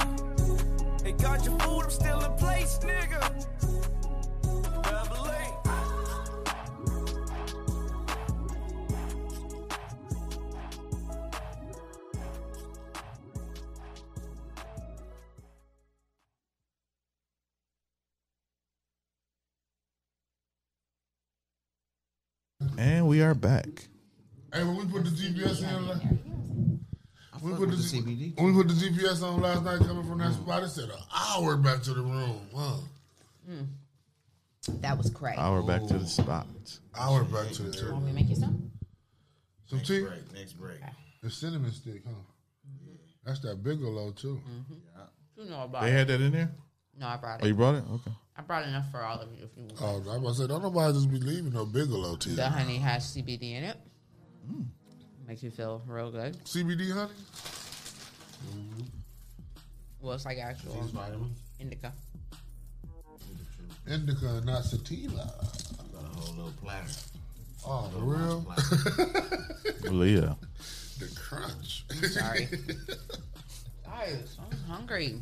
Speaker 4: They got your food, I'm still in place, nigga. Double A.
Speaker 12: And we are back.
Speaker 11: Hey, when we put the GPS in, like, we put the,
Speaker 13: with the
Speaker 11: G-
Speaker 13: CBD.
Speaker 11: when we put the GPS on last night coming from that spot. It said an hour back to the room. Huh?
Speaker 10: Hmm. That was crazy.
Speaker 12: Hour back to the spot.
Speaker 11: Hour back to the
Speaker 10: You
Speaker 11: air.
Speaker 10: want me to make you some?
Speaker 11: Some tea.
Speaker 13: Next break.
Speaker 11: The cinnamon stick, huh? That's that Bigelow too.
Speaker 10: Mm-hmm. You know I brought
Speaker 12: They
Speaker 10: it.
Speaker 12: had that in there?
Speaker 10: No, I brought it.
Speaker 12: Oh, you brought it? Okay.
Speaker 10: I brought enough for all of you if you want.
Speaker 11: Oh, I was about to say, don't nobody just be leaving no Bigelow tea.
Speaker 10: The honey has CBD in it.
Speaker 11: Mm.
Speaker 10: Makes you feel real good.
Speaker 11: CBD honey?
Speaker 10: Mm-hmm. Well, it's like actual
Speaker 11: These vitamins?
Speaker 10: indica.
Speaker 11: Indica, not sativa.
Speaker 13: Got a whole little platter.
Speaker 11: Oh, for real?
Speaker 12: Well, yeah.
Speaker 11: <laughs> the crunch.
Speaker 10: I'm
Speaker 11: <laughs>
Speaker 10: sorry. Guys, I'm hungry.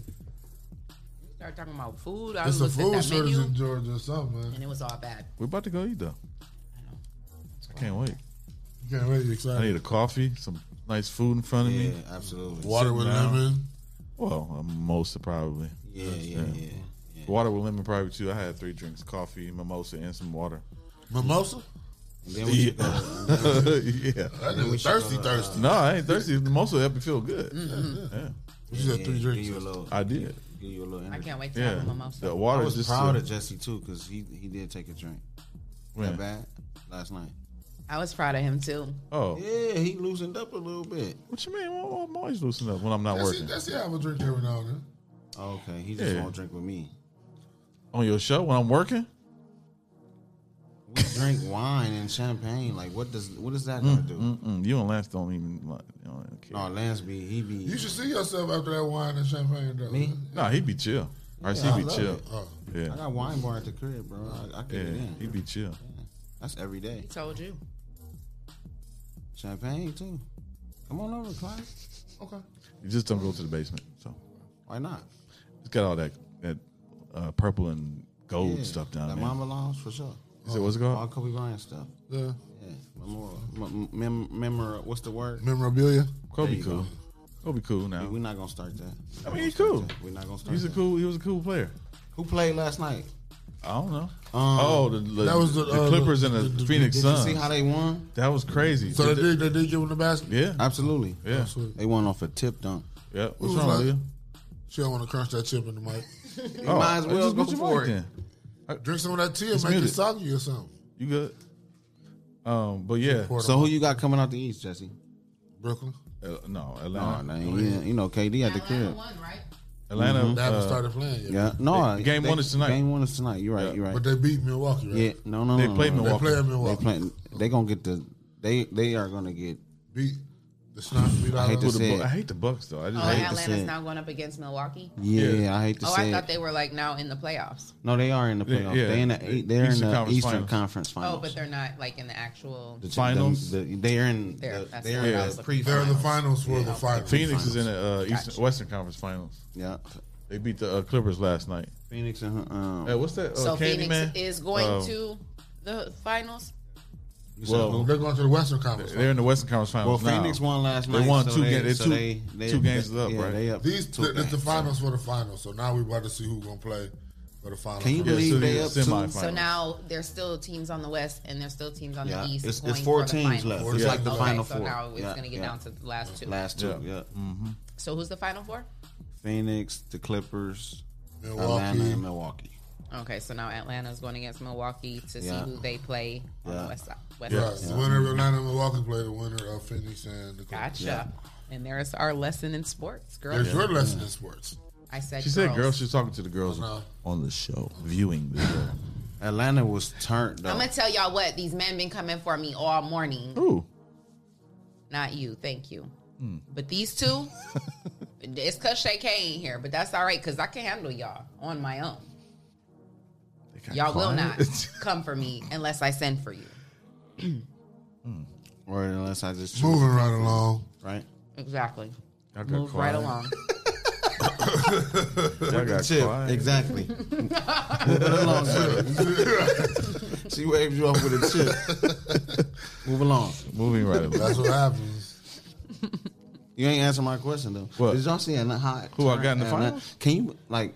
Speaker 10: Start talking about food. I
Speaker 11: It's a
Speaker 10: looked at
Speaker 11: food
Speaker 10: that
Speaker 11: shortage
Speaker 10: menu,
Speaker 11: in Georgia or something, man.
Speaker 10: and it was all bad.
Speaker 12: We're about to go eat, though. I can't wait.
Speaker 11: Can't wait. You
Speaker 12: I
Speaker 11: excited?
Speaker 12: need a coffee, some nice food in front of me.
Speaker 13: Yeah, absolutely.
Speaker 11: Water
Speaker 12: Sitting
Speaker 11: with
Speaker 12: down.
Speaker 11: lemon.
Speaker 12: Well, a mimosa probably.
Speaker 13: Yeah, yeah, yeah,
Speaker 12: Water with lemon probably too. I had three drinks: coffee, mimosa, and some water.
Speaker 11: Mimosa?
Speaker 13: Yeah.
Speaker 12: <laughs> yeah.
Speaker 11: That nigga
Speaker 13: uh,
Speaker 11: thirsty, thirsty. Mm-hmm.
Speaker 12: No, I ain't thirsty. Mimosa helped me feel good. Yeah.
Speaker 11: You said three drinks.
Speaker 13: Give you a little,
Speaker 12: I did.
Speaker 13: give you a little energy.
Speaker 10: can't wait to have Yeah. a mimosa.
Speaker 12: The water
Speaker 13: I was
Speaker 12: just,
Speaker 13: proud
Speaker 12: uh,
Speaker 13: of Jesse too because he he did take a drink.
Speaker 12: When?
Speaker 13: That bad last night.
Speaker 10: I was proud of him too.
Speaker 12: Oh.
Speaker 13: Yeah, he loosened up a little bit.
Speaker 12: What you mean? Well, I'm always loosening up when I'm not
Speaker 11: That's
Speaker 12: working.
Speaker 11: it. That's it. I have a drink every now and then.
Speaker 13: Okay, he just
Speaker 12: Yeah.
Speaker 13: won't drink with me.
Speaker 12: On your show when I'm working?
Speaker 13: We drink wine and champagne. Like, what does what is that gonna
Speaker 12: Mm,
Speaker 13: do?
Speaker 12: mm, mm. You and Lance don't even. like, you know, okay.
Speaker 13: No, Lance be he be.
Speaker 11: You should see yourself after that wine and champagne, though. Me?
Speaker 12: Nah, he be chill. Or
Speaker 13: Yeah, I
Speaker 12: he be
Speaker 13: love
Speaker 12: chill.
Speaker 13: it. Oh. I
Speaker 12: Yeah,
Speaker 13: got wine bar at the crib, bro. I, I get it
Speaker 12: yeah,
Speaker 13: in.
Speaker 12: he be chill.
Speaker 13: That's every day.
Speaker 10: Told you.
Speaker 13: Champagne too. Come on over, Clyde.
Speaker 11: Okay.
Speaker 12: You just don't go to the basement. So
Speaker 13: Why not?
Speaker 12: it's got all that that uh, purple and gold
Speaker 13: Yeah,
Speaker 12: stuff down
Speaker 13: that
Speaker 12: there.
Speaker 13: Mama Lounge for sure.
Speaker 12: Is it what's it
Speaker 13: <laughs>
Speaker 12: called?
Speaker 13: All Kobe Bryant stuff.
Speaker 11: Yeah.
Speaker 13: Yeah. Memorial. Mem- mem- memor- what's the word?
Speaker 11: Memorabilia.
Speaker 12: Kobe cool. Kobe cool now.
Speaker 13: We're not gonna start that.
Speaker 12: I mean, he's cool.
Speaker 13: We're not gonna start.
Speaker 12: He's a
Speaker 13: that.
Speaker 12: cool. He was a cool player.
Speaker 13: Who played last night? Um,
Speaker 12: I don't know. oh, the, the-
Speaker 11: That was the,
Speaker 12: the,
Speaker 11: uh,
Speaker 12: Clippers
Speaker 11: the-
Speaker 12: and the,
Speaker 11: the- the-
Speaker 12: Phoenix
Speaker 13: Did you
Speaker 12: Suns.
Speaker 13: see how they won?
Speaker 12: That was crazy.
Speaker 11: So they did. They did give him the basket.
Speaker 12: Yeah,
Speaker 13: absolutely.
Speaker 12: Yeah.
Speaker 13: they won off a tip dunk.
Speaker 12: Yeah,
Speaker 11: It was like, She don't want to crunch that chip in the mic.
Speaker 13: Oh, might as I well just go put your for mic it.
Speaker 11: Drink some of that tea and
Speaker 12: It's
Speaker 11: make it
Speaker 12: muted.
Speaker 11: soggy or something.
Speaker 12: You good? Um, but yeah.
Speaker 13: So who you got coming out the East, Jesse?
Speaker 11: Brooklyn.
Speaker 12: Uh, no,
Speaker 13: No,
Speaker 12: Atlanta.
Speaker 11: Oh,
Speaker 13: no, yeah, you know KD at the crib.
Speaker 12: Atlanta. uh,
Speaker 13: Mhm.
Speaker 11: They haven't started playing yet.
Speaker 13: Yeah, no.
Speaker 12: They- game one is tonight.
Speaker 13: Game one is tonight. You're right. You're right.
Speaker 11: But they beat Milwaukee, right?
Speaker 13: Yeah, no, no,
Speaker 12: They
Speaker 13: no, no,
Speaker 12: play
Speaker 13: no.
Speaker 12: Milwaukee. They play in
Speaker 11: Milwaukee.
Speaker 13: They play- they gonna get the. They they are gonna get.
Speaker 11: Beat the Snipes beat
Speaker 13: I
Speaker 11: out
Speaker 13: hate to
Speaker 11: of
Speaker 13: say it.
Speaker 12: I hate the Bucks though. I
Speaker 10: Oh,
Speaker 12: just
Speaker 10: and
Speaker 12: hate to
Speaker 10: Atlanta's
Speaker 12: say. it.
Speaker 10: now going up against Milwaukee.
Speaker 13: Yeah, I hate to
Speaker 10: Oh,
Speaker 13: say.
Speaker 10: I thought
Speaker 13: it.
Speaker 10: they were like now in the playoffs.
Speaker 13: no, they are in the
Speaker 12: Yeah,
Speaker 13: playoffs.
Speaker 12: yeah.
Speaker 13: They in the eight, they're
Speaker 12: Eastern
Speaker 13: in the
Speaker 12: Conference
Speaker 13: Eastern
Speaker 12: Finals.
Speaker 13: Conference Finals.
Speaker 10: Oh, but they're not like in the actual.
Speaker 13: The- the-
Speaker 12: Finals?
Speaker 13: The, they're in.
Speaker 10: They're-
Speaker 13: the,
Speaker 10: that's
Speaker 13: they're
Speaker 10: what
Speaker 13: in
Speaker 10: I
Speaker 13: the
Speaker 10: was looking
Speaker 13: pre-
Speaker 10: for.
Speaker 11: They're in the finals for
Speaker 13: Yeah.
Speaker 11: the finals.
Speaker 12: Phoenix is in the uh, Eastern,
Speaker 10: Gotcha.
Speaker 12: Western Conference Finals.
Speaker 13: Yeah,
Speaker 12: They beat the uh, Clippers last night.
Speaker 13: Phoenix and um.
Speaker 12: Hey, what's that? Uh,
Speaker 10: so Phoenix
Speaker 12: Candyman?
Speaker 10: is going
Speaker 13: Oh.
Speaker 12: Uh,
Speaker 10: to the finals.
Speaker 13: you said
Speaker 12: Well,
Speaker 13: who?
Speaker 11: They're going to the Western Conference.
Speaker 12: they're in the Western Conference
Speaker 13: well,
Speaker 12: Finals now.
Speaker 13: Phoenix won last
Speaker 12: They
Speaker 13: night.
Speaker 12: won
Speaker 13: so
Speaker 12: two
Speaker 13: they,
Speaker 12: games. They
Speaker 13: so
Speaker 12: two,
Speaker 13: they, they,
Speaker 12: two games
Speaker 13: they,
Speaker 12: up,
Speaker 13: yeah,
Speaker 12: right?
Speaker 13: They up
Speaker 11: These
Speaker 13: two
Speaker 11: it's the
Speaker 13: games, so-
Speaker 11: finals for the finals. So now we're about to see who's gonna play for the finals.
Speaker 13: Can you
Speaker 11: Yeah.
Speaker 12: so
Speaker 13: believe they
Speaker 12: they're
Speaker 13: up two?
Speaker 12: semifinals.
Speaker 10: Mm-hmm. So now there's still teams on the West and there's still teams on
Speaker 13: Yeah,
Speaker 10: the East.
Speaker 13: it's-
Speaker 10: going
Speaker 13: it's four
Speaker 10: for the
Speaker 13: teams
Speaker 10: finals.
Speaker 13: left. It's Yeah. like the
Speaker 10: okay,
Speaker 13: final
Speaker 10: so
Speaker 13: four.
Speaker 10: now it's
Speaker 13: Yeah,
Speaker 10: going to get
Speaker 13: yeah.
Speaker 10: down to the last two.
Speaker 13: Last two,
Speaker 12: Yeah.
Speaker 13: yeah.
Speaker 11: Mm-hmm.
Speaker 10: So who's the final four?
Speaker 13: Phoenix, the Clippers,
Speaker 11: Milwaukee.
Speaker 13: Atlanta, and Milwaukee.
Speaker 10: Okay, so now Atlanta's going against Milwaukee to
Speaker 13: Yeah.
Speaker 10: see who they play on
Speaker 13: Yeah.
Speaker 10: the West side. West
Speaker 11: Right.
Speaker 10: side.
Speaker 11: The winner of Atlanta and Milwaukee play the winner of Phoenix and the Clippers.
Speaker 10: Gotcha. And there's our lesson in sports, girls.
Speaker 11: There's your lesson in sports.
Speaker 10: I said,
Speaker 12: she said, "Girls, she's talking to the girls
Speaker 11: No.
Speaker 12: on the show, viewing the show."
Speaker 13: Atlanta was turned though.
Speaker 10: I'm gonna tell y'all what these men been coming for me all morning.
Speaker 12: Ooh,
Speaker 10: Not you, thank you.
Speaker 13: Hmm.
Speaker 10: But these two, <laughs> it's cause Shay K ain't here, but that's all right because I can handle y'all on my own.
Speaker 12: They got
Speaker 10: Y'all will not
Speaker 12: quiet.
Speaker 13: <laughs>
Speaker 10: come for me unless I send for you.
Speaker 13: or unless I just choose,
Speaker 11: Moving right along.
Speaker 13: right.
Speaker 10: Exactly.
Speaker 12: Y'all got
Speaker 10: Move right
Speaker 12: quiet.
Speaker 11: <laughs>
Speaker 10: along.
Speaker 12: Y'all got
Speaker 13: Chip,
Speaker 12: quiet.
Speaker 13: <laughs> exactly. Moving along, chip. she waved you off with a <laughs> chip. Move along.
Speaker 12: Moving right along.
Speaker 11: That's what happens.
Speaker 13: You ain't answering my question though.
Speaker 12: What?
Speaker 13: Did y'all see Atlanta? Hot
Speaker 12: Who I got in the finals?
Speaker 13: Can you like?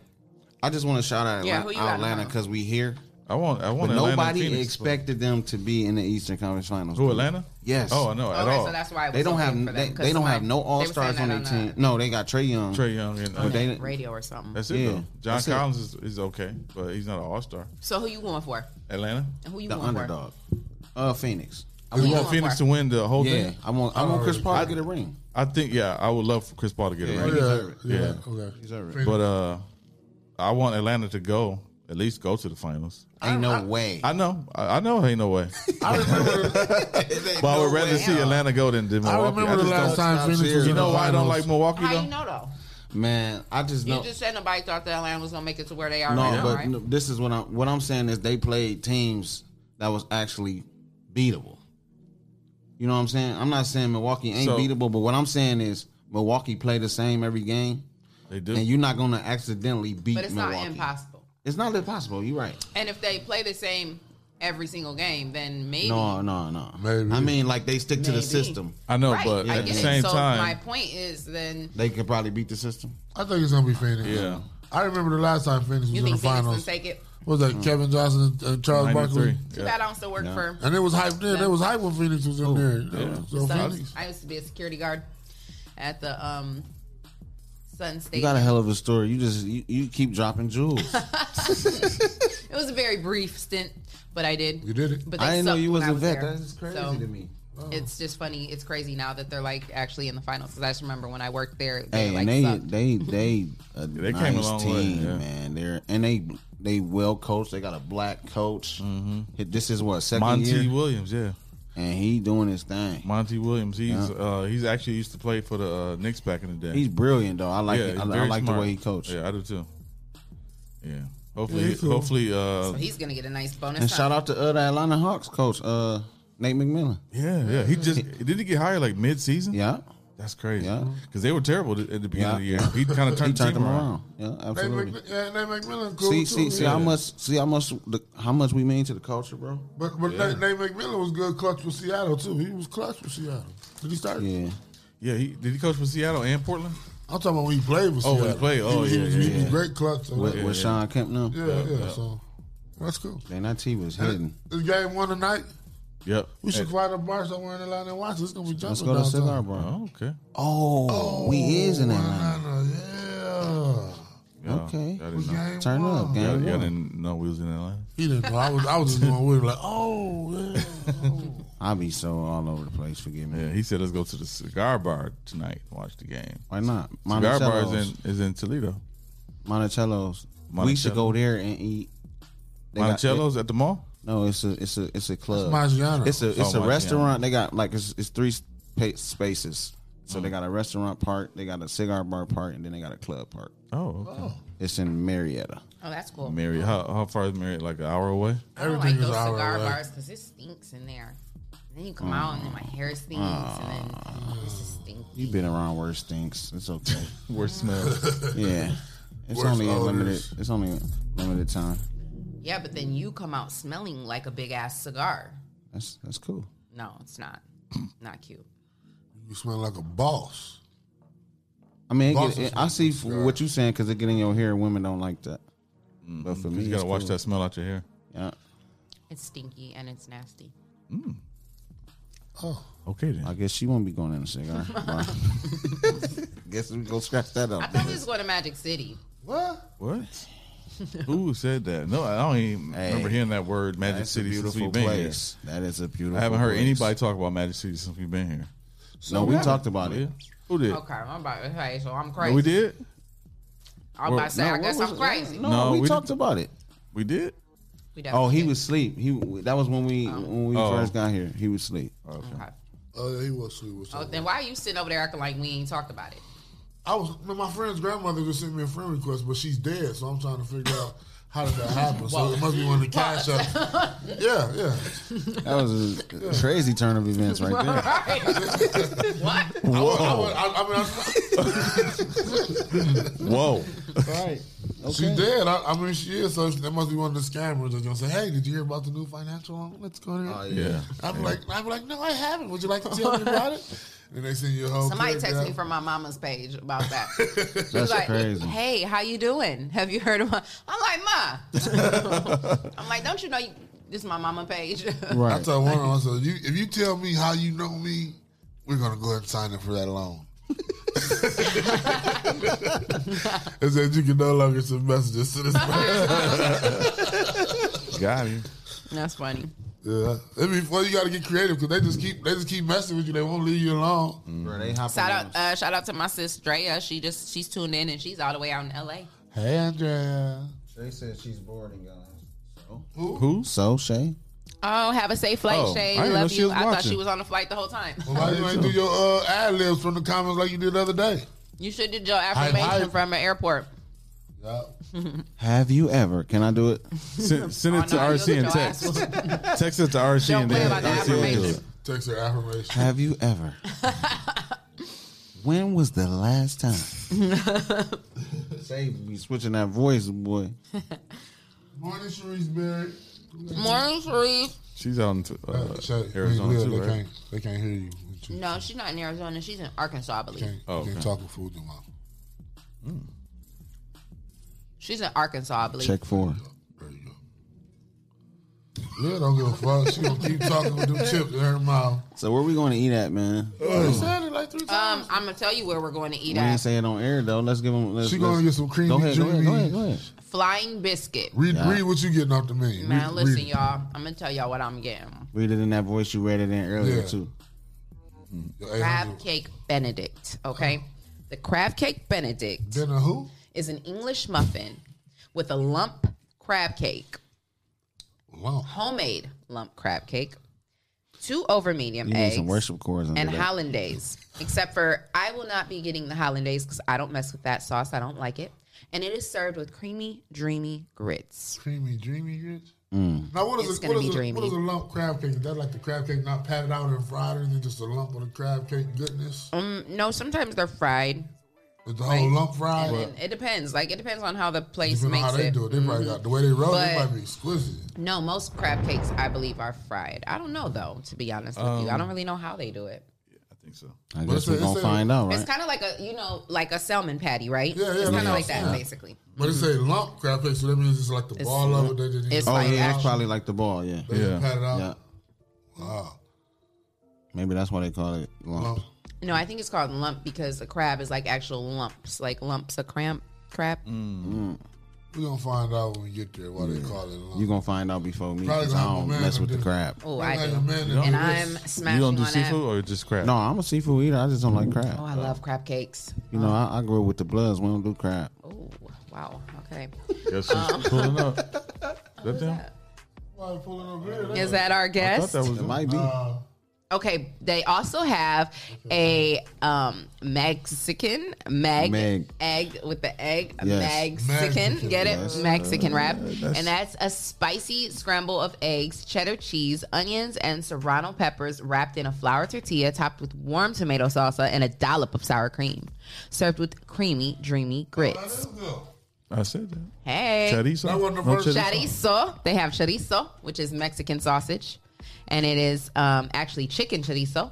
Speaker 13: I just want to shout out
Speaker 10: Yeah,
Speaker 13: Atlanta
Speaker 10: who you got in the
Speaker 13: Atlanta
Speaker 10: finals?
Speaker 13: because we here.
Speaker 12: I want. I
Speaker 13: But
Speaker 12: want. Atlanta and
Speaker 13: nobody
Speaker 12: Phoenix, but-
Speaker 13: expected them to be in the Eastern Conference Finals.
Speaker 12: Who Atlanta?
Speaker 13: Yes.
Speaker 12: Oh, I know at
Speaker 10: okay,
Speaker 12: all.
Speaker 10: so that's why I was
Speaker 13: They don't
Speaker 10: so
Speaker 13: have
Speaker 10: big for
Speaker 13: they,
Speaker 10: them, 'cause
Speaker 13: they don't have no
Speaker 10: somebody-
Speaker 13: all
Speaker 10: they were saying
Speaker 13: stars on
Speaker 10: that
Speaker 13: their team.
Speaker 10: uh,
Speaker 13: No, they got Trey Young.
Speaker 12: Trey Young and
Speaker 10: on
Speaker 12: uh,
Speaker 13: they-
Speaker 10: that radio or something.
Speaker 12: that's it.
Speaker 13: Yeah,
Speaker 12: though. John
Speaker 13: that's it.
Speaker 12: Collins is, is okay, but he's not an all star.
Speaker 10: so who you going for?
Speaker 12: Atlanta.
Speaker 10: And who you
Speaker 13: the
Speaker 10: going
Speaker 13: underdog. Uh, Phoenix. I
Speaker 10: Who
Speaker 12: We
Speaker 10: you
Speaker 12: want
Speaker 10: going
Speaker 12: Phoenix
Speaker 10: for?
Speaker 12: to win the whole
Speaker 13: yeah,
Speaker 12: thing.
Speaker 13: I want I want Chris
Speaker 11: I-
Speaker 13: Paul to get a ring.
Speaker 12: I think. Yeah, I would love for Chris Paul to get
Speaker 13: Yeah.
Speaker 12: a ring.
Speaker 11: Yeah. Yeah.
Speaker 12: Yeah.
Speaker 11: Okay.
Speaker 13: Deserve it.
Speaker 11: Phoenix.
Speaker 12: But uh, I want Atlanta to go at least go to the finals.
Speaker 13: Ain't no way.
Speaker 12: I know, I, I know, ain't no way. <laughs> but I would rather see Atlanta go than, than
Speaker 11: I
Speaker 12: Milwaukee.
Speaker 11: remember the
Speaker 12: just
Speaker 11: last
Speaker 12: don't-
Speaker 11: time
Speaker 13: stop
Speaker 11: Phoenix
Speaker 13: cheering.
Speaker 11: was
Speaker 12: You
Speaker 11: in
Speaker 12: know
Speaker 11: the
Speaker 12: why I don't like
Speaker 11: finals.
Speaker 12: Milwaukee
Speaker 10: How you
Speaker 12: though?
Speaker 10: know though?
Speaker 13: man. I just
Speaker 10: You
Speaker 13: know.
Speaker 10: just said nobody thought that Atlanta was gonna make it to where they are
Speaker 13: no,
Speaker 10: right now,
Speaker 13: but
Speaker 10: right?
Speaker 13: no, this is what I'm what I'm saying is they played teams that was actually beatable. You know what I'm saying? I'm not saying Milwaukee ain't
Speaker 12: So-
Speaker 13: beatable, but what I'm saying is Milwaukee play the same every game,
Speaker 12: They do.
Speaker 13: and you're not gonna accidentally beat.
Speaker 10: But it's
Speaker 13: Milwaukee.
Speaker 10: not impossible.
Speaker 13: It's not impossible. You're right.
Speaker 10: And if they play the same every single game, then maybe
Speaker 13: No, no, no.
Speaker 11: Maybe.
Speaker 13: I mean, like they stick to the
Speaker 10: Maybe.
Speaker 13: system.
Speaker 12: I know,
Speaker 10: right,
Speaker 12: but
Speaker 10: I
Speaker 12: at the
Speaker 10: get it.
Speaker 12: same
Speaker 10: so my
Speaker 12: time,
Speaker 10: point is then
Speaker 13: They could probably beat the system.
Speaker 11: I think it's gonna be Phoenix.
Speaker 12: Yeah.
Speaker 11: I remember the last time Phoenix was
Speaker 10: you
Speaker 11: in the
Speaker 10: think Phoenix
Speaker 11: finals.
Speaker 10: can take it. Hmm.
Speaker 11: What was that Kevin Johnson and Charles Barkley?
Speaker 12: 93.
Speaker 10: Too bad
Speaker 12: Yeah. Oh.
Speaker 10: I don't still work for
Speaker 11: And it was hype then. It was hype when Phoenix was in there. So
Speaker 10: Suns.
Speaker 11: Phoenix.
Speaker 10: I used to be a security guard at the um Sun State. <laughs>
Speaker 13: You got a hell of a story. You just you, you keep dropping jewels.
Speaker 10: It was a very brief stint, but I did.
Speaker 11: You did it.
Speaker 10: But
Speaker 13: I
Speaker 10: they
Speaker 13: didn't know
Speaker 10: sucked
Speaker 13: you
Speaker 10: when
Speaker 13: was
Speaker 10: I
Speaker 13: a vet.
Speaker 10: there.
Speaker 13: That is crazy
Speaker 10: So,
Speaker 13: to me.
Speaker 10: It's just funny. It's crazy now that they're like actually in the finals. Because I just remember when I worked there, they
Speaker 13: Hey,
Speaker 10: like
Speaker 13: and they,
Speaker 10: sucked.
Speaker 13: they they a
Speaker 12: <laughs> They
Speaker 13: nice
Speaker 12: came a long
Speaker 13: team,
Speaker 12: way, yeah.
Speaker 13: man. They're and they they well coached. They got a black coach. Hit- This is what second
Speaker 12: Mm-hmm. Monty
Speaker 13: year?
Speaker 12: Williams, yeah.
Speaker 13: And he doing his thing.
Speaker 12: Monty Williams, he's
Speaker 13: Yeah.
Speaker 12: uh, he's actually used to play for the uh, Knicks back in the day.
Speaker 13: He's brilliant, though. I like it.
Speaker 12: he's
Speaker 13: I- I
Speaker 12: very
Speaker 13: like the way he coached.
Speaker 12: Yeah, I do too. Yeah, hopefully,
Speaker 13: Yeah, he's cool.
Speaker 12: hopefully, uh,
Speaker 10: so he's gonna get a nice bonus.
Speaker 13: And shout out to uh, the Atlanta Hawks coach, uh, Nate McMillan.
Speaker 12: Yeah, yeah. He just did he get hired like mid season?
Speaker 13: Yeah,
Speaker 12: that's crazy. because they were terrible th- at the beginning of the year.
Speaker 13: <laughs> Yeah.
Speaker 12: He kind
Speaker 13: He
Speaker 12: of turned,
Speaker 13: turned
Speaker 12: the team
Speaker 13: them
Speaker 12: around.
Speaker 13: around. Yeah,
Speaker 11: Nate
Speaker 13: absolutely.
Speaker 11: Mc- yeah, Nate McMillan cool
Speaker 13: see,
Speaker 11: too.
Speaker 13: see, see how much, see how much, the, how much we mean to the culture, bro.
Speaker 11: But but
Speaker 13: Yeah.
Speaker 11: Nate, Nate McMillan was good clutch with Seattle too. He was clutch with Seattle. Did he start?
Speaker 13: Yeah.
Speaker 12: Yeah, he did he coach for Seattle and Portland?
Speaker 11: I'm talking about when he played with
Speaker 12: Oh, when he
Speaker 11: Seattle.
Speaker 12: played. Oh,
Speaker 11: was,
Speaker 12: yeah,
Speaker 11: he was,
Speaker 12: yeah,
Speaker 11: he was
Speaker 12: yeah.
Speaker 11: great clutch.
Speaker 13: With,
Speaker 12: Yeah,
Speaker 13: with
Speaker 12: yeah.
Speaker 13: Sean Kemp now.
Speaker 11: Yeah, yeah. So that's cool.
Speaker 13: Then that T was hidden.
Speaker 11: This game one tonight.
Speaker 12: Yep.
Speaker 11: We should
Speaker 13: Hey,
Speaker 11: fly to bar somewhere in Atlanta and watch. it. It's gonna be jumping.
Speaker 13: Let's go to
Speaker 11: downtown.
Speaker 13: Cigar Bar.
Speaker 12: okay.
Speaker 13: Oh, we is in Atlanta.
Speaker 12: Yeah,
Speaker 13: Okay.
Speaker 12: I didn't know.
Speaker 13: Turn up,
Speaker 12: Yeah,
Speaker 13: game
Speaker 12: yeah, I
Speaker 13: one.
Speaker 12: didn't know we was in Atlanta.
Speaker 11: He didn't know. I was I was <laughs> just going with him like, oh yeah.
Speaker 13: I be so all over the place. Forgive me.
Speaker 12: Yeah, he said let's go to the cigar bar tonight. Watch the game.
Speaker 13: Why not?
Speaker 12: Cigar bar is
Speaker 13: Monticello's.
Speaker 12: in is in Toledo.
Speaker 13: Monticello's. We should
Speaker 12: Monticello.
Speaker 13: go there and eat. got-
Speaker 12: Monticello's at the mall.
Speaker 13: No, it's a it's a it's a club.
Speaker 12: That's Maggiano's.
Speaker 13: It's a it's
Speaker 12: Oh,
Speaker 13: a
Speaker 12: Maggiano's.
Speaker 13: restaurant. They got like it's, it's three spa- spaces. So they got a restaurant part, they got a cigar bar part, and then they got a club part.
Speaker 12: Oh, okay.
Speaker 13: It's in Marietta.
Speaker 10: Oh, that's cool.
Speaker 12: Mary, how, how far is Mary? Like an hour away?
Speaker 10: I don't like those cigar bars because it stinks in there. Then you come out and then my hair stinks and then it's just stinky.
Speaker 13: You've been around worse stinks. It's
Speaker 12: <laughs>
Speaker 13: okay.
Speaker 12: worse smells. <laughs>
Speaker 13: Yeah. It's
Speaker 12: Worse
Speaker 13: only a
Speaker 12: odors.
Speaker 13: limited it's only a limited time.
Speaker 10: Yeah, but then you come out smelling like a big ass cigar.
Speaker 13: That's that's cool.
Speaker 10: No,
Speaker 11: <coughs>
Speaker 10: it's not. Not cute.
Speaker 11: You smell like a boss.
Speaker 13: I mean, it
Speaker 11: Boston
Speaker 13: get, it, I see f-
Speaker 11: cigar.
Speaker 13: what you saying because it get in your hair. Women don't like that. But for me,
Speaker 12: Mm-hmm. you gotta
Speaker 13: it's
Speaker 12: wash
Speaker 13: cool.
Speaker 12: that smell out
Speaker 13: <laughs>
Speaker 12: your hair.
Speaker 13: Yeah.
Speaker 10: It's stinky and it's nasty.
Speaker 11: Oh.
Speaker 12: Okay then.
Speaker 13: I guess she won't be going in a
Speaker 10: <laughs>
Speaker 13: cigar. bar. <laughs> guess we go scratch that
Speaker 10: I
Speaker 13: up.
Speaker 10: thought we was going to Magic City.
Speaker 11: What?
Speaker 12: What? Who said that? No, I don't even remember hearing that word Magic
Speaker 13: that's a
Speaker 12: City since
Speaker 13: beautiful
Speaker 12: we've been
Speaker 13: place.
Speaker 12: here.
Speaker 13: That is a beautiful
Speaker 12: I haven't heard
Speaker 13: place.
Speaker 12: anybody talk about Magic City since we've been here.
Speaker 13: No, we talked about it.
Speaker 12: Who did?
Speaker 10: Okay, I'm about to say, so I'm
Speaker 12: No,
Speaker 10: crazy.
Speaker 12: we did.
Speaker 10: I'm about to say,
Speaker 13: No,
Speaker 10: I guess
Speaker 13: what
Speaker 10: I'm
Speaker 13: was it?
Speaker 10: crazy.
Speaker 13: No, we, talked about it.
Speaker 12: We did.
Speaker 10: We
Speaker 13: Oh,
Speaker 10: definitely
Speaker 13: he
Speaker 10: did.
Speaker 13: was asleep. He that was when we when we
Speaker 12: Oh.
Speaker 13: first got here. He was asleep.
Speaker 10: Okay.
Speaker 11: Oh, yeah, he was sweet. What's
Speaker 10: Oh,
Speaker 11: up?
Speaker 10: then why are you sitting over there acting like we ain't talked about it?
Speaker 11: I was man, my friend's grandmother just sent me a friend request, but she's dead, so I'm trying to figure out how did that happen. So it must be one of the cash
Speaker 10: Well-
Speaker 11: apps. Yeah, yeah. <laughs>
Speaker 13: That was a crazy turn of events right
Speaker 10: <laughs>
Speaker 13: there.
Speaker 10: what?
Speaker 13: Whoa.
Speaker 11: <laughs> I, would- I, I mean, I,
Speaker 12: Whoa.
Speaker 13: Right.
Speaker 11: She did. I, I mean, she is. So that must be one of the scammers that's gonna say, "Hey, did you hear about the new financial loan? Let's go there."
Speaker 12: yeah.
Speaker 11: I'm like, I'm like, no, I haven't. Would you like to
Speaker 10: <laughs>
Speaker 11: tell me about it? And they send you a whole.
Speaker 10: Somebody
Speaker 11: clip
Speaker 10: texted me
Speaker 11: down.
Speaker 10: from my mama's page about
Speaker 11: <laughs>
Speaker 10: that. She was
Speaker 11: That's
Speaker 10: like,
Speaker 11: crazy.
Speaker 10: Hey, how you doing? Have you heard of? My-? I'm like, ma.
Speaker 11: <laughs>
Speaker 10: I'm like, don't you know you- this is my mama page?
Speaker 11: I told one of them, I said, you, if you tell me how you know me, we're gonna go ahead and sign up for that loan.
Speaker 12: <laughs>
Speaker 11: it said you can no longer send messages
Speaker 10: <laughs>
Speaker 11: to this person.
Speaker 12: Got him.
Speaker 10: That's funny.
Speaker 11: Yeah, I mean, well, you got to get creative because they just keep they just keep messing with you. They won't leave you alone.
Speaker 10: Shout out, uh, shout out to my sis Drea. She just she's tuned in and she's all the way out in L.A.
Speaker 11: Hey, Andrea.
Speaker 13: They said she's boarding, guys. So
Speaker 12: who?
Speaker 13: So Shay.
Speaker 10: Oh, have a safe flight,
Speaker 13: Oh,
Speaker 10: Shay.
Speaker 13: I didn't know
Speaker 10: Love
Speaker 13: she
Speaker 10: you.
Speaker 13: was
Speaker 10: I thought
Speaker 13: watching.
Speaker 10: she was on the flight the whole time.
Speaker 11: Why you ain't do your uh, ad libs from the comments like you did the other day?
Speaker 10: You should do your affirmation
Speaker 11: hype.
Speaker 10: from an airport.
Speaker 13: Have you ever? Can I do it?
Speaker 10: <laughs>
Speaker 12: Send, send
Speaker 10: Oh,
Speaker 12: it to RC and text. <laughs> text it to RC and then RC will do it.
Speaker 11: Text her affirmation.
Speaker 13: Have you
Speaker 11: <laughs>
Speaker 10: <laughs>
Speaker 13: ever? when was the last
Speaker 10: <laughs>
Speaker 13: time? Say we switching that voice, boy.
Speaker 10: <laughs>
Speaker 11: Morning, Shrewsbury.
Speaker 10: Morning, Sharif.
Speaker 12: She's out in uh,
Speaker 11: Yeah,
Speaker 12: Arizona
Speaker 11: they
Speaker 12: too, right?
Speaker 11: can't they can't hear you.
Speaker 10: <laughs> No, she's not in Arizona. She's in Arkansas, I believe.
Speaker 12: Oh,
Speaker 11: can't
Speaker 12: okay.
Speaker 11: talk with food in your mouth.
Speaker 10: She's in Arkansas, I believe.
Speaker 13: Check four.
Speaker 11: Yeah, don't give a fuck. She gonna keep talking with them chips in her mouth.
Speaker 13: So where we going to eat at, man?
Speaker 11: I said it like three
Speaker 10: Um, I'm gonna tell you where we're going to eat
Speaker 13: We
Speaker 10: at.
Speaker 13: ain't say it on air though. Let's give them. Let's,
Speaker 11: She gonna
Speaker 13: let's-
Speaker 11: get some creamy
Speaker 13: Go ahead, go ahead, go ahead,
Speaker 11: jimmies.
Speaker 13: go ahead.
Speaker 10: Flying biscuit.
Speaker 11: Read,
Speaker 13: Yeah.
Speaker 11: read what you getting off the menu.
Speaker 10: Man,
Speaker 11: Read-
Speaker 10: listen,
Speaker 11: read.
Speaker 10: y'all. I'm gonna tell y'all what I'm getting.
Speaker 13: Read it in that voice you read it in earlier
Speaker 11: Yeah.
Speaker 13: too.
Speaker 10: Crab cake Benedict. Okay, the crab cake Benedict.
Speaker 11: Then a who?
Speaker 10: Is an English muffin with a lump crab cake. Homemade lump crab cake. Two over medium
Speaker 13: You need
Speaker 10: eggs.
Speaker 13: some worship chords under
Speaker 10: and
Speaker 13: that.
Speaker 10: hollandaise. Except for I will not be getting the hollandaise because I don't mess with that sauce. I don't like it. And it is served with creamy, dreamy grits.
Speaker 11: Creamy, dreamy grits.
Speaker 13: Mm.
Speaker 11: Now what is
Speaker 10: It's
Speaker 11: a,
Speaker 10: gonna
Speaker 11: what, is
Speaker 10: be
Speaker 11: a, what
Speaker 10: dreamy.
Speaker 11: is a lump crab cake? Is that like the crab cake not patted out and fried, or is it just a lump of the crab cake goodness?
Speaker 10: Um, no, sometimes they're fried.
Speaker 11: Is the whole lump fried?
Speaker 10: And then it depends. Like it depends on how the place
Speaker 11: Depending on how
Speaker 10: makes
Speaker 11: they
Speaker 10: it.
Speaker 11: do it, they probably
Speaker 10: Mhm.
Speaker 11: got the way they roll. it,
Speaker 10: But-
Speaker 11: They might be exquisite.
Speaker 10: No, most crab cakes I believe are fried. I don't know though, to be honest with you. I
Speaker 12: Um,
Speaker 10: don't really know how they do it.
Speaker 13: I
Speaker 11: But
Speaker 13: guess
Speaker 11: it's a-
Speaker 13: we're
Speaker 11: it's
Speaker 13: gonna
Speaker 11: a-
Speaker 13: find out,
Speaker 10: It's
Speaker 13: right?
Speaker 10: kind of like a you know like a salmon patty, right?
Speaker 11: Yeah, yeah,
Speaker 10: It's
Speaker 11: that's
Speaker 10: kind of
Speaker 11: what
Speaker 10: like
Speaker 11: I'm
Speaker 10: that
Speaker 11: saying.
Speaker 10: basically. Mm-hmm.
Speaker 11: But it say lump crab cake, so that means it's like the ball of it. They didn't
Speaker 10: it's
Speaker 11: even-
Speaker 13: oh yeah, it's probably like the ball. Yeah,
Speaker 11: They didn't pat it out.
Speaker 13: Yeah.
Speaker 11: Wow.
Speaker 13: Maybe that's why they call it lump.
Speaker 10: No, I think it's called lump because the crab is like actual lumps, like lumps of cramp crab.
Speaker 13: Mm.
Speaker 11: We're gonna find out when we get there why they call it lump.
Speaker 13: You gonna find out before me
Speaker 11: Probably
Speaker 13: because
Speaker 11: gonna
Speaker 13: I
Speaker 11: have a
Speaker 13: don't
Speaker 11: man
Speaker 13: mess
Speaker 11: up
Speaker 13: with the
Speaker 11: there.
Speaker 13: crab.
Speaker 10: Oh, I
Speaker 11: Probably
Speaker 10: do,
Speaker 11: a man
Speaker 10: and
Speaker 11: that
Speaker 10: I'm
Speaker 11: do this.
Speaker 10: smashing on that.
Speaker 13: or just crab? No, I'm a seafood eater. I just don't like crab.
Speaker 10: Oh, I love crab cakes.
Speaker 13: You know, I, I grew up with the Bloods. We don't do crab.
Speaker 10: Oh, wow. Okay. Um,
Speaker 13: Guess
Speaker 12: who's pulling
Speaker 10: <laughs>
Speaker 12: up?
Speaker 13: That them?
Speaker 11: Why pulling over here?
Speaker 10: Is that our guest?
Speaker 13: it might be.
Speaker 10: Oh. Okay, they also have a um Mexican meg,
Speaker 13: Meg.
Speaker 10: egg with the egg
Speaker 13: Yes.
Speaker 10: Mexican,
Speaker 13: Mexican,
Speaker 10: get it
Speaker 13: yes.
Speaker 10: Mexican wrap,
Speaker 13: Uh, that's-
Speaker 10: and that's a spicy scramble of eggs, cheddar cheese, onions, and serrano peppers wrapped in a flour tortilla, topped with warm tomato salsa and a dollop of sour cream, served with creamy, dreamy grits.
Speaker 12: I said that.
Speaker 10: Hey,
Speaker 12: Chorizo? That wasn't the No first- chorizo?
Speaker 10: Chorizo. They have chorizo, which is Mexican sausage, and it is um, actually chicken chorizo,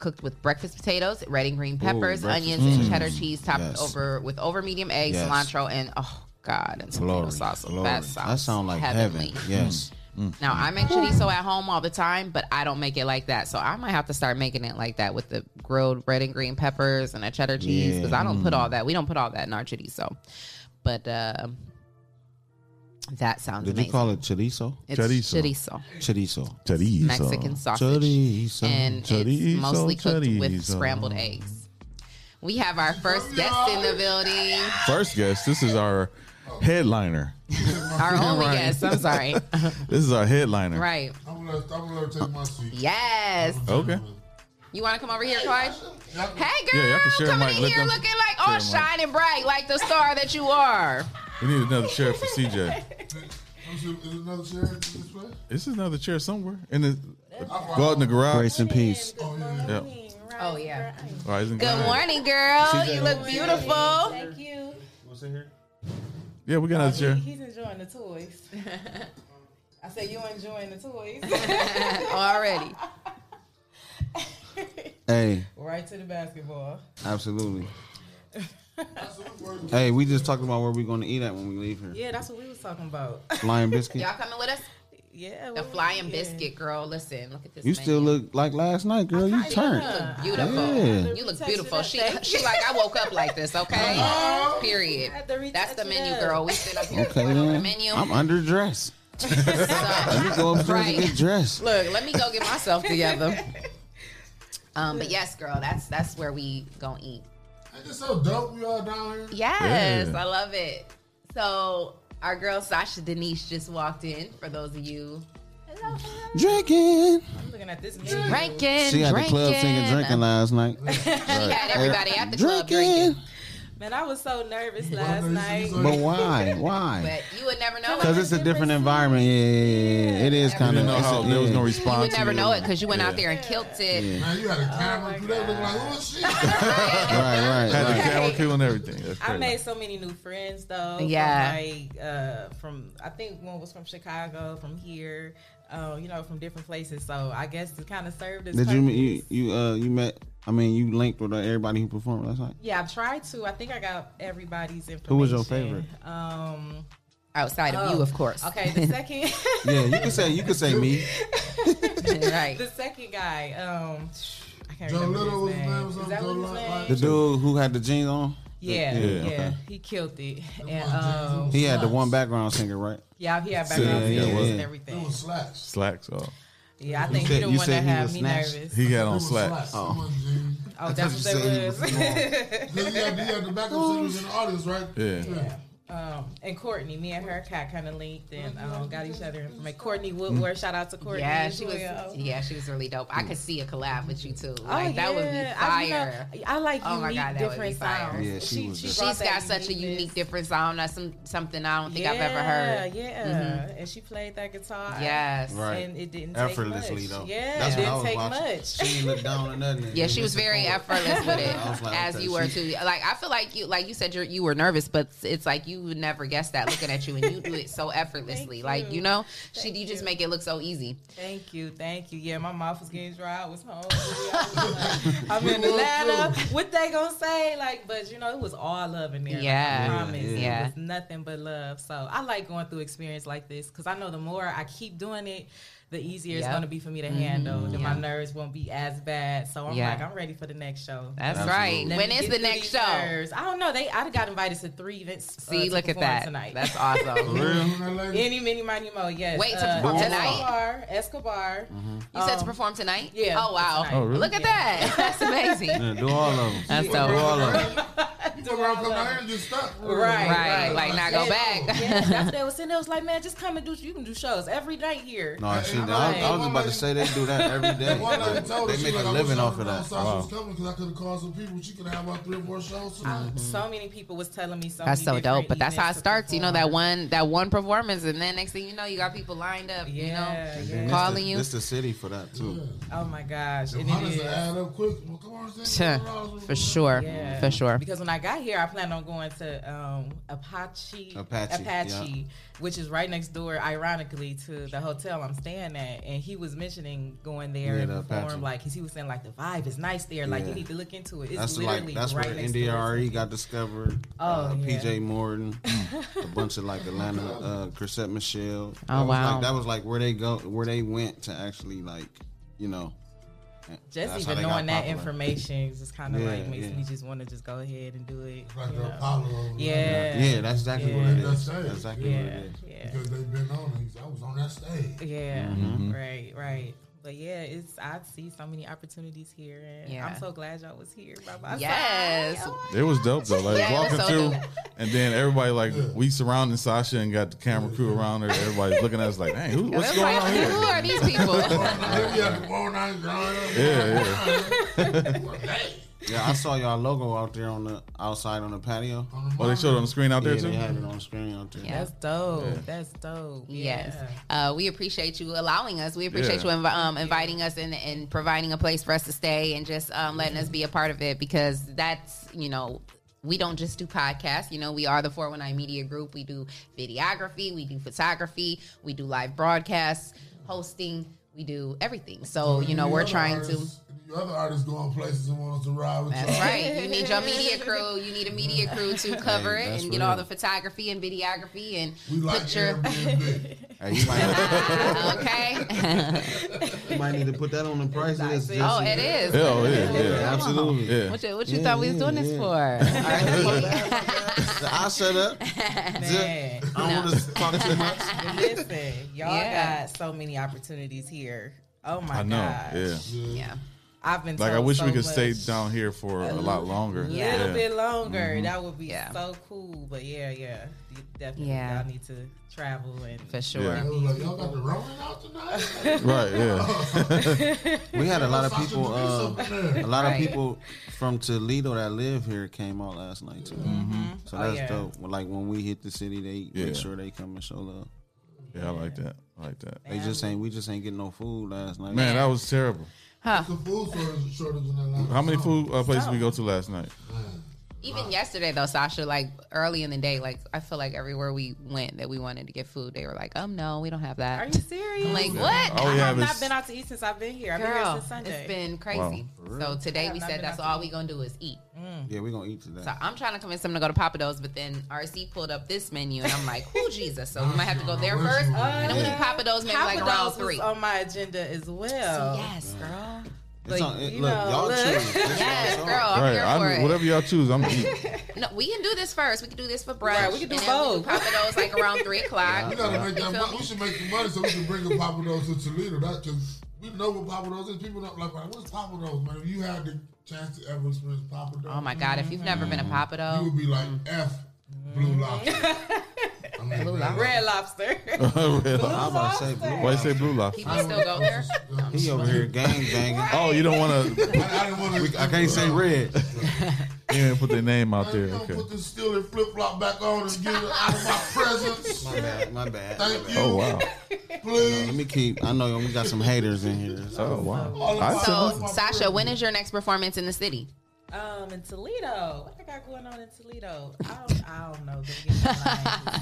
Speaker 10: cooked with breakfast potatoes, red and green peppers,
Speaker 13: breakfast
Speaker 10: onions, and
Speaker 13: potatoes. Mm,
Speaker 10: cheddar cheese, topped
Speaker 13: Yes.
Speaker 10: over with over medium egg,
Speaker 13: Yes.
Speaker 10: cilantro, and oh god, and tomato
Speaker 13: Glory,
Speaker 10: sauce.
Speaker 13: glory.
Speaker 10: That sauce.
Speaker 13: That sound like
Speaker 10: heavenly.
Speaker 13: heaven. Yes.
Speaker 10: Now I make chorizo at home all the time, but I don't make it like that. So I might have to start making it like that with the grilled red and green peppers and a cheddar cheese because I don't put
Speaker 13: Yeah.
Speaker 10: all that. We don't put all that in our chorizo. But uh, that sounds
Speaker 13: Did
Speaker 10: amazing.
Speaker 13: you call it chorizo?
Speaker 10: It's Chorizo.
Speaker 13: Chorizo.
Speaker 12: Chorizo.
Speaker 10: Mexican sausage.
Speaker 13: Chorizo.
Speaker 10: and
Speaker 12: Chorizo,
Speaker 10: it's mostly cooked with
Speaker 12: chorizo.
Speaker 10: scrambled eggs. We have our first guest in the building.
Speaker 12: First guest, this is our headliner.
Speaker 13: <laughs>
Speaker 10: Our only guest. I'm sorry.
Speaker 12: This is our headliner.
Speaker 10: right.
Speaker 11: I'm gonna, I'm gonna take my seat.
Speaker 10: Yes.
Speaker 12: Okay.
Speaker 10: You want to come over here, Clyde? Hey, girl.
Speaker 12: Yeah, y'all can share
Speaker 10: coming
Speaker 12: mic.
Speaker 10: in
Speaker 12: Let
Speaker 10: here
Speaker 12: them-
Speaker 10: looking like
Speaker 12: share
Speaker 10: all
Speaker 12: mic.
Speaker 10: shining bright, like the star that you are.
Speaker 12: We need another chair for CJ.
Speaker 11: Is there Oh, another chair in this place?
Speaker 12: This is another chair somewhere. In the go out in the garage. Grace
Speaker 13: and peace.
Speaker 12: Yep.
Speaker 10: Oh yeah.
Speaker 12: All right, isn't
Speaker 10: Good
Speaker 12: good?
Speaker 10: morning, girl.
Speaker 12: CJ.
Speaker 10: You look beautiful.
Speaker 21: Thank you.
Speaker 12: Yeah, we got another chair.
Speaker 21: He's enjoying the
Speaker 10: <laughs>
Speaker 21: toys. I said you enjoying the toys.
Speaker 10: Already.
Speaker 13: Hey,
Speaker 21: Right to the basketball.
Speaker 13: absolutely. Hey, we just talked about where we're going to eat at when we leave here.
Speaker 21: yeah, that's what we was talking about.
Speaker 13: Flying biscuit.
Speaker 10: Y'all coming with us?
Speaker 21: Yeah.
Speaker 10: The flying biscuit, girl. Listen, look at this.
Speaker 13: You still look like last night, girl. You turned.
Speaker 10: You look beautiful.
Speaker 13: Yeah.
Speaker 10: You look beautiful. She she like I woke up like
Speaker 12: <laughs>
Speaker 10: this, okay?
Speaker 12: Uh-huh.
Speaker 10: Period. That's the menu, girl. We sit up here.
Speaker 13: Okay,
Speaker 10: the
Speaker 13: then.
Speaker 10: menu.
Speaker 13: I'm
Speaker 10: <laughs>
Speaker 13: underdressed. <laughs> Let me go upstairs and get dressed.
Speaker 10: Look, let me go get myself
Speaker 21: <laughs>
Speaker 10: together. Um, but yes, girl, that's that's where we gonna eat.
Speaker 11: Ain't this so dope? We all down here.
Speaker 10: Yes,
Speaker 11: Yeah.
Speaker 10: I love it. So our girl Sasha Denise just walked in. For those of you
Speaker 13: Drinking.
Speaker 21: I'm looking at this
Speaker 10: drinking, drinking,
Speaker 13: She had the club singing drinking last night.
Speaker 21: <laughs>
Speaker 13: <laughs>
Speaker 21: She had everybody at the club
Speaker 13: drinking.
Speaker 21: Man, I was so nervous last night.
Speaker 13: But why?
Speaker 21: <laughs>
Speaker 13: Why?
Speaker 10: But you would never know.
Speaker 13: Because it's a different environment. Yeah, yeah, yeah, yeah. It is kind of.
Speaker 12: didn't know how- there was no response.
Speaker 10: You would never know it because you went
Speaker 12: Yeah.
Speaker 10: out there and killed it. Oh
Speaker 13: Yeah.
Speaker 11: Man, you had a camera. You look like, oh, who is she?
Speaker 13: Right, right.
Speaker 12: Had the
Speaker 13: right.
Speaker 12: camera crew and everything. That's
Speaker 21: I
Speaker 12: crazy.
Speaker 21: made so many new friends though. from,
Speaker 10: Yeah.
Speaker 21: like uh, from I think one was from Chicago, from here, uh, you know, from different places. So I guess it kind of served as.
Speaker 13: Did you
Speaker 21: purpose.
Speaker 13: you you uh you met? I mean, you linked with uh, everybody who performed last night.
Speaker 21: Yeah, I tried to. I think I got everybody's information.
Speaker 13: Who was your favorite?
Speaker 21: Um,
Speaker 10: outside of
Speaker 21: Oh,
Speaker 10: you, of course.
Speaker 21: Okay,
Speaker 10: <laughs>
Speaker 21: the second.
Speaker 13: Yeah, you could say you could say me.
Speaker 10: <laughs> right.
Speaker 21: The second guy. Um, I can't remember his name. Is that what his name?
Speaker 13: The dude who had the jeans on.
Speaker 21: Yeah, yeah,
Speaker 13: okay.
Speaker 21: he killed it, and um,
Speaker 13: He had the one background singer, right?
Speaker 21: Yeah, he had background
Speaker 13: Yeah, yeah,
Speaker 21: singers
Speaker 13: yeah.
Speaker 21: and everything.
Speaker 12: Slacks off.
Speaker 21: Yeah, I think he the one that had me nervous.
Speaker 12: He got on
Speaker 11: He was
Speaker 12: slacks.
Speaker 11: slacks. Oh.
Speaker 21: Oh, that's
Speaker 11: thought
Speaker 21: what
Speaker 11: you said
Speaker 21: that
Speaker 11: he was
Speaker 21: was.
Speaker 11: Then he had, he had the backup singers in the audience, right?
Speaker 12: Yeah.
Speaker 21: Um, and Courtney, me and her cat kind of linked and
Speaker 11: Oh,
Speaker 21: um, got each other information. Courtney Woodward, shout out to Courtney.
Speaker 10: <laughs> yeah,
Speaker 21: as
Speaker 10: she was.
Speaker 21: well.
Speaker 10: Yeah, she was really dope. I could see a collab with you too. Like that would be
Speaker 21: Oh, I, you know,
Speaker 10: fire.
Speaker 21: I like
Speaker 10: Oh my
Speaker 21: unique
Speaker 10: God, that would be
Speaker 21: different
Speaker 10: fire.
Speaker 21: sounds.
Speaker 13: Yeah, she was
Speaker 10: She's
Speaker 21: brought that
Speaker 10: got such a unique, different sound. That's some, something I don't think I've ever heard.
Speaker 21: Yeah,
Speaker 10: Mhm.
Speaker 21: yeah. And she played that guitar.
Speaker 10: Yes.
Speaker 13: Right.
Speaker 21: And it didn't
Speaker 13: Effortlessly
Speaker 21: take
Speaker 13: though.
Speaker 21: much. Yeah,
Speaker 13: That's
Speaker 21: it
Speaker 13: what I
Speaker 21: didn't
Speaker 13: was
Speaker 21: take
Speaker 13: watching.
Speaker 21: much.
Speaker 13: She didn't look down or nothing.
Speaker 10: Yeah, she
Speaker 13: It
Speaker 10: was
Speaker 13: a
Speaker 10: very
Speaker 13: chord.
Speaker 10: effortless with it,
Speaker 13: I was like,
Speaker 10: as
Speaker 13: okay,
Speaker 10: you were
Speaker 13: she-
Speaker 10: too. Like I feel like you, like you said, you're, you were nervous, but it's like you would never guess that looking at you, and you do
Speaker 21: <laughs>
Speaker 10: it so effortlessly. like you know, she, you just make it look so easy.
Speaker 21: Thank you, thank you. Yeah, my mouth was getting dry. I was home. I was like, I'm in Atlanta. What they gonna say? Like, but you know, it was all love in there. Like,
Speaker 10: Yeah.
Speaker 21: I promise.
Speaker 10: Yeah, yeah.
Speaker 21: It was nothing but love. So I like going through experience like this because I know the more I keep doing it, the easier it's
Speaker 10: Yep.
Speaker 21: gonna be for me to
Speaker 10: Mhm.
Speaker 21: handle. Then
Speaker 10: Yeah.
Speaker 21: my nerves won't be as bad. So I'm
Speaker 10: Yeah.
Speaker 21: like, I'm ready for the next show.
Speaker 10: That's right.
Speaker 21: Let
Speaker 10: When
Speaker 21: me
Speaker 10: is
Speaker 21: get
Speaker 10: the
Speaker 21: through
Speaker 10: next
Speaker 21: these
Speaker 10: show?
Speaker 21: nerves. I don't know. They I got invited to three events. uh,
Speaker 10: See,
Speaker 21: to
Speaker 10: look at
Speaker 21: perform
Speaker 10: that.
Speaker 21: Tonight.
Speaker 10: That's awesome. For
Speaker 21: <laughs>
Speaker 10: real?
Speaker 21: Any, many, miny, mo. Yes. uh,
Speaker 10: Wait, to perform tonight? Mm-hmm.
Speaker 21: Escobar. Escobar.
Speaker 10: You said to
Speaker 21: Um,
Speaker 10: perform tonight?
Speaker 21: yeah,
Speaker 10: Oh wow!
Speaker 21: tonight. Oh, really?
Speaker 10: Look at that. That's amazing.
Speaker 13: Yeah, do all of them.
Speaker 10: That's
Speaker 13: do
Speaker 10: dope.
Speaker 13: all of them.
Speaker 11: You fuck around, come out here and just stop.
Speaker 21: Right,
Speaker 10: Right, like, not go back.
Speaker 21: Yeah, that's
Speaker 10: <laughs>
Speaker 21: what they was sitting there. Was like, man, just come and do. You can do shows every night here.
Speaker 13: No,
Speaker 21: <laughs>
Speaker 13: she, I, was, I was about to say they do that every day.
Speaker 11: One lady told us,
Speaker 13: they
Speaker 11: she
Speaker 13: make
Speaker 11: like,
Speaker 13: a
Speaker 11: I wish
Speaker 13: living
Speaker 11: I
Speaker 13: off of
Speaker 11: would've known
Speaker 13: that.
Speaker 11: Sasha was coming because I could have called some people. She could have about three or four shows.
Speaker 21: I-
Speaker 11: tonight.
Speaker 21: Um, So many people was telling me so.
Speaker 10: That's
Speaker 21: many
Speaker 10: so dope.
Speaker 21: different
Speaker 10: But that's how it
Speaker 21: events to
Speaker 10: starts. You know that
Speaker 21: perform.
Speaker 10: one that one performance, and then next thing you know, you got people lined up.
Speaker 21: Yeah,
Speaker 10: you know,
Speaker 21: yeah.
Speaker 10: calling you.
Speaker 13: It's the city for that too.
Speaker 21: Oh my gosh! And it
Speaker 11: Honestly,
Speaker 21: is.
Speaker 11: add up quick. Well, come on, say
Speaker 10: Huh, for sure,
Speaker 21: Yeah.
Speaker 10: for sure.
Speaker 21: Because when I got here, I planned on going to um, Apache,
Speaker 10: Apache,
Speaker 21: Apache,
Speaker 10: yeah.
Speaker 21: which is right next door, ironically, to the hotel I'm staying at. And he was mentioning going there
Speaker 13: Yeah,
Speaker 21: and
Speaker 13: the
Speaker 21: perform,
Speaker 13: Apache.
Speaker 21: like, 'cause he was saying like the vibe is nice there. Like
Speaker 13: Yeah.
Speaker 21: you need to look into it. It's
Speaker 13: that's
Speaker 21: literally
Speaker 13: like that's
Speaker 21: right
Speaker 13: where
Speaker 21: next door.
Speaker 13: NDRE E got discovered.
Speaker 21: Oh,
Speaker 13: uh,
Speaker 21: yeah.
Speaker 13: PJ Morton, a bunch of like Atlanta, uh, Chrisette Michelle.
Speaker 10: Oh,
Speaker 13: That was
Speaker 10: wow.
Speaker 13: like, that was like where they go, where they went to actually like, you know.
Speaker 21: Just
Speaker 13: that's how
Speaker 21: even
Speaker 13: they got
Speaker 21: knowing that
Speaker 13: popular.
Speaker 21: information is just kind of
Speaker 13: Yeah,
Speaker 21: like makes
Speaker 13: yeah.
Speaker 21: me just want to just go ahead and do it.
Speaker 11: Like
Speaker 21: you
Speaker 11: the
Speaker 21: know?
Speaker 11: Apollo over
Speaker 21: Yeah.
Speaker 11: there.
Speaker 13: Yeah, that's exactly what it
Speaker 11: That's
Speaker 13: is. That's exactly what it
Speaker 21: is.
Speaker 11: Because they've been on these. I was on that stage.
Speaker 21: Yeah,
Speaker 13: Mm-hmm.
Speaker 11: Mhm.
Speaker 21: right, right. But yeah, it's I see so many opportunities here, and
Speaker 10: Yeah.
Speaker 21: I'm so glad y'all was here. By my
Speaker 10: Yes.
Speaker 21: side. Oh,
Speaker 12: It was dope though.
Speaker 21: <laughs>
Speaker 12: Like
Speaker 21: Yeah, it was
Speaker 12: walking
Speaker 21: so
Speaker 12: through,
Speaker 21: dope.
Speaker 12: and then everybody like we surrounding Sasha and got the camera crew around her. Everybody's looking at us like, "Hey, who, what's
Speaker 10: That's
Speaker 12: going
Speaker 10: like,
Speaker 12: on here?"
Speaker 10: Who are these people?
Speaker 12: <laughs> Yeah,
Speaker 13: <laughs> Yeah, I saw y'all logo out there on the outside on the patio.
Speaker 12: Oh, they showed it on the screen out there,
Speaker 13: yeah,
Speaker 12: too?
Speaker 13: They have it on the screen out there.
Speaker 21: That's dope. That's dope.
Speaker 10: Yes.
Speaker 21: Yeah.
Speaker 10: Uh, we appreciate you allowing us. We appreciate
Speaker 21: Yeah.
Speaker 10: you inv- um, inviting us and, and providing a place for us to stay and just um, letting us be a part of it because that's, you know, we don't just do podcasts. You know, we are the 419 Media Group. We do videography, we do photography, we do live broadcasts, hosting, we do everything. So, you know, we're
Speaker 11: Other
Speaker 10: trying to.
Speaker 11: artists- You other artists going places and want us to ride with
Speaker 10: That's
Speaker 11: y'all.
Speaker 10: right. You need your <laughs> media crew. You need a media crew to cover
Speaker 11: Hey,
Speaker 10: it
Speaker 11: that's
Speaker 10: and get all
Speaker 11: real.
Speaker 10: the photography and videography and
Speaker 11: We like
Speaker 10: picture. <laughs>
Speaker 13: Hey, you might,
Speaker 10: okay.
Speaker 13: you might need to put that on the price list.
Speaker 10: Oh,
Speaker 13: Jesse.
Speaker 10: it is.
Speaker 12: Yeah, oh, yeah, yeah.
Speaker 13: absolutely.
Speaker 10: What you, what you thought we was doing this for? <laughs>
Speaker 13: I shut up.
Speaker 21: Man.
Speaker 13: I don't want to talk too much.
Speaker 21: <laughs> Listen, y'all
Speaker 10: Yeah.
Speaker 21: got so many opportunities here. Oh my
Speaker 12: I know.
Speaker 21: gosh.
Speaker 12: Yeah.
Speaker 10: Yeah.
Speaker 21: I've been
Speaker 12: Like I
Speaker 21: told
Speaker 12: wish we
Speaker 21: so
Speaker 12: could stay
Speaker 21: much.
Speaker 12: down here for a lot longer.
Speaker 21: A little bit longer.
Speaker 12: Mhm.
Speaker 21: That would be so cool. But yeah, yeah, You definitely.
Speaker 10: Yeah.
Speaker 21: y'all need to travel and
Speaker 10: For sure.
Speaker 12: Yeah.
Speaker 21: meet
Speaker 11: Like, y'all
Speaker 21: people.
Speaker 11: got the
Speaker 10: <laughs>
Speaker 11: rolling out tonight?
Speaker 12: Right, yeah.
Speaker 13: <laughs> We had a lot of
Speaker 11: Sausage
Speaker 13: people.
Speaker 11: and
Speaker 13: Uh,
Speaker 11: beef something.
Speaker 13: a lot of
Speaker 11: Right.
Speaker 13: people from Toledo that live here came out last night too. So
Speaker 11: Oh,
Speaker 13: that's
Speaker 11: yeah.
Speaker 13: dope. Well, Like when we hit the city, they
Speaker 12: Yeah.
Speaker 13: make sure they come and show love.
Speaker 12: Yeah, I like that. I like that.
Speaker 13: They just ain't. We just ain't getting no food last night.
Speaker 12: Man, that was terrible.
Speaker 10: Huh.
Speaker 11: <laughs> The food shortage shortage in Atlanta.
Speaker 12: uh, How many food uh, places we go to last night?
Speaker 10: Even yesterday though, Sasha, like early in the day, like I feel like everywhere we went that we wanted to get food, they were like, "Um, no, we don't have that."
Speaker 21: Are you serious?
Speaker 10: I'm like, what?
Speaker 21: I have not been out to eat since I've been here. I've been here
Speaker 10: Girl,
Speaker 21: since Sunday.
Speaker 10: it's been crazy. so
Speaker 21: I
Speaker 10: today
Speaker 21: have
Speaker 10: we
Speaker 21: not
Speaker 10: said
Speaker 21: been
Speaker 10: that's
Speaker 21: out to
Speaker 10: all
Speaker 21: eat.
Speaker 10: we gonna do is eat.
Speaker 13: Yeah, we're gonna eat today.
Speaker 10: So I'm trying to convince them to go to Papa Do's, but then RC pulled up this menu, and I'm like, "Who Jesus?" So we might have to go there first, and then we do Papa Do's maybe like
Speaker 21: Papa
Speaker 10: round
Speaker 21: Do's was
Speaker 10: three.
Speaker 21: on my agenda as well.
Speaker 10: yes, girl.
Speaker 13: It's on- it-
Speaker 21: you
Speaker 13: look,
Speaker 21: know,
Speaker 13: y'all
Speaker 21: look. <laughs>
Speaker 13: choose.
Speaker 10: Yes, girl, I'm
Speaker 12: Right,
Speaker 10: here for
Speaker 12: I'm,
Speaker 10: it.
Speaker 12: whatever y'all choose, <laughs>
Speaker 10: <laughs>
Speaker 12: I'm eating.
Speaker 10: No, we can do this first. We can do this for brunch.
Speaker 11: Right, we can do
Speaker 10: and then
Speaker 11: both.
Speaker 10: We do Papa Do's like around three o'clock.
Speaker 11: We gotta make
Speaker 10: You
Speaker 11: that
Speaker 10: feel
Speaker 11: money.
Speaker 10: me?
Speaker 11: We should make the money so we can bring the Papa Do's to Toledo. That because we know what Papa Do's is. People don't like, like what's Papa Do's, man. If you had the chance to ever experience Papa Do's,
Speaker 10: Oh my God! If you've never been a Papa
Speaker 11: you
Speaker 10: Do,
Speaker 11: would be like F Blue
Speaker 13: <laughs>
Speaker 11: Lobster. I mean,
Speaker 10: Blue
Speaker 11: man,
Speaker 21: Red lobster.
Speaker 12: Red lobster.
Speaker 13: I'm about to say blue.
Speaker 12: Why you say blue lobster?
Speaker 10: people still go there.
Speaker 13: He over here gang banging.
Speaker 12: <laughs> Oh, you
Speaker 13: <laughs>
Speaker 12: don't want to.
Speaker 13: We- I can't say <laughs> red.
Speaker 12: You didn't put their name out there.
Speaker 11: I'm gonna
Speaker 12: Okay.
Speaker 11: put this stealing flip flop back on and get it out
Speaker 13: <laughs>
Speaker 11: of my presence.
Speaker 13: My bad. My bad.
Speaker 11: Thank you.
Speaker 13: Oh wow.
Speaker 11: Please.
Speaker 13: Let me keep. I know we got some haters in here. So. Oh
Speaker 11: wow.
Speaker 10: So Sasha, when is your next performance in the city?
Speaker 21: Um, in Toledo, what I got going on in Toledo? I don't, I don't know. Don't get me lying.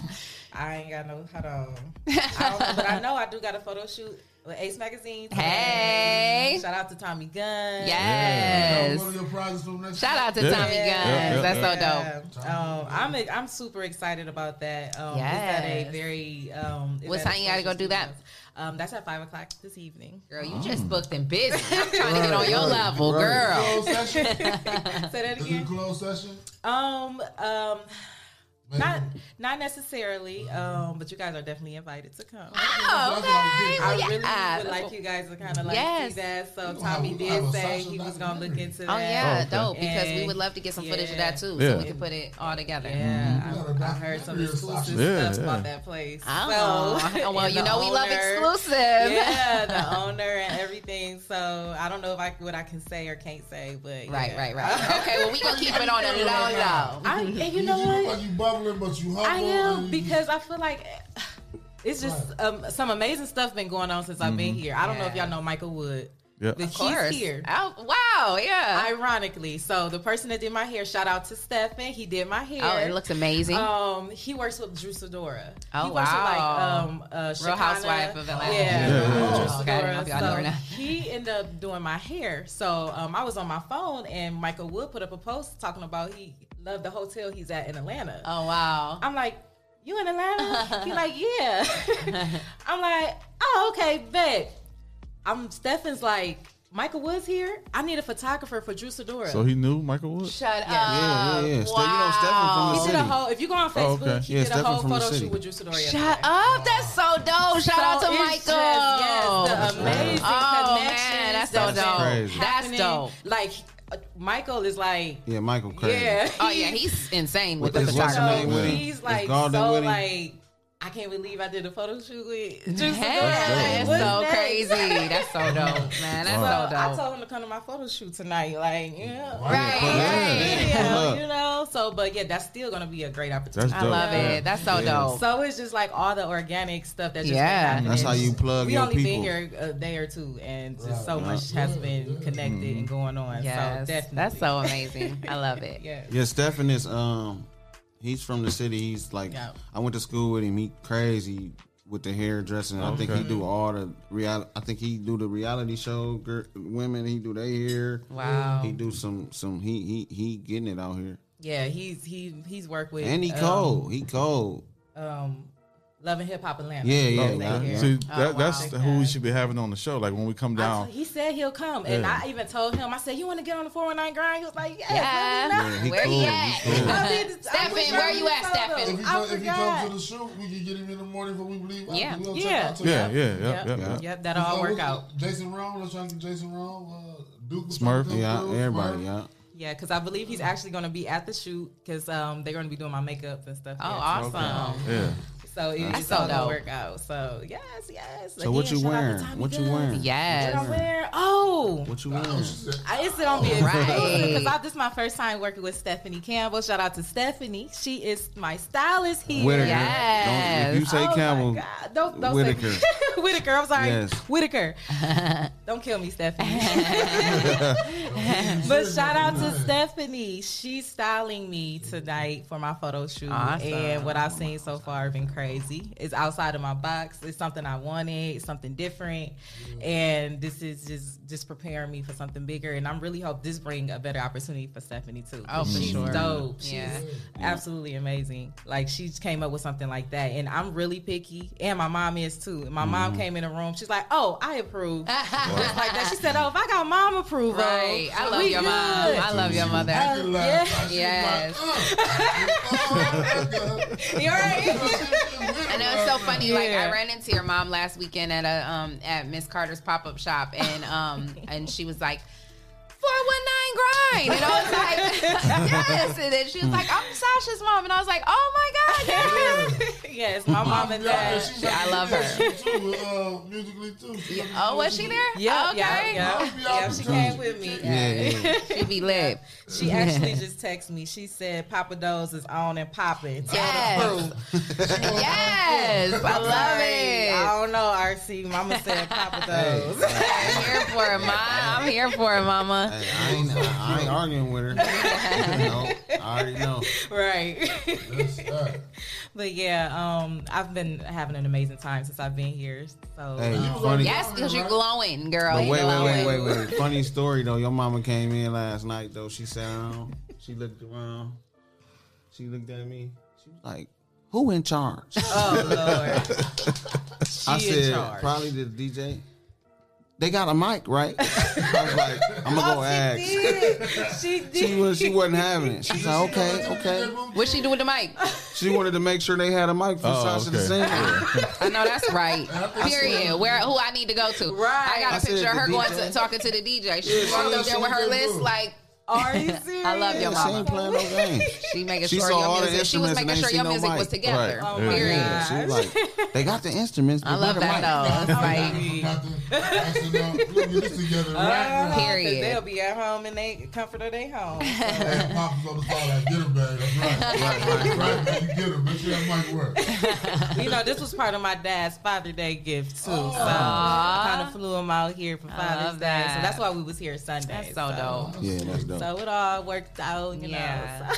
Speaker 21: I ain't got no. Hold on. I don't know, but I know I do got a photo shoot with Ace Magazine. today.
Speaker 10: Hey.
Speaker 21: shout out to Tommy Gunn.
Speaker 10: Yes.
Speaker 11: One of your prizes from next
Speaker 10: Shout
Speaker 11: year.
Speaker 10: out to Yeah. Tommy Yeah. Guns. Yeah, That's yeah,
Speaker 21: so dope. Um, I'm I'm super excited about that. Um, Is that a
Speaker 10: Yes.
Speaker 21: very um, is
Speaker 10: What
Speaker 21: that a
Speaker 10: time you gotta go
Speaker 21: social
Speaker 10: do that?
Speaker 21: studios? Um, that's at five o'clock this evening.
Speaker 10: Girl, you just booked and busy. I'm trying to get on your level, girl.
Speaker 11: Closed
Speaker 10: <laughs>
Speaker 11: session.
Speaker 21: Say that
Speaker 11: Is it
Speaker 21: again.
Speaker 11: closed session?
Speaker 21: Um, um, not not necessarily. Um, but you guys are definitely invited to come.
Speaker 10: Oh, okay.
Speaker 21: I
Speaker 10: Well,
Speaker 21: really
Speaker 10: yeah.
Speaker 21: would like you guys to kind of like
Speaker 10: Yes.
Speaker 21: see that. So
Speaker 10: have-
Speaker 21: Tommy
Speaker 10: we
Speaker 21: did
Speaker 10: have a
Speaker 21: say
Speaker 10: social
Speaker 21: he was gonna look into that.
Speaker 10: Oh yeah, dope. Because we
Speaker 21: And
Speaker 10: would love to get some footage of
Speaker 21: yeah.
Speaker 10: that too,
Speaker 21: Yeah.
Speaker 10: so we can put it all together. Mm-hmm.
Speaker 21: Yeah, I, I heard some exclusive
Speaker 10: Yeah,
Speaker 21: stuff
Speaker 10: yeah.
Speaker 21: about that place.
Speaker 10: Oh.
Speaker 21: <laughs> So,
Speaker 10: <laughs> Well,
Speaker 21: and
Speaker 10: you
Speaker 21: the
Speaker 10: know we love exclusive. <laughs>
Speaker 21: Yeah, the owner and everything. So I don't know if I what I can say or can't say, but
Speaker 10: Right,
Speaker 21: yeah.
Speaker 10: right, right. Okay, well
Speaker 21: <laughs>
Speaker 10: we gonna keep it on the low low.
Speaker 21: I, and <laughs> you know
Speaker 11: you
Speaker 21: what?
Speaker 11: Look like you bubbling, but you humble.
Speaker 21: I
Speaker 11: and
Speaker 21: am
Speaker 11: you
Speaker 21: because I feel like it's just um, some amazing stuff been going on since I've been here. I don't know if y'all know Michael Wood.
Speaker 12: Yeah.
Speaker 21: But
Speaker 12: Of
Speaker 10: Mm-hmm. course.
Speaker 21: he's here.
Speaker 10: wow, yeah.
Speaker 21: Ironically, so the person that did my hair, shout out to Stefan. He did my hair.
Speaker 10: Oh, it looks amazing.
Speaker 21: Um, he works with Drew Sidora.
Speaker 10: Oh,
Speaker 21: he works
Speaker 10: wow.
Speaker 21: With, like, um, uh,
Speaker 10: Real
Speaker 21: Shekinah.
Speaker 10: Housewife of Atlanta.
Speaker 21: Yeah.
Speaker 10: Yeah, yeah,
Speaker 21: Drew
Speaker 10: yeah. Okay, I didn't know if y'all knew
Speaker 21: Sidora.
Speaker 10: or not.
Speaker 21: So he ended up doing my hair. So um, I was on my phone, and Michael Wood put up a post talking about he loved the hotel he's at in Atlanta.
Speaker 10: Oh wow.
Speaker 21: I'm like, you in Atlanta?
Speaker 10: <laughs>
Speaker 21: he like, yeah. I'm like, oh, okay, bet. I'm Stefan's like, Michael Woods here. I need a photographer for Drew Sidora.
Speaker 12: So he knew Michael Wood.
Speaker 10: Shut
Speaker 21: Yeah.
Speaker 10: up.
Speaker 12: Yeah, yeah, yeah. Ste- you know
Speaker 10: Wow.
Speaker 12: Stefan from the
Speaker 21: he did a
Speaker 12: city.
Speaker 21: whole. If you go on
Speaker 12: Oh,
Speaker 21: Facebook,
Speaker 12: okay.
Speaker 21: he
Speaker 12: Yeah,
Speaker 21: did
Speaker 12: Stefan
Speaker 21: a whole
Speaker 12: from the
Speaker 21: photo
Speaker 12: city.
Speaker 21: shoot with Drew Sidora.
Speaker 10: Shut up. That's so dope. Oh, Shout out to
Speaker 21: So
Speaker 10: Michael.
Speaker 21: it's just, yes, the amazing
Speaker 10: oh,
Speaker 21: connections.
Speaker 10: Man, that's so
Speaker 13: that's
Speaker 10: dope.
Speaker 13: crazy.
Speaker 10: That's
Speaker 21: happening.
Speaker 10: dope.
Speaker 21: Like uh, Michael is like,
Speaker 13: Yeah, Michael crazy.
Speaker 21: yeah.
Speaker 10: Oh yeah, he's insane with,
Speaker 13: With
Speaker 10: the
Speaker 13: his last
Speaker 10: photography.
Speaker 13: name with it.
Speaker 21: he's
Speaker 13: Is
Speaker 21: like so
Speaker 13: Garden with him?
Speaker 21: like. I can't believe I did a photo shoot with Drew Sidora.
Speaker 10: Hey,
Speaker 21: Like,
Speaker 10: that's
Speaker 21: what's
Speaker 10: so
Speaker 21: next?
Speaker 10: crazy. That's so dope,
Speaker 21: <laughs>
Speaker 10: man. That's so
Speaker 21: I
Speaker 10: dope.
Speaker 21: told him to come to my photo shoot tonight. Like, yeah,
Speaker 10: Right, Right, pull
Speaker 12: right. up. Pull up.
Speaker 21: you know. So, but yeah, that's still gonna be a great opportunity.
Speaker 12: That's I dope. love it. Yeah. That's so Yeah. dope.
Speaker 21: So it's just like all the organic stuff that just
Speaker 10: Yeah.
Speaker 21: yeah. Happening.
Speaker 13: That's how you plug
Speaker 21: We
Speaker 13: your
Speaker 21: only
Speaker 13: people.
Speaker 21: been here a day or two, and just so much has been connected
Speaker 13: Mm-hmm.
Speaker 21: and going on.
Speaker 10: Yes.
Speaker 21: So definitely,
Speaker 10: That's so amazing. <laughs> I love it.
Speaker 21: yeah.
Speaker 13: Yeah, Stefan is um, he's from the city. He's like,
Speaker 21: Yeah.
Speaker 13: I went to school with him. He crazy with the hairdressing. I think he
Speaker 12: Okay.
Speaker 13: do all the real. I think he do the reality show gir- women. He do their hair.
Speaker 21: Wow.
Speaker 13: He do some some. He he he getting it out here.
Speaker 21: Yeah, he's he he's worked with
Speaker 13: and he
Speaker 21: um,
Speaker 13: cold. He cold.
Speaker 21: Um, loving hip hop Atlanta.
Speaker 13: Yeah, yeah,
Speaker 21: They
Speaker 13: yeah.
Speaker 21: here.
Speaker 12: See,
Speaker 21: Oh,
Speaker 12: that,
Speaker 21: wow.
Speaker 12: that's who we should be having on the show. Like when we come down,
Speaker 21: He said he'll come, and
Speaker 12: Yeah.
Speaker 21: I even told him. I said, "You want to get on the four one nine grind?" He was like, "Yeah, let me
Speaker 10: Yeah.
Speaker 21: know."
Speaker 10: Yeah, he Where cool, he at? he cool.
Speaker 21: I did- I
Speaker 10: Stefan,
Speaker 21: wish
Speaker 10: where
Speaker 21: I
Speaker 10: you
Speaker 21: would
Speaker 10: at,
Speaker 21: have told
Speaker 10: Stefan?
Speaker 11: If
Speaker 21: him. I
Speaker 11: he, come, if he
Speaker 21: forgot.
Speaker 11: comes to the shoot, we can get him in the morning before we leave.
Speaker 21: Yeah.
Speaker 11: we'll
Speaker 21: Yeah.
Speaker 11: check out
Speaker 12: Yeah,
Speaker 11: tonight.
Speaker 12: yeah, yeah, yeah, yeah.
Speaker 21: Yep, that'll all
Speaker 11: So
Speaker 21: work
Speaker 11: what's-
Speaker 21: out.
Speaker 11: Jason Rome, let's try to get Jason Rome, uh, Duke. was trying
Speaker 13: Smurf.
Speaker 11: to come
Speaker 13: Yeah,
Speaker 11: through,
Speaker 13: everybody.
Speaker 11: Smurf.
Speaker 13: Yeah.
Speaker 21: Yeah, because I believe
Speaker 13: Mm.
Speaker 21: he's actually going to be at the shoot because um, they're going to be doing my makeup and stuff.
Speaker 10: Oh,
Speaker 21: there, too.
Speaker 10: awesome.
Speaker 12: Yeah.
Speaker 21: So it-
Speaker 10: That's
Speaker 21: it's
Speaker 10: so
Speaker 21: all going
Speaker 10: dope.
Speaker 21: to work out. So yes, yes.
Speaker 13: So what
Speaker 21: Again,
Speaker 13: you
Speaker 21: shout out to
Speaker 13: wearing?
Speaker 21: Tommy
Speaker 13: What you
Speaker 21: Gunn.
Speaker 13: wearing?
Speaker 10: Yes.
Speaker 21: What I wear? Oh.
Speaker 13: What you wearing?
Speaker 21: <laughs> I, it's gonna be exclusive
Speaker 13: <laughs>
Speaker 10: Right.
Speaker 21: because I this is my first time working with Stephanie Campbell. Shout out to Stephanie. She is my stylist here.
Speaker 13: Whitaker. Don't- if you say
Speaker 21: Oh my
Speaker 13: Campbell,
Speaker 21: God. Don't, don't
Speaker 13: Whitaker.
Speaker 21: Say, <laughs> Whitaker. I'm sorry,
Speaker 13: Yes. <laughs>
Speaker 21: Whitaker. Don't kill me, Stephanie. but shout out to Stephanie. She's styling me tonight for my photo shoot,
Speaker 10: Awesome.
Speaker 21: and what I've seen so far have been crazy. It's outside of my box. It's something I wanted. It's something different,
Speaker 10: Mm-hmm.
Speaker 21: and this is just just preparing me for something bigger. And I'm really hope this bring a better opportunity for Stephanie too.
Speaker 10: Oh, for
Speaker 21: she's
Speaker 10: sure.
Speaker 21: Dope. She's
Speaker 10: Yeah.
Speaker 21: absolutely amazing. Like she just came up with something like that, and I'm really picky, and my mom is too. And my mom
Speaker 10: Mhm.
Speaker 21: came in the room. She's like, "Oh, I
Speaker 10: <laughs>
Speaker 21: approve." Just like that. She said, "Oh, if I got mom approval,
Speaker 10: Right. I love
Speaker 21: we
Speaker 10: your
Speaker 21: good." Uh,
Speaker 10: mom. I love your mother.
Speaker 21: Yeah.
Speaker 10: Yes.
Speaker 21: <laughs> You're
Speaker 10: I know it's so funny. Like
Speaker 21: Yeah.
Speaker 10: I ran into your mom last weekend at a um at Miss Carter's pop up shop,
Speaker 21: <laughs>
Speaker 10: and um and she was like. 419 grind. And I was like, <laughs> yes. And then she was like, I'm Sasha's mom. And I was like, oh my God, yes.
Speaker 21: <laughs> yes, my mom and dad.
Speaker 10: I
Speaker 21: <laughs>
Speaker 10: love her.
Speaker 11: uh, musically too.
Speaker 10: Oh, was she there?
Speaker 21: Yeah,
Speaker 10: Okay.
Speaker 21: yeah, yeah. yeah. She came with me.
Speaker 10: Yeah,
Speaker 21: <laughs>
Speaker 10: yeah. She be lit.
Speaker 21: She actually just texted me. She said, "Papa Do's is on and popping." Tell <laughs>
Speaker 10: Yes.
Speaker 21: the
Speaker 13: Oh.
Speaker 21: crew.
Speaker 10: Yes, I love
Speaker 21: Sorry.
Speaker 10: it.
Speaker 21: I don't know, RC. Mama said Papa Do's.
Speaker 10: I'm
Speaker 13: <laughs>
Speaker 10: here for it, ma. I'm here for it, mama.
Speaker 13: I ain't, I ain't arguing with her. <laughs> no, I already know.
Speaker 21: right. but yeah, um, I've been having an amazing time since I've been here. So
Speaker 13: Hey,
Speaker 21: um,
Speaker 13: you funny.
Speaker 10: Yes, because you're glowing, girl.
Speaker 13: But
Speaker 10: You're
Speaker 13: wait, wait, wait,
Speaker 10: glowing.
Speaker 13: wait, wait. Funny story though. Your mama came in last night though. She sat down. She looked around. She looked at me. She was like, "Who in <laughs> charge?"
Speaker 21: Oh Lord.
Speaker 13: I
Speaker 21: She in
Speaker 13: said,
Speaker 21: charge.
Speaker 13: "Probably the DJ." They got a mic, right? I was like, "I'm gonna go ask."
Speaker 21: Oh, She
Speaker 13: She was. She wasn't having it. She's
Speaker 21: <laughs>
Speaker 13: like, "Okay, okay."
Speaker 10: What she do with the mic?
Speaker 13: She wanted to make sure they had a mic for
Speaker 12: Oh,
Speaker 13: Sasha to
Speaker 12: okay.
Speaker 13: sing.
Speaker 10: I know that's right. Period. Where who I need to go to? Right. I got
Speaker 13: I
Speaker 10: a
Speaker 13: said
Speaker 10: picture of
Speaker 13: the
Speaker 10: her going
Speaker 13: DJ.
Speaker 10: to talking to the DJ.
Speaker 13: Yeah,
Speaker 10: She
Speaker 13: she
Speaker 10: walked up
Speaker 13: was-
Speaker 10: there
Speaker 13: she
Speaker 10: with her
Speaker 13: was
Speaker 10: list.
Speaker 13: good.
Speaker 10: Like,
Speaker 21: are you
Speaker 10: <laughs> I love your
Speaker 13: Yeah, she
Speaker 10: mama.
Speaker 13: ain't playing no
Speaker 10: <laughs>
Speaker 13: games.
Speaker 10: She making
Speaker 13: She
Speaker 10: sure
Speaker 13: saw all
Speaker 10: your
Speaker 13: the
Speaker 10: music. She was
Speaker 13: instruments
Speaker 10: making
Speaker 13: and
Speaker 10: sure
Speaker 13: ain't
Speaker 10: your
Speaker 13: seen no
Speaker 10: music
Speaker 13: mic.
Speaker 10: was together.
Speaker 13: Right. Oh, my
Speaker 10: Period.
Speaker 13: Yeah, she was
Speaker 10: <laughs>
Speaker 13: like, "They got the instruments."
Speaker 10: I
Speaker 13: but
Speaker 10: love
Speaker 13: where the
Speaker 10: that
Speaker 13: mic?" <laughs>
Speaker 10: though. <laughs>
Speaker 21: Uh, 'cause
Speaker 10: Period.
Speaker 21: They'll be at home in they comfort of their home. So.
Speaker 10: <laughs>
Speaker 21: you know, this was part of my dad's Father's Day gift too. So I kind of flew him out here for Father's
Speaker 10: love
Speaker 21: Day. So
Speaker 10: that.
Speaker 21: that's why we was here Sunday.
Speaker 10: That's so dope.
Speaker 13: Yeah, that's dope.
Speaker 21: So it all worked out, you know.
Speaker 10: Yeah.
Speaker 21: So.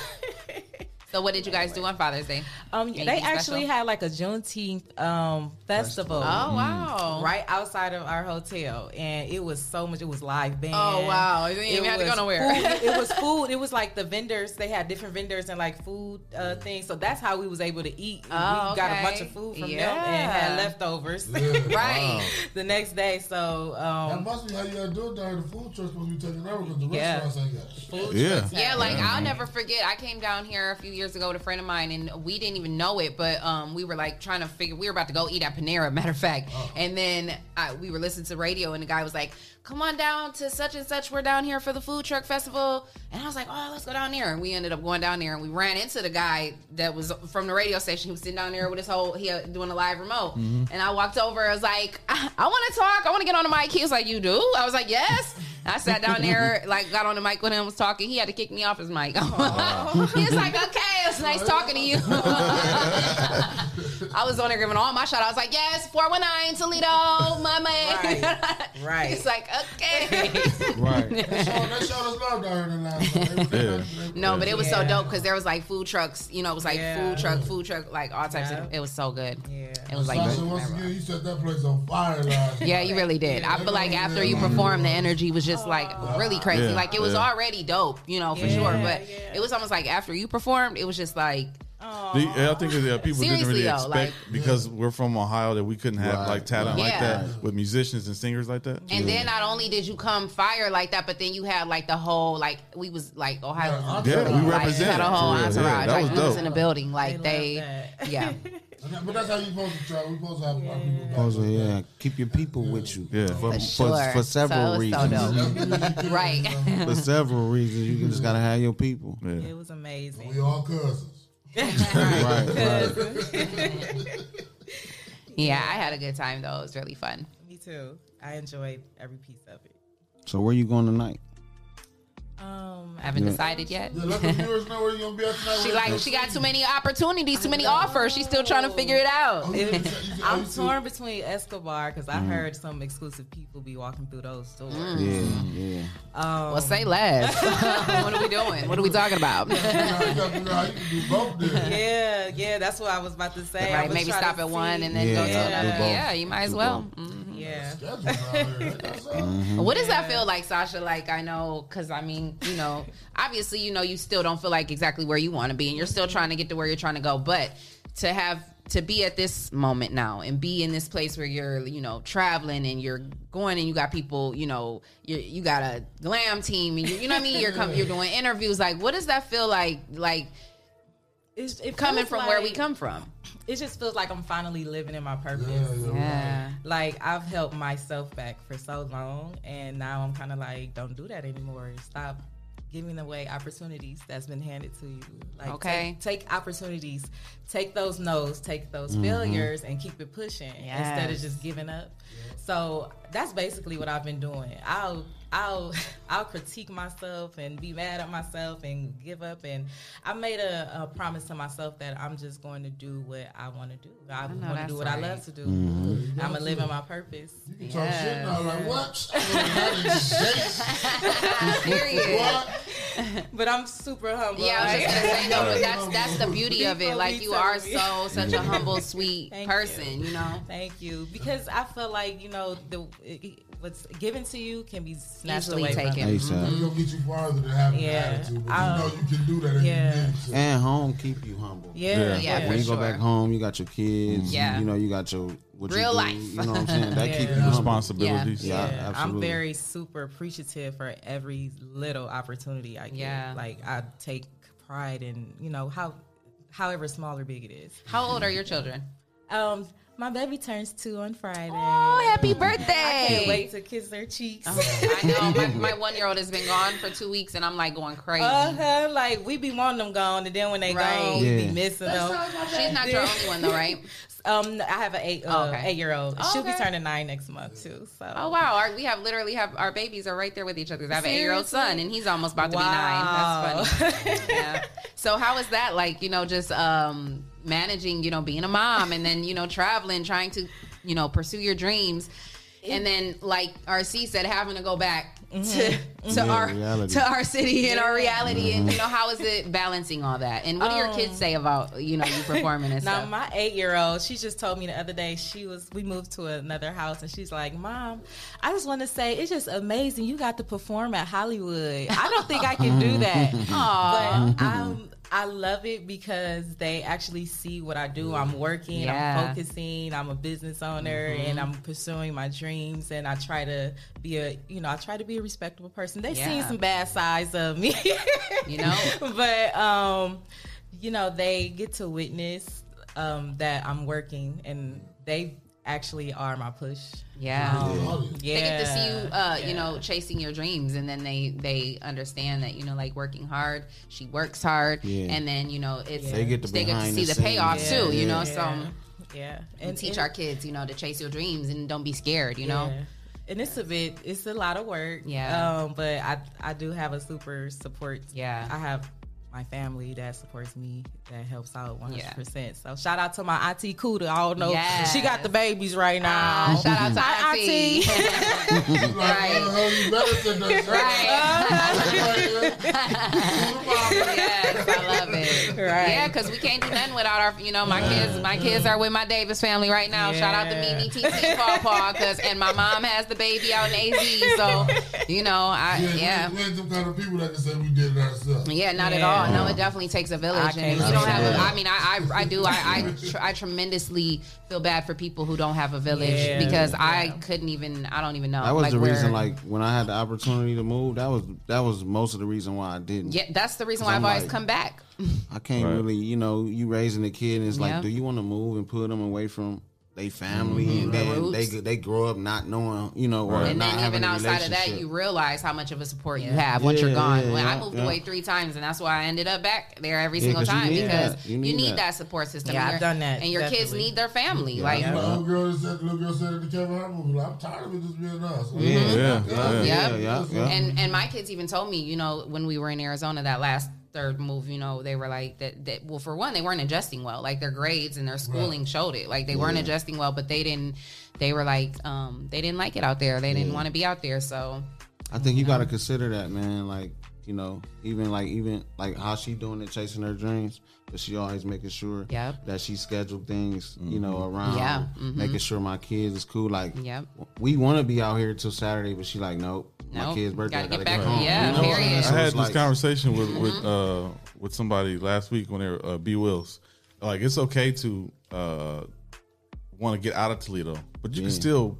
Speaker 10: So what did you guys do on Father's Day?
Speaker 21: Um,
Speaker 10: Anything
Speaker 21: they actually
Speaker 10: special?
Speaker 21: had like a Juneteenth um, festival. Mm-hmm.
Speaker 10: Oh, wow. Mm.
Speaker 21: Right outside of our hotel, and it was so much. It was live band.
Speaker 10: Oh, wow. You didn't even have to go
Speaker 21: was
Speaker 10: nowhere. <laughs>
Speaker 21: food- it was food. It was like the vendors. They had different vendors and like food uh, things. So that's how we was able to eat.
Speaker 10: Oh,
Speaker 21: we got
Speaker 10: okay.
Speaker 21: a bunch of food from them and
Speaker 10: Yeah.
Speaker 21: had leftovers.
Speaker 10: <laughs> Right. Wow.
Speaker 21: <laughs> The next day, so
Speaker 11: That
Speaker 21: um,
Speaker 11: must be how you gotta do it during the food truck's supposed to be taking over because the
Speaker 21: Yeah.
Speaker 11: restaurants ain't got shit. Mm-hmm.
Speaker 12: Yeah.
Speaker 10: Yeah, like
Speaker 12: Yeah.
Speaker 10: I'll never forget. I came down here a few years ago with a friend of mine, and we didn't even know it, but um, we were like trying to figure. We were about to go eat at Panera, <laughs> matter of fact, and then I, we were listening to radio, and the guy was like, "Come on down to such and such. We're down here for the food truck festival," and I was like, "Oh, let's go down there." And we ended up going down there, and we ran into the guy that was from the radio station. He was sitting down there with his whole he had- doing a live remote,
Speaker 22: Mhm.
Speaker 10: and I walked over. I was like, "I, I want to talk. I want to get on the mic." He was like, "You do?" I was like, "Yes." I sat down there, like got on the mic with him, was talking. He had to kick me off his mic. <laughs> he was like, okay, it's nice talking to you. I was on there giving all my shot. I was like, yes, 419 Toledo, my man. <laughs>
Speaker 21: right.
Speaker 10: He's like, okay. <laughs>
Speaker 11: They showed, they showed us love down here in Atlanta.
Speaker 10: No, but it was so
Speaker 11: Yeah.
Speaker 10: dope because there was like food trucks, you know, it was like
Speaker 11: Yeah.
Speaker 10: food truck, food truck, like all types of, it was so good. Yeah. It was like,
Speaker 11: Sasha, once again, you set that place on fire last night.
Speaker 10: Yeah, you really did. I feel like after you performed, the energy was just like really crazy.
Speaker 11: Yeah,
Speaker 10: like it was
Speaker 12: yeah.
Speaker 10: already dope, you know, for
Speaker 12: Yeah,
Speaker 10: sure. But it was almost like after you performed, it was just like
Speaker 12: The- I think that uh, people didn't
Speaker 10: Seriously,
Speaker 12: really
Speaker 10: though,
Speaker 12: expect
Speaker 10: like-
Speaker 12: because we're from Ohio that we couldn't have
Speaker 13: Right,
Speaker 12: like talent
Speaker 10: right.
Speaker 12: like
Speaker 10: Yeah.
Speaker 12: that with musicians and singers like that.
Speaker 10: And then not only did you come fire like that, but then you had like the whole like we was like Ohio. was
Speaker 12: Yeah,
Speaker 10: really,
Speaker 12: we
Speaker 10: like,
Speaker 12: represented,
Speaker 10: Had a
Speaker 12: for
Speaker 10: whole
Speaker 12: real, yeah,
Speaker 10: entourage.
Speaker 12: that
Speaker 10: like
Speaker 12: was
Speaker 10: we was
Speaker 12: dope.
Speaker 10: in the building. Like they,
Speaker 12: <laughs>
Speaker 10: yeah.
Speaker 11: And that- But that's how you supposed to travel. We supposed to have our people back.
Speaker 13: Also, yeah, keep your people with you. Yeah, for, for,
Speaker 10: sure.
Speaker 13: for several
Speaker 10: So it was so
Speaker 13: reasons. <laughs>
Speaker 10: right. <laughs>
Speaker 13: for several reasons, you just gotta have your people.
Speaker 21: it was amazing.
Speaker 11: We all
Speaker 21: <laughs>
Speaker 11: cousins.
Speaker 13: Right,
Speaker 21: Cousins.
Speaker 10: <laughs> yeah, I had a good time though. It was really fun.
Speaker 21: Me too. I enjoyed every piece of it.
Speaker 13: So where you going tonight?
Speaker 21: Um,
Speaker 10: I haven't decided yet.
Speaker 11: Yeah,
Speaker 10: <laughs>
Speaker 11: let the viewers know where you're gonna be at tonight.
Speaker 10: She like she got too many opportunities, too many offers. She's still trying to figure it
Speaker 11: Oh,
Speaker 10: out.
Speaker 21: I'm torn between Escobar because
Speaker 10: Mm-hmm.
Speaker 21: I heard some exclusive people be walking through those stores.
Speaker 10: Mm.
Speaker 13: yeah.
Speaker 21: Um,
Speaker 10: well, say less.
Speaker 21: <laughs>
Speaker 10: <laughs> what are we doing? What are we talking about?
Speaker 21: yeah, yeah, that's what I was about to say. I
Speaker 10: Right,
Speaker 21: was
Speaker 10: maybe
Speaker 21: trying to
Speaker 10: stop at one
Speaker 21: see-
Speaker 10: and then go to another. Yeah, you might as well.
Speaker 21: Yeah.
Speaker 10: What does that feel like, Sasha? Like, I know, because I mean, you know, <laughs> obviously, you know, you still don't feel like exactly where you want to be and you're still trying to get to where you're trying to go. But to have, to be at this moment now and be in this place where you're, you know, traveling and you're going and you got people, you know, you, you got a glam team and you, you know what I mean? You're, com- you're doing interviews. Like, what does that feel like? Like,
Speaker 21: It's, it
Speaker 10: coming
Speaker 21: feels
Speaker 10: from where we
Speaker 21: like-
Speaker 10: come from.
Speaker 21: It just feels like I'm finally living in my purpose.
Speaker 10: yeah, Yeah. right.
Speaker 21: Like I've helped myself back for so long, and now I'm kind of like, don't do that anymore. Stop giving away opportunities that's been handed to you. Like,
Speaker 10: Okay.
Speaker 21: take, take opportunities, take those no's, take those
Speaker 10: Mhm.
Speaker 21: failures, and keep it pushing instead of
Speaker 10: Yes.
Speaker 21: just giving up. So that's basically what I've been doing. I'll I'll <laughs> I'll critique myself and be mad at myself and give up. And I made a, a promise to myself that I'm just going to do what I want to do. I,
Speaker 10: know
Speaker 21: want to
Speaker 10: that's
Speaker 21: do what I love
Speaker 10: right.
Speaker 21: to do.
Speaker 10: Mhm.
Speaker 21: I'm gonna live in my purpose.
Speaker 11: can Mm-hmm. talk shit now, like,
Speaker 10: <laughs>
Speaker 11: what?
Speaker 21: Period.
Speaker 10: What?
Speaker 21: <laughs> But I'm super humble.
Speaker 10: Yeah, I was just gonna say
Speaker 21: <laughs>
Speaker 10: no, but
Speaker 21: Like-
Speaker 10: that's that's the beauty of it.
Speaker 21: People
Speaker 10: Like
Speaker 21: be
Speaker 10: you are
Speaker 21: telling me.
Speaker 10: so such
Speaker 21: <laughs>
Speaker 10: a humble, sweet
Speaker 21: Thank
Speaker 10: person. You know,
Speaker 21: Thank you, because I feel like you know the it- what's given to you can be snatched
Speaker 10: Easily
Speaker 21: away
Speaker 10: taken.
Speaker 21: From you.
Speaker 13: Nice, uh,
Speaker 11: It's gonna get you farther than having
Speaker 21: Yeah.
Speaker 11: an attitude, but
Speaker 21: I'll-
Speaker 11: you know you can do that. if you
Speaker 21: Yeah.
Speaker 11: give to.
Speaker 13: And home keep you humble.
Speaker 21: Yeah, Yeah. yeah,
Speaker 13: when
Speaker 21: for
Speaker 13: you go back
Speaker 21: sure.
Speaker 13: home, you got your kids.
Speaker 21: Yeah.
Speaker 13: Yeah. You know, you got your what you
Speaker 21: Real
Speaker 13: do,
Speaker 21: life.
Speaker 13: You know what I'm saying? That
Speaker 21: Yeah.
Speaker 13: keep you
Speaker 21: Yeah.
Speaker 13: humble.
Speaker 21: Responsibilities.
Speaker 13: Yeah,
Speaker 21: Yeah, I'm
Speaker 13: absolutely.
Speaker 21: very super appreciative for every little opportunity I get.
Speaker 10: Yeah.
Speaker 21: Like I take pride in, you know, how however small or big it is.
Speaker 10: How old are your children?
Speaker 21: Um my baby turns two on Friday.
Speaker 10: Oh, happy birthday. Oh,
Speaker 21: I can't wait to kiss their cheeks.
Speaker 10: I know my, my one year old has been gone for two weeks, and I'm like going crazy.
Speaker 21: Uh-huh, like we be wanting them gone, and then when they
Speaker 10: Right.
Speaker 21: gone, we
Speaker 10: Yeah.
Speaker 21: be missing
Speaker 10: That
Speaker 21: them.
Speaker 10: sounds like She's not your
Speaker 21: Yeah.
Speaker 10: only
Speaker 21: <laughs>
Speaker 10: one, though, right?
Speaker 21: um, I have an eight, uh,
Speaker 10: Okay.
Speaker 21: eight year old.
Speaker 10: Oh,
Speaker 21: She'll be
Speaker 10: okay.
Speaker 21: turning nine next month too. So,
Speaker 10: Oh wow, our, we have literally have our babies are right there with each other. 'Cause I have an eight year old son,
Speaker 21: Seriously?
Speaker 10: and he's almost about to
Speaker 21: Wow. <laughs>
Speaker 10: be nine. That's funny. yeah. So how is that like? You know, just um, managing, you know, being a mom, and then you know, traveling, trying to, you know, pursue your dreams. And then, like RC said, having to go back to to
Speaker 13: Yeah,
Speaker 10: our
Speaker 13: reality. Mm-hmm.
Speaker 10: to our city and our
Speaker 21: Mm-hmm. Yeah.
Speaker 10: reality, and you know, how is it balancing all that? And what do your
Speaker 21: Um,
Speaker 10: kids say about you know you performing
Speaker 21: <laughs>
Speaker 10: and
Speaker 21: now
Speaker 10: stuff?
Speaker 21: my eight year old, she just told me the other day she was. We moved to another house, and she's like, "Mom, I just want to say it's just amazing. You got to perform at Hollywood. <laughs> I don't think I can do that,
Speaker 10: Aw.
Speaker 21: but I'm." I love it because they actually see what I do. I'm working,
Speaker 10: Yeah.
Speaker 21: I'm focusing, I'm a business owner,
Speaker 10: Mhm.
Speaker 21: and I'm pursuing my dreams. And I try to be a, you know, I try to be a respectable person. They've seen
Speaker 10: Yeah.
Speaker 21: some bad <laughs> sides of me.
Speaker 10: you know,
Speaker 21: but um, you know, they get to witness um, that I'm working, and they actually are my push.
Speaker 10: Yeah.
Speaker 21: Um,
Speaker 10: they get to see you, uh,
Speaker 21: yeah.
Speaker 10: you know, chasing your dreams, and then they they understand that you know, like working hard, she works hard,
Speaker 13: Yeah.
Speaker 10: and then you know, it's
Speaker 13: They get the behind
Speaker 10: see
Speaker 13: the
Speaker 10: the payoff
Speaker 13: scenes.
Speaker 10: too, you know.
Speaker 13: Yeah.
Speaker 10: So um,
Speaker 21: Yeah,
Speaker 10: we teach our kids, you know, to chase your dreams and don't be scared, you know.
Speaker 21: Yeah. And it's a bit, it's a lot of work.
Speaker 10: Yeah.
Speaker 21: Um, but I, I do have a super support.
Speaker 10: Yeah.
Speaker 21: I have my family that supports me, that helps out 100%.
Speaker 10: Yeah.
Speaker 21: So shout out to my auntie Kuda. I don't know. She got the babies right now.
Speaker 10: Ah, shout out to
Speaker 21: Hi,
Speaker 10: auntie. <laughs>
Speaker 21: Mm-hmm.
Speaker 10: yes, I love it.
Speaker 21: Right.
Speaker 10: Yeah, because we can't do nothing without our, you know, my kids. My kids are with my Davis family right now. Shout out to
Speaker 21: Yeah.
Speaker 10: Mimi, TT, Paw Paw, because and my mom has the baby out in AZ, so you know, I
Speaker 11: Yeah,
Speaker 10: yeah.
Speaker 11: We, we ain't them kind of people that can say we did it ourselves.
Speaker 10: Yeah, not at all. No, it definitely takes a
Speaker 11: I
Speaker 10: village, and
Speaker 11: can't
Speaker 10: if you don't
Speaker 11: say
Speaker 10: have. A,
Speaker 11: that.
Speaker 10: I mean, I I, I do. I I, tr- I tremendously feel bad for people who don't have a village
Speaker 13: Yeah.
Speaker 10: because I couldn't even. I don't even know.
Speaker 13: That was the reason,
Speaker 10: Um, where-
Speaker 13: like when I had the opportunity to move, that was that was most of the reason why I didn't.
Speaker 10: Yeah, that's the reason why
Speaker 13: I'm
Speaker 10: I've always
Speaker 13: like-
Speaker 10: come back.
Speaker 13: I can't
Speaker 10: Right.
Speaker 13: really, you know, you raising a kid and it's
Speaker 10: Yeah.
Speaker 13: like, do you want to move and put them away from they family, and then they they grow up not knowing, you know, or
Speaker 10: and
Speaker 13: not
Speaker 10: then
Speaker 13: having
Speaker 10: even
Speaker 13: a
Speaker 10: outside of that,
Speaker 13: relationship.
Speaker 10: you realize how much of a support you have once
Speaker 13: Yeah,
Speaker 10: you're gone.
Speaker 13: yeah,
Speaker 10: When I
Speaker 13: yeah,
Speaker 10: moved
Speaker 13: yeah.
Speaker 10: away three times, and that's why I ended up back there every
Speaker 13: Yeah,
Speaker 10: single
Speaker 13: 'cause you
Speaker 10: time
Speaker 13: need
Speaker 10: because
Speaker 13: that.
Speaker 10: you need, that. support system.
Speaker 21: Yeah,
Speaker 10: and
Speaker 21: I've
Speaker 10: your-
Speaker 21: done that,
Speaker 10: and your kids
Speaker 21: definitely.
Speaker 10: need their family.
Speaker 21: Yeah.
Speaker 10: Like,
Speaker 11: Yeah, the little girl said, the little girl said at the Kevin Hart movie, like, I'm tired of it just being us.
Speaker 10: Yeah,
Speaker 13: yeah, yeah,
Speaker 10: Yep.
Speaker 13: yeah, yeah, yeah.
Speaker 10: And and my kids even told me, you know, when we were in Arizona that last third move, you know, they were like that that well for one, they weren't adjusting well. Like their grades and their schooling showed it. Like they weren't
Speaker 21: Yeah.
Speaker 10: adjusting well, but they didn't they were like um they didn't like it out there. They didn't
Speaker 13: Yeah.
Speaker 10: want to be out there. So
Speaker 13: I think you got to consider that, man. Like, you know, even like even like how she doing it, chasing her dreams, but she always making sure
Speaker 10: Yep.
Speaker 13: that she scheduled things, you know,
Speaker 12: Mm-hmm.
Speaker 10: Mhm.
Speaker 13: around,
Speaker 10: Yeah, mhm.
Speaker 13: making sure my kids is cool. Like,
Speaker 10: Yep.
Speaker 13: we want to be out here till Saturday, but she like, nope, my
Speaker 10: Nope.
Speaker 13: kids' birthday,
Speaker 10: Gotta
Speaker 13: I gotta
Speaker 10: get back-
Speaker 13: go home. You
Speaker 10: yeah,
Speaker 13: know what I'm
Speaker 10: period. Mm-hmm.
Speaker 13: saying?
Speaker 12: I had
Speaker 10: Yeah.
Speaker 13: So it's
Speaker 12: this
Speaker 13: like-
Speaker 12: conversation with with uh, with somebody last week when they were uh, B Wills. Like it's okay to uh, want to get out of Toledo, but you can
Speaker 13: Yeah.
Speaker 12: still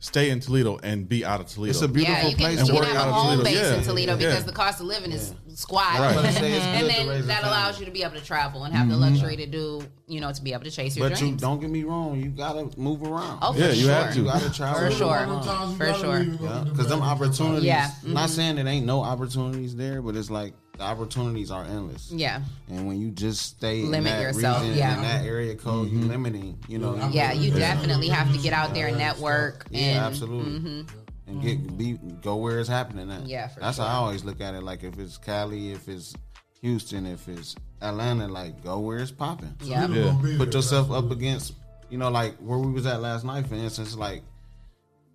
Speaker 12: stay in Toledo and be out of Toledo.
Speaker 13: It's a beautiful
Speaker 10: yeah, you can, you
Speaker 12: And
Speaker 10: can
Speaker 12: work
Speaker 10: have
Speaker 12: out
Speaker 10: a
Speaker 12: of
Speaker 10: home base
Speaker 12: Yeah.
Speaker 10: in Toledo
Speaker 12: Yeah.
Speaker 10: because
Speaker 12: Yeah.
Speaker 10: the cost of living is squad,
Speaker 12: Right. I was gonna say it's
Speaker 10: and
Speaker 13: good to raise
Speaker 10: then
Speaker 13: a
Speaker 10: that
Speaker 13: family.
Speaker 10: allows you to be able to travel and have the
Speaker 13: Mhm.
Speaker 10: luxury to do, you know, to be able to chase your
Speaker 13: But you
Speaker 10: dreams.
Speaker 13: don't get me wrong, you gotta move around.
Speaker 10: Oh, for Yeah, you sure. have to.
Speaker 13: You gotta travel
Speaker 10: For sure.
Speaker 13: around.
Speaker 10: For sure.
Speaker 13: Yeah, Cause them opportunities.
Speaker 10: Yeah.
Speaker 13: Not
Speaker 10: Mhm.
Speaker 13: saying it ain't no opportunities there, but it's like the opportunities are endless.
Speaker 10: Yeah.
Speaker 13: And when you just stay in
Speaker 10: Limit
Speaker 13: that
Speaker 10: yourself,
Speaker 13: region,
Speaker 10: yeah.
Speaker 13: in that area code,
Speaker 10: Mm-hmm.
Speaker 13: you limiting. You know.
Speaker 10: Yeah, you definitely have to get out there and network.
Speaker 13: Yeah,
Speaker 10: and,
Speaker 13: absolutely.
Speaker 10: Mhm.
Speaker 13: And get be go where it's happening at.
Speaker 10: Yeah, for
Speaker 13: that's
Speaker 10: sure.
Speaker 13: how I always look at it. Like if it's Cali, if it's Houston, if it's Atlanta, like go where it's popping.
Speaker 10: Yeah. People gonna be
Speaker 13: Put
Speaker 10: there,
Speaker 13: yourself up against, you know, like where we was at last night, for instance, like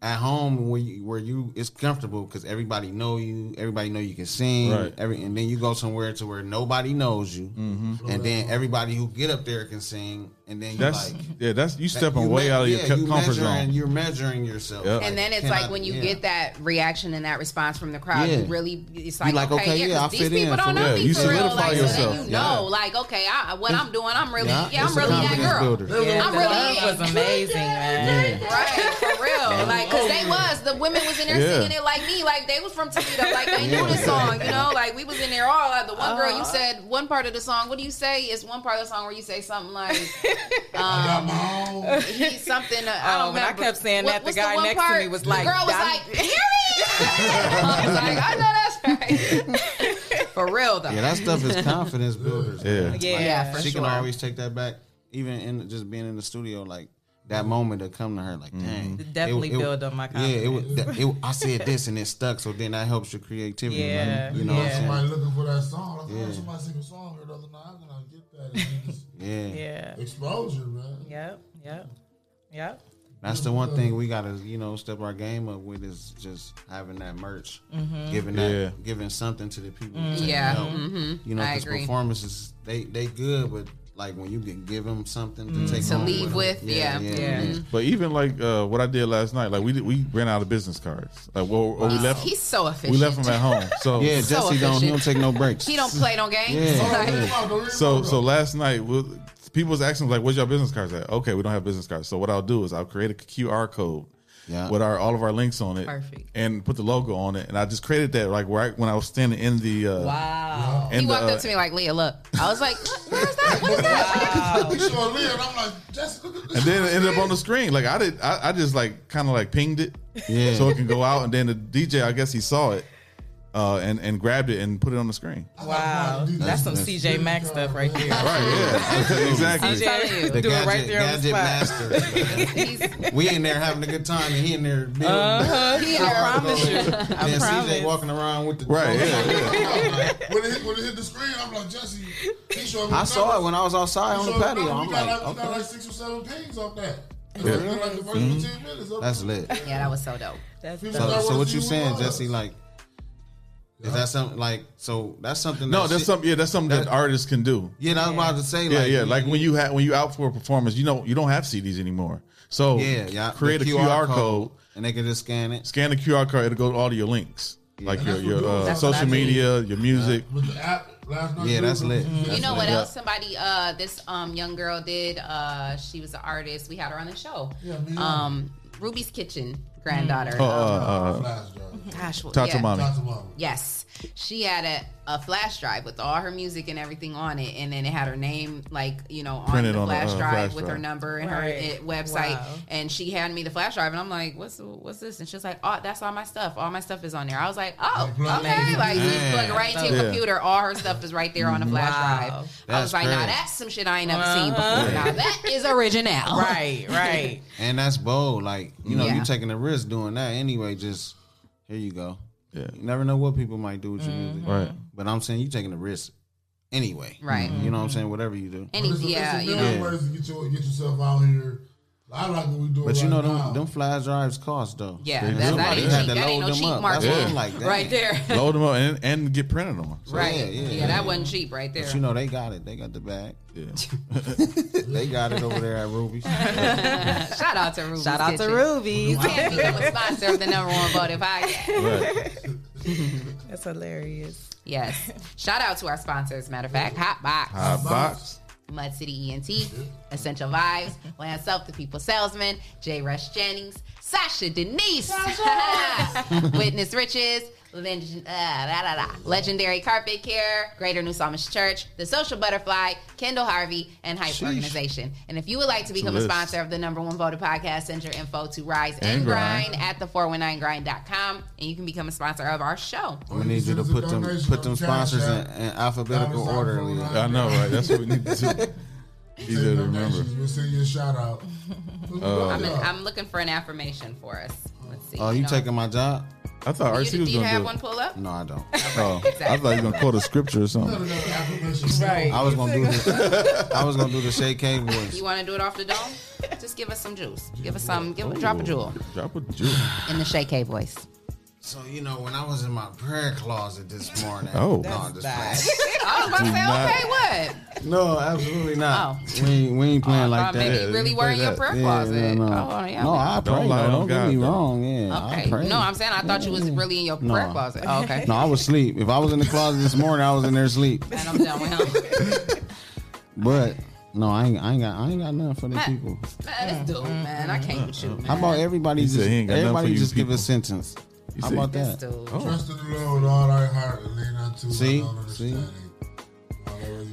Speaker 13: at home where you, where you it's comfortable because everybody know you, everybody know you can sing,
Speaker 12: Right.
Speaker 13: every, and then you go somewhere to where nobody knows you, Mm-hmm. and then everybody who get up there can sing, and then you
Speaker 12: That's-
Speaker 13: like
Speaker 12: yeah, that's- you
Speaker 13: that-
Speaker 12: stepping way out of your co-
Speaker 13: you
Speaker 12: comfort
Speaker 13: measuring-
Speaker 12: zone.
Speaker 13: You're measuring yourself,
Speaker 12: Yep.
Speaker 10: And then it's
Speaker 13: Uh, can
Speaker 10: like
Speaker 13: I-
Speaker 10: when you
Speaker 13: yeah.
Speaker 10: get that reaction and that response from the crowd,
Speaker 13: Yeah.
Speaker 10: you really it's
Speaker 13: You
Speaker 10: like,
Speaker 13: like,
Speaker 10: okay,
Speaker 13: okay,
Speaker 10: yeah,
Speaker 13: yeah,
Speaker 10: 'cause
Speaker 13: I
Speaker 10: these
Speaker 13: fit in
Speaker 10: people don't
Speaker 13: for
Speaker 10: know
Speaker 13: real.
Speaker 10: me
Speaker 13: You
Speaker 10: for real.
Speaker 13: solidify
Speaker 10: Like, so then
Speaker 13: yourself.
Speaker 10: you
Speaker 13: Yeah.
Speaker 10: know, like, okay, I, what I'm doing, I'm really, yeah,
Speaker 13: Yeah,
Speaker 10: I'm
Speaker 13: it's a
Speaker 10: really that
Speaker 13: confidence
Speaker 10: girl.
Speaker 13: builder.
Speaker 21: Yeah,
Speaker 10: I'm
Speaker 21: the
Speaker 10: really
Speaker 21: love
Speaker 10: that
Speaker 21: was amazing, man.
Speaker 10: Right, for real. Like, cause
Speaker 12: oh.
Speaker 10: they was the women was in there
Speaker 21: Yeah.
Speaker 10: singing it like me, like they was from Toledo, like they knew
Speaker 21: Yeah.
Speaker 10: the song, you know. Like we was in there all. Like, the one girl, you
Speaker 21: Uh-huh.
Speaker 10: said one part of the song. What do you say? Is one part of the song where you say something like, um, he- something. uh, I
Speaker 21: Oh,
Speaker 10: don't
Speaker 21: when I
Speaker 10: remember.
Speaker 21: kept saying
Speaker 10: What-
Speaker 21: that, the
Speaker 10: what's
Speaker 21: guy
Speaker 10: one
Speaker 21: next to me was
Speaker 10: the
Speaker 21: like,
Speaker 10: girl was
Speaker 21: "Done."
Speaker 10: like, "Hear me?"
Speaker 13: <laughs>
Speaker 21: <laughs>
Speaker 10: I was like, I know
Speaker 21: <laughs>
Speaker 10: that's right. For real though.
Speaker 13: Yeah, that stuff is confidence builders.
Speaker 12: Yeah.
Speaker 13: man. Like,
Speaker 10: Yeah, yeah, for
Speaker 13: she
Speaker 10: sure.
Speaker 13: can always take that back, even in just being in the studio. Like that
Speaker 10: Mm-hmm.
Speaker 13: moment to come to her, like
Speaker 12: Mm-hmm.
Speaker 13: dang,
Speaker 21: It definitely build up my
Speaker 13: Yeah, it, was- that- it, I said this and it stuck, so then that helps your creativity.
Speaker 10: <laughs>
Speaker 13: like,
Speaker 21: Yeah,
Speaker 13: you know what
Speaker 11: Somebody
Speaker 13: I'm
Speaker 11: looking for that song. I heard
Speaker 13: Yeah.
Speaker 11: somebody sing a song here the other night. I'm gonna get
Speaker 13: <laughs>
Speaker 11: that. And it just
Speaker 13: saying? Yeah.
Speaker 21: Yeah.
Speaker 11: Exposure, man.
Speaker 21: Yep, yep, yep.
Speaker 13: That's the one thing we gotta, you know, step our game up with is just having that merch,
Speaker 21: Mhm.
Speaker 13: giving
Speaker 12: Yeah.
Speaker 13: that, giving something to the people.
Speaker 21: Mm.
Speaker 13: to
Speaker 21: Yeah.
Speaker 13: help.
Speaker 21: Mhm.
Speaker 13: you know,
Speaker 21: I
Speaker 13: because
Speaker 21: agree.
Speaker 13: performances they they good, but like when you can give them something to
Speaker 10: Mm.
Speaker 13: take
Speaker 10: To
Speaker 13: home
Speaker 10: leave
Speaker 13: with,
Speaker 10: with,
Speaker 13: them.
Speaker 10: yeah. Yeah.
Speaker 12: But even like uh, what I did last night, like we did, we ran out of business cards. Like well, or we
Speaker 10: He's-
Speaker 12: left.
Speaker 10: he's so efficient.
Speaker 12: We left them at home. So
Speaker 13: Yeah, So Jesse don't- he don't efficient. take no breaks.
Speaker 10: He don't play no games.
Speaker 12: Yeah.
Speaker 10: Like-
Speaker 12: So so last night, we'll- people was asking like, "Where's your business cards at?" Okay, we don't have business cards. So what I'll do is I'll create a QR code
Speaker 13: Yeah.
Speaker 12: with our all of our links on it,
Speaker 10: Perfect.
Speaker 12: and put the logo on it. And I just created that like where I, when I was standing in the uh,
Speaker 10: Wow.
Speaker 12: in
Speaker 10: he
Speaker 12: the,
Speaker 10: walked
Speaker 12: uh,
Speaker 10: up to me like, Leah, look. I
Speaker 12: <laughs>
Speaker 10: was like, "What? where's that? What's
Speaker 11: Wow. We
Speaker 10: that?
Speaker 11: showing Leah, and I'm like, Jessica, look at
Speaker 12: and then it ended up
Speaker 10: <laughs>
Speaker 12: on the screen. Like I did, I, I just like kind of like pinged it,
Speaker 13: yeah,
Speaker 12: so it can go out. And then the DJ, I guess he saw it, uh, and and grabbed it and put it on the screen.
Speaker 21: Wow, that's some CJ Maxx stuff right there.
Speaker 12: Right,
Speaker 13: <laughs>
Speaker 12: yeah. Exactly.
Speaker 21: I'm telling you,
Speaker 13: The
Speaker 21: do it
Speaker 13: gadget,
Speaker 21: right there on the
Speaker 13: gadget
Speaker 21: spot. <laughs>
Speaker 13: master. man. we in there having a good time, and he in there. building. <laughs>
Speaker 21: Uh-huh. He- I promise you. I
Speaker 13: Then
Speaker 21: promise.
Speaker 13: CJ walking around with the <laughs>
Speaker 12: Right,
Speaker 11: when it hit when it hit the screen, I'm like, Jesse, he showed me
Speaker 13: I saw
Speaker 11: numbers.
Speaker 13: it when I was outside
Speaker 11: He
Speaker 13: on the
Speaker 11: showed me
Speaker 13: patio.
Speaker 11: numbers.
Speaker 13: I'm
Speaker 11: we got
Speaker 13: like,
Speaker 11: we got
Speaker 13: okay.
Speaker 11: like six or seven pings off that.
Speaker 13: Yeah.
Speaker 11: It's been Like the first
Speaker 13: Mhm.
Speaker 11: 15 minutes of
Speaker 13: That's lit.
Speaker 10: Yeah, that was so dope. That's
Speaker 11: People
Speaker 13: So,
Speaker 11: that
Speaker 13: so
Speaker 11: wanna
Speaker 13: what
Speaker 11: see
Speaker 13: you
Speaker 11: who it
Speaker 13: saying,
Speaker 11: was.
Speaker 13: Jesse? Like, is that something like? So that's something.
Speaker 12: No,
Speaker 13: that
Speaker 12: that's
Speaker 13: shit-
Speaker 12: something. Yeah, that's something that, artists can do.
Speaker 13: Yeah, that's what I was about to say.
Speaker 12: Yeah,
Speaker 13: like,
Speaker 12: yeah. Like when you have when you out for a performance, you know you don't have CDs anymore. So
Speaker 13: yeah, yeah.
Speaker 12: create a
Speaker 13: the
Speaker 12: QR code,
Speaker 13: and they can just scan it.
Speaker 12: scan the QR code, it'll go to all of your links, like your your uh,
Speaker 13: That's what I
Speaker 12: social
Speaker 13: mean.
Speaker 12: media, your music.
Speaker 11: With the app last night.
Speaker 13: Yeah, that's lit.
Speaker 10: Mm-hmm. You
Speaker 12: Mm-hmm.
Speaker 13: That's
Speaker 10: know
Speaker 13: lit.
Speaker 10: what
Speaker 12: Yeah.
Speaker 10: else? Somebody, uh, this um, young girl did. Uh, she was an artist. We had her on the show.
Speaker 11: Yeah, me
Speaker 10: um, Ruby's Kitchen granddaughter.
Speaker 12: Oh, uh, uh,
Speaker 10: Gosh, well,
Speaker 12: Talk to
Speaker 10: yeah.
Speaker 12: mommy. Talk to mommy.
Speaker 10: Yes, she had a, a flash drive with all her music and everything on it, and then it had her name, like you know, on
Speaker 12: Printed
Speaker 10: the
Speaker 12: on the,
Speaker 10: flash
Speaker 12: uh,
Speaker 10: drive
Speaker 12: flash
Speaker 10: with her
Speaker 12: drive.
Speaker 10: number and
Speaker 21: Right.
Speaker 10: her uh, website.
Speaker 21: Wow.
Speaker 10: And she handed me the flash drive, and I'm like, "What's what's this?" And she's like, "Oh, that's all my stuff. All my stuff is on there." I was like, "Oh,
Speaker 21: plug it
Speaker 10: okay."
Speaker 21: in.
Speaker 10: Like you just plug it
Speaker 21: Yeah.
Speaker 10: right into your
Speaker 21: Yeah.
Speaker 10: computer. All her stuff is right there on the flash
Speaker 21: Wow.
Speaker 10: drive. I was
Speaker 13: That's
Speaker 10: like, "Now
Speaker 13: great.
Speaker 10: that's some shit I ain't never seen
Speaker 13: Uh-huh.
Speaker 10: before. Now
Speaker 13: Yeah.
Speaker 10: that is original."
Speaker 13: And that's bold. Like, you know,
Speaker 10: Yeah.
Speaker 13: you taking a risk doing that anyway. Just here you go.
Speaker 12: Yeah. Mm-hmm.
Speaker 13: You never know what people might do with your music.
Speaker 12: Right.
Speaker 13: But I'm saying you taking a risk anyway.
Speaker 10: Right.
Speaker 13: You know what I'm saying? Whatever you do.
Speaker 10: Any-
Speaker 11: It's a-
Speaker 10: yeah,
Speaker 11: it's
Speaker 10: you
Speaker 11: a
Speaker 10: know.
Speaker 11: million ways to get, your, get yourself out here. I like what we do.
Speaker 13: But
Speaker 11: right
Speaker 13: you know
Speaker 11: now.
Speaker 13: them, them flash drives cost though.
Speaker 10: Yeah, They that- do. that ain't
Speaker 13: You had
Speaker 10: cheap.
Speaker 13: to
Speaker 10: That ain't
Speaker 13: load
Speaker 10: no
Speaker 13: them
Speaker 10: <laughs> cheap
Speaker 13: up.
Speaker 10: market.
Speaker 13: That's what I'm like, dang.
Speaker 10: Right there.
Speaker 12: Load them up and, and get printed on. So-
Speaker 10: <laughs> Right. Yeah, that wasn't cheap right there.
Speaker 13: But you know they got it. They got the bag.
Speaker 12: Yeah.
Speaker 13: <laughs> they got it over there at
Speaker 10: <laughs>
Speaker 13: Ruby's.
Speaker 10: <laughs> Shout out to Ruby's.
Speaker 21: Shout out to
Speaker 10: Kitchen.
Speaker 21: Ruby's.
Speaker 10: You can't become a sponsor of the
Speaker 13: <laughs>
Speaker 10: number one voted podcast.
Speaker 21: <laughs> That's hilarious.
Speaker 10: Yes. Shout out to our sponsors. Matter of fact, Hot Box.
Speaker 12: Hot box.
Speaker 10: Mud City ENT, Essential Vibes, Lance Up, The People Salesman, J. Rush Jennings, Sasha Denise, <laughs> Witness Riches, Leg- uh, da, da, da. Legendary Carpet Care, Greater New Psalmist Church, The Social Butterfly, Kendall Harvey, and Hype
Speaker 22: Sheesh.
Speaker 10: Organization. And if you would like
Speaker 22: It's
Speaker 10: to
Speaker 22: a
Speaker 10: become a,
Speaker 22: list.
Speaker 10: sponsor of the number one voted podcast, send your info to Rise and,
Speaker 13: And
Speaker 10: grind.
Speaker 13: Grind.
Speaker 10: at the419grind.com and you can become a sponsor of our
Speaker 13: I'm
Speaker 10: show.
Speaker 13: gonna need you to put them put them sponsors in, in alphabetical order. Leah.
Speaker 12: I know, right? That's what we need to do.
Speaker 13: <laughs>
Speaker 12: Easier to remember.
Speaker 11: We'll send you a shout out.
Speaker 12: Uh,
Speaker 10: I'm, I'm looking for an affirmation for us. Let's see.
Speaker 13: Oh, you
Speaker 10: Hold on.
Speaker 13: taking my job?
Speaker 12: I thought RC
Speaker 10: You-
Speaker 12: was
Speaker 10: do you
Speaker 12: gonna
Speaker 10: have
Speaker 12: do it.
Speaker 10: one pull up?
Speaker 13: No, I don't.
Speaker 12: Oh, I thought you were gonna quote a scripture or something.
Speaker 21: Right.
Speaker 13: I was gonna do this.
Speaker 10: <laughs>
Speaker 13: I was gonna do the Shay K voice.
Speaker 10: You want to do it off the dome?
Speaker 12: <laughs>
Speaker 10: Just give us some juice. Give us some. Give drop a jewel
Speaker 12: Oh, Drop a jewel.
Speaker 10: in the Shay K voice.
Speaker 13: So you know when I was in my prayer closet this morning.
Speaker 12: Oh.
Speaker 13: no, I'm
Speaker 12: That's
Speaker 13: just
Speaker 10: <laughs>
Speaker 12: bad.
Speaker 13: playing.
Speaker 10: I was about to
Speaker 13: Do
Speaker 10: say,
Speaker 13: not-
Speaker 10: okay, what?
Speaker 13: No, absolutely not. We ain't, we ain't playing
Speaker 10: Oh, I
Speaker 13: like
Speaker 10: thought
Speaker 13: that.
Speaker 10: maybe you really were in your prayer closet.
Speaker 13: no.
Speaker 10: Oh, yeah,
Speaker 13: no,
Speaker 10: we-
Speaker 13: I pray.
Speaker 12: Don't lie
Speaker 13: though.
Speaker 12: on
Speaker 13: Don't get
Speaker 12: God,
Speaker 13: me
Speaker 12: though.
Speaker 13: wrong. Yeah, I
Speaker 10: Okay.
Speaker 13: pray.
Speaker 10: No, I'm saying I thought you was really in your
Speaker 13: No.
Speaker 10: prayer closet. Oh, okay.
Speaker 13: No, I was asleep. If I was in the closet this morning, I was in there asleep.
Speaker 10: And I'm done with him.
Speaker 13: <laughs> But no, I ain't, I ain't got I ain't got nothing for the people.
Speaker 10: Man, this dude, man, I can't with you, man.
Speaker 13: How about everybody
Speaker 12: He said
Speaker 13: just
Speaker 12: he ain't got nothing for
Speaker 13: everybody
Speaker 12: you
Speaker 13: just give a sentence? How
Speaker 12: said- Oh.
Speaker 13: about
Speaker 12: This
Speaker 13: that? Oh.
Speaker 10: dude.
Speaker 11: Trust in the Lord with all thy heart and lean unto
Speaker 13: See,
Speaker 11: thine own
Speaker 13: see.
Speaker 11: understanding.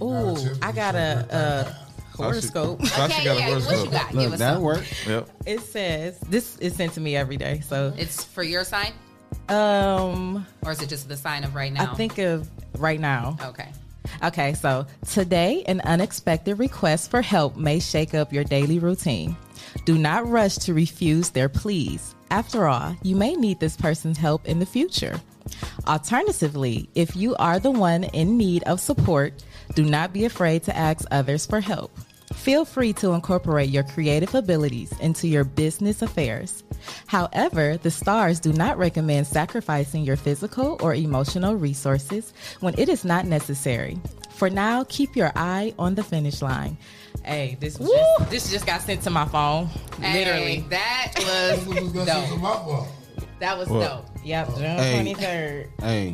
Speaker 21: Ooh, I got a uh, horoscope.
Speaker 11: Sasha- Sasha Okay, got a yeah, what you horoscope. got? Give Look, us that something. worked.
Speaker 12: Yep.
Speaker 21: It says this is sent to me every day. So
Speaker 10: It's for your sign,
Speaker 21: um
Speaker 10: or is it just the sign of right now?
Speaker 21: I think of right now.
Speaker 10: Okay.
Speaker 21: Okay, so today, an unexpected request for help may shake up your daily routine. Do not rush to refuse their pleas. After all, you may need this person's help in the future. Alternatively, if you are the one in need of support, do not be afraid to ask others for help. Feel free to incorporate your creative abilities into your business affairs. However, the stars do not recommend sacrificing your physical or emotional resources when it is not necessary. For now, keep your eye on the finish line. Hey, this was just, this just got sent to my phone.
Speaker 10: Hey,
Speaker 21: Literally,
Speaker 10: <laughs> that was dope. That was
Speaker 12: What?
Speaker 10: dope.
Speaker 21: Yep, June
Speaker 12: Hey.
Speaker 21: twenty third.
Speaker 13: Hey,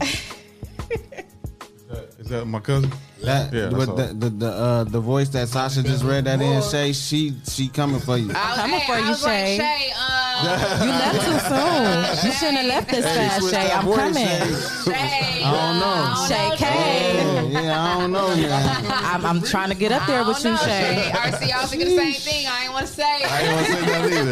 Speaker 12: Is that my cousin?
Speaker 13: that
Speaker 12: yeah, that's
Speaker 13: but the, the the uh, the voice that Sasha just read that in Shay, she she coming for you.
Speaker 10: I was,
Speaker 21: Coming
Speaker 10: hey,
Speaker 21: for
Speaker 10: I
Speaker 21: you,
Speaker 10: was like,
Speaker 21: Shay.
Speaker 10: Shay,
Speaker 13: <laughs>
Speaker 10: uh,
Speaker 21: You left too soon.
Speaker 10: <laughs>
Speaker 21: You shouldn't have left this
Speaker 13: Hey,
Speaker 21: fast,
Speaker 13: switch
Speaker 21: Shay.
Speaker 13: that
Speaker 21: I'm
Speaker 13: voice,
Speaker 21: coming.
Speaker 10: Shay,
Speaker 13: I don't know.
Speaker 21: Shay
Speaker 13: Oh,
Speaker 21: K.
Speaker 13: yeah, I don't know,
Speaker 21: <laughs>
Speaker 13: man.
Speaker 21: I'm, I'm trying to get up there with you, Shay.
Speaker 10: RC, I was thinking the same thing. I ain't want to say.
Speaker 12: I didn't want to say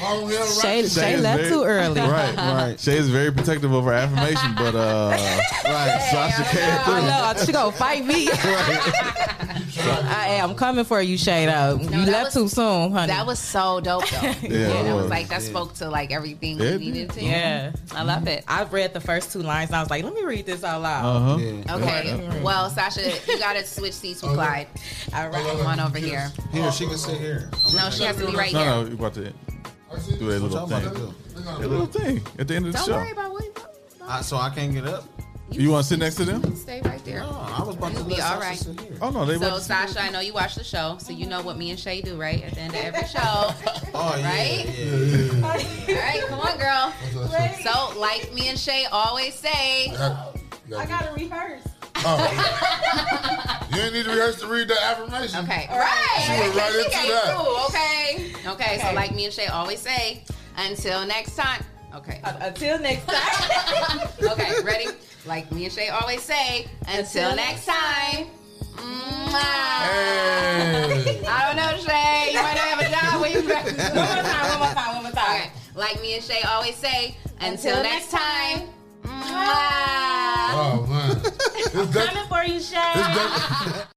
Speaker 12: that
Speaker 10: <laughs>
Speaker 11: either.
Speaker 21: Shay- Shay
Speaker 12: is
Speaker 21: left
Speaker 12: very-
Speaker 21: too
Speaker 12: <laughs>
Speaker 21: early. <laughs>
Speaker 12: Right, right. Shay is very protective over affirmation, but uh, right. Sasha came
Speaker 21: <laughs> I
Speaker 12: through.
Speaker 21: know. She gonna fight me. <laughs> I am coming for you, Shay. Though
Speaker 10: No,
Speaker 21: you
Speaker 10: that
Speaker 21: left
Speaker 10: was-
Speaker 21: too soon, honey.
Speaker 10: That was so dope,
Speaker 21: <laughs>
Speaker 10: though. yeah,
Speaker 21: it
Speaker 10: that was
Speaker 21: was.
Speaker 10: like that spoke to like everything
Speaker 21: Yeah,
Speaker 10: we
Speaker 21: it
Speaker 10: needed to.
Speaker 21: Yeah,
Speaker 10: I love it.
Speaker 21: I read the first two lines and I was like, let me read this out loud.
Speaker 12: Uh-huh.
Speaker 10: Okay, well, Sasha, you gotta switch seats with Clyde. All right, come on over here.
Speaker 13: Here, she can sit here.
Speaker 10: No, she has to be right
Speaker 12: no,
Speaker 10: here.
Speaker 12: no, you about to do a little
Speaker 13: What y'all about
Speaker 12: thing. A little thing at the end of the
Speaker 10: Don't
Speaker 12: show.
Speaker 10: worry about what
Speaker 13: I, so I can't get up.
Speaker 12: You, want to sit next to them?
Speaker 10: Stay right there.
Speaker 13: No, I was about to
Speaker 10: You'll
Speaker 13: let
Speaker 10: be all
Speaker 13: Sasha
Speaker 10: right.
Speaker 13: sit here.
Speaker 12: Oh no, they
Speaker 10: so
Speaker 12: about to-
Speaker 10: Sasha, I know you watch the show, so you know what me and Shay do, right? At the end of every
Speaker 13: <laughs>
Speaker 10: show,
Speaker 13: Oh yeah,
Speaker 10: right?
Speaker 13: yeah, yeah.
Speaker 10: <laughs> All right, come on, girl. So, like me and Shay always say,
Speaker 11: I
Speaker 10: gotta rehearse.
Speaker 11: You ain't need to rehearse to read the affirmation.
Speaker 10: Okay, right.
Speaker 11: She went right
Speaker 10: She
Speaker 11: into
Speaker 10: came
Speaker 11: that.
Speaker 10: through, okay. okay. so like me and Shay always say, Uh, until next time. Okay.
Speaker 21: Until
Speaker 10: <laughs>
Speaker 21: next time.
Speaker 10: okay, ready? Like me and Shay always say, until next time. Mwah. I don't know, Shay. You might not have a job when you practice. <laughs> One more time, one more time, one more time. Okay. Like me and Shay always say, until,
Speaker 21: Until
Speaker 10: next
Speaker 21: next
Speaker 10: time.
Speaker 21: Mwah.
Speaker 11: Oh man.
Speaker 21: Coming for you, Shay.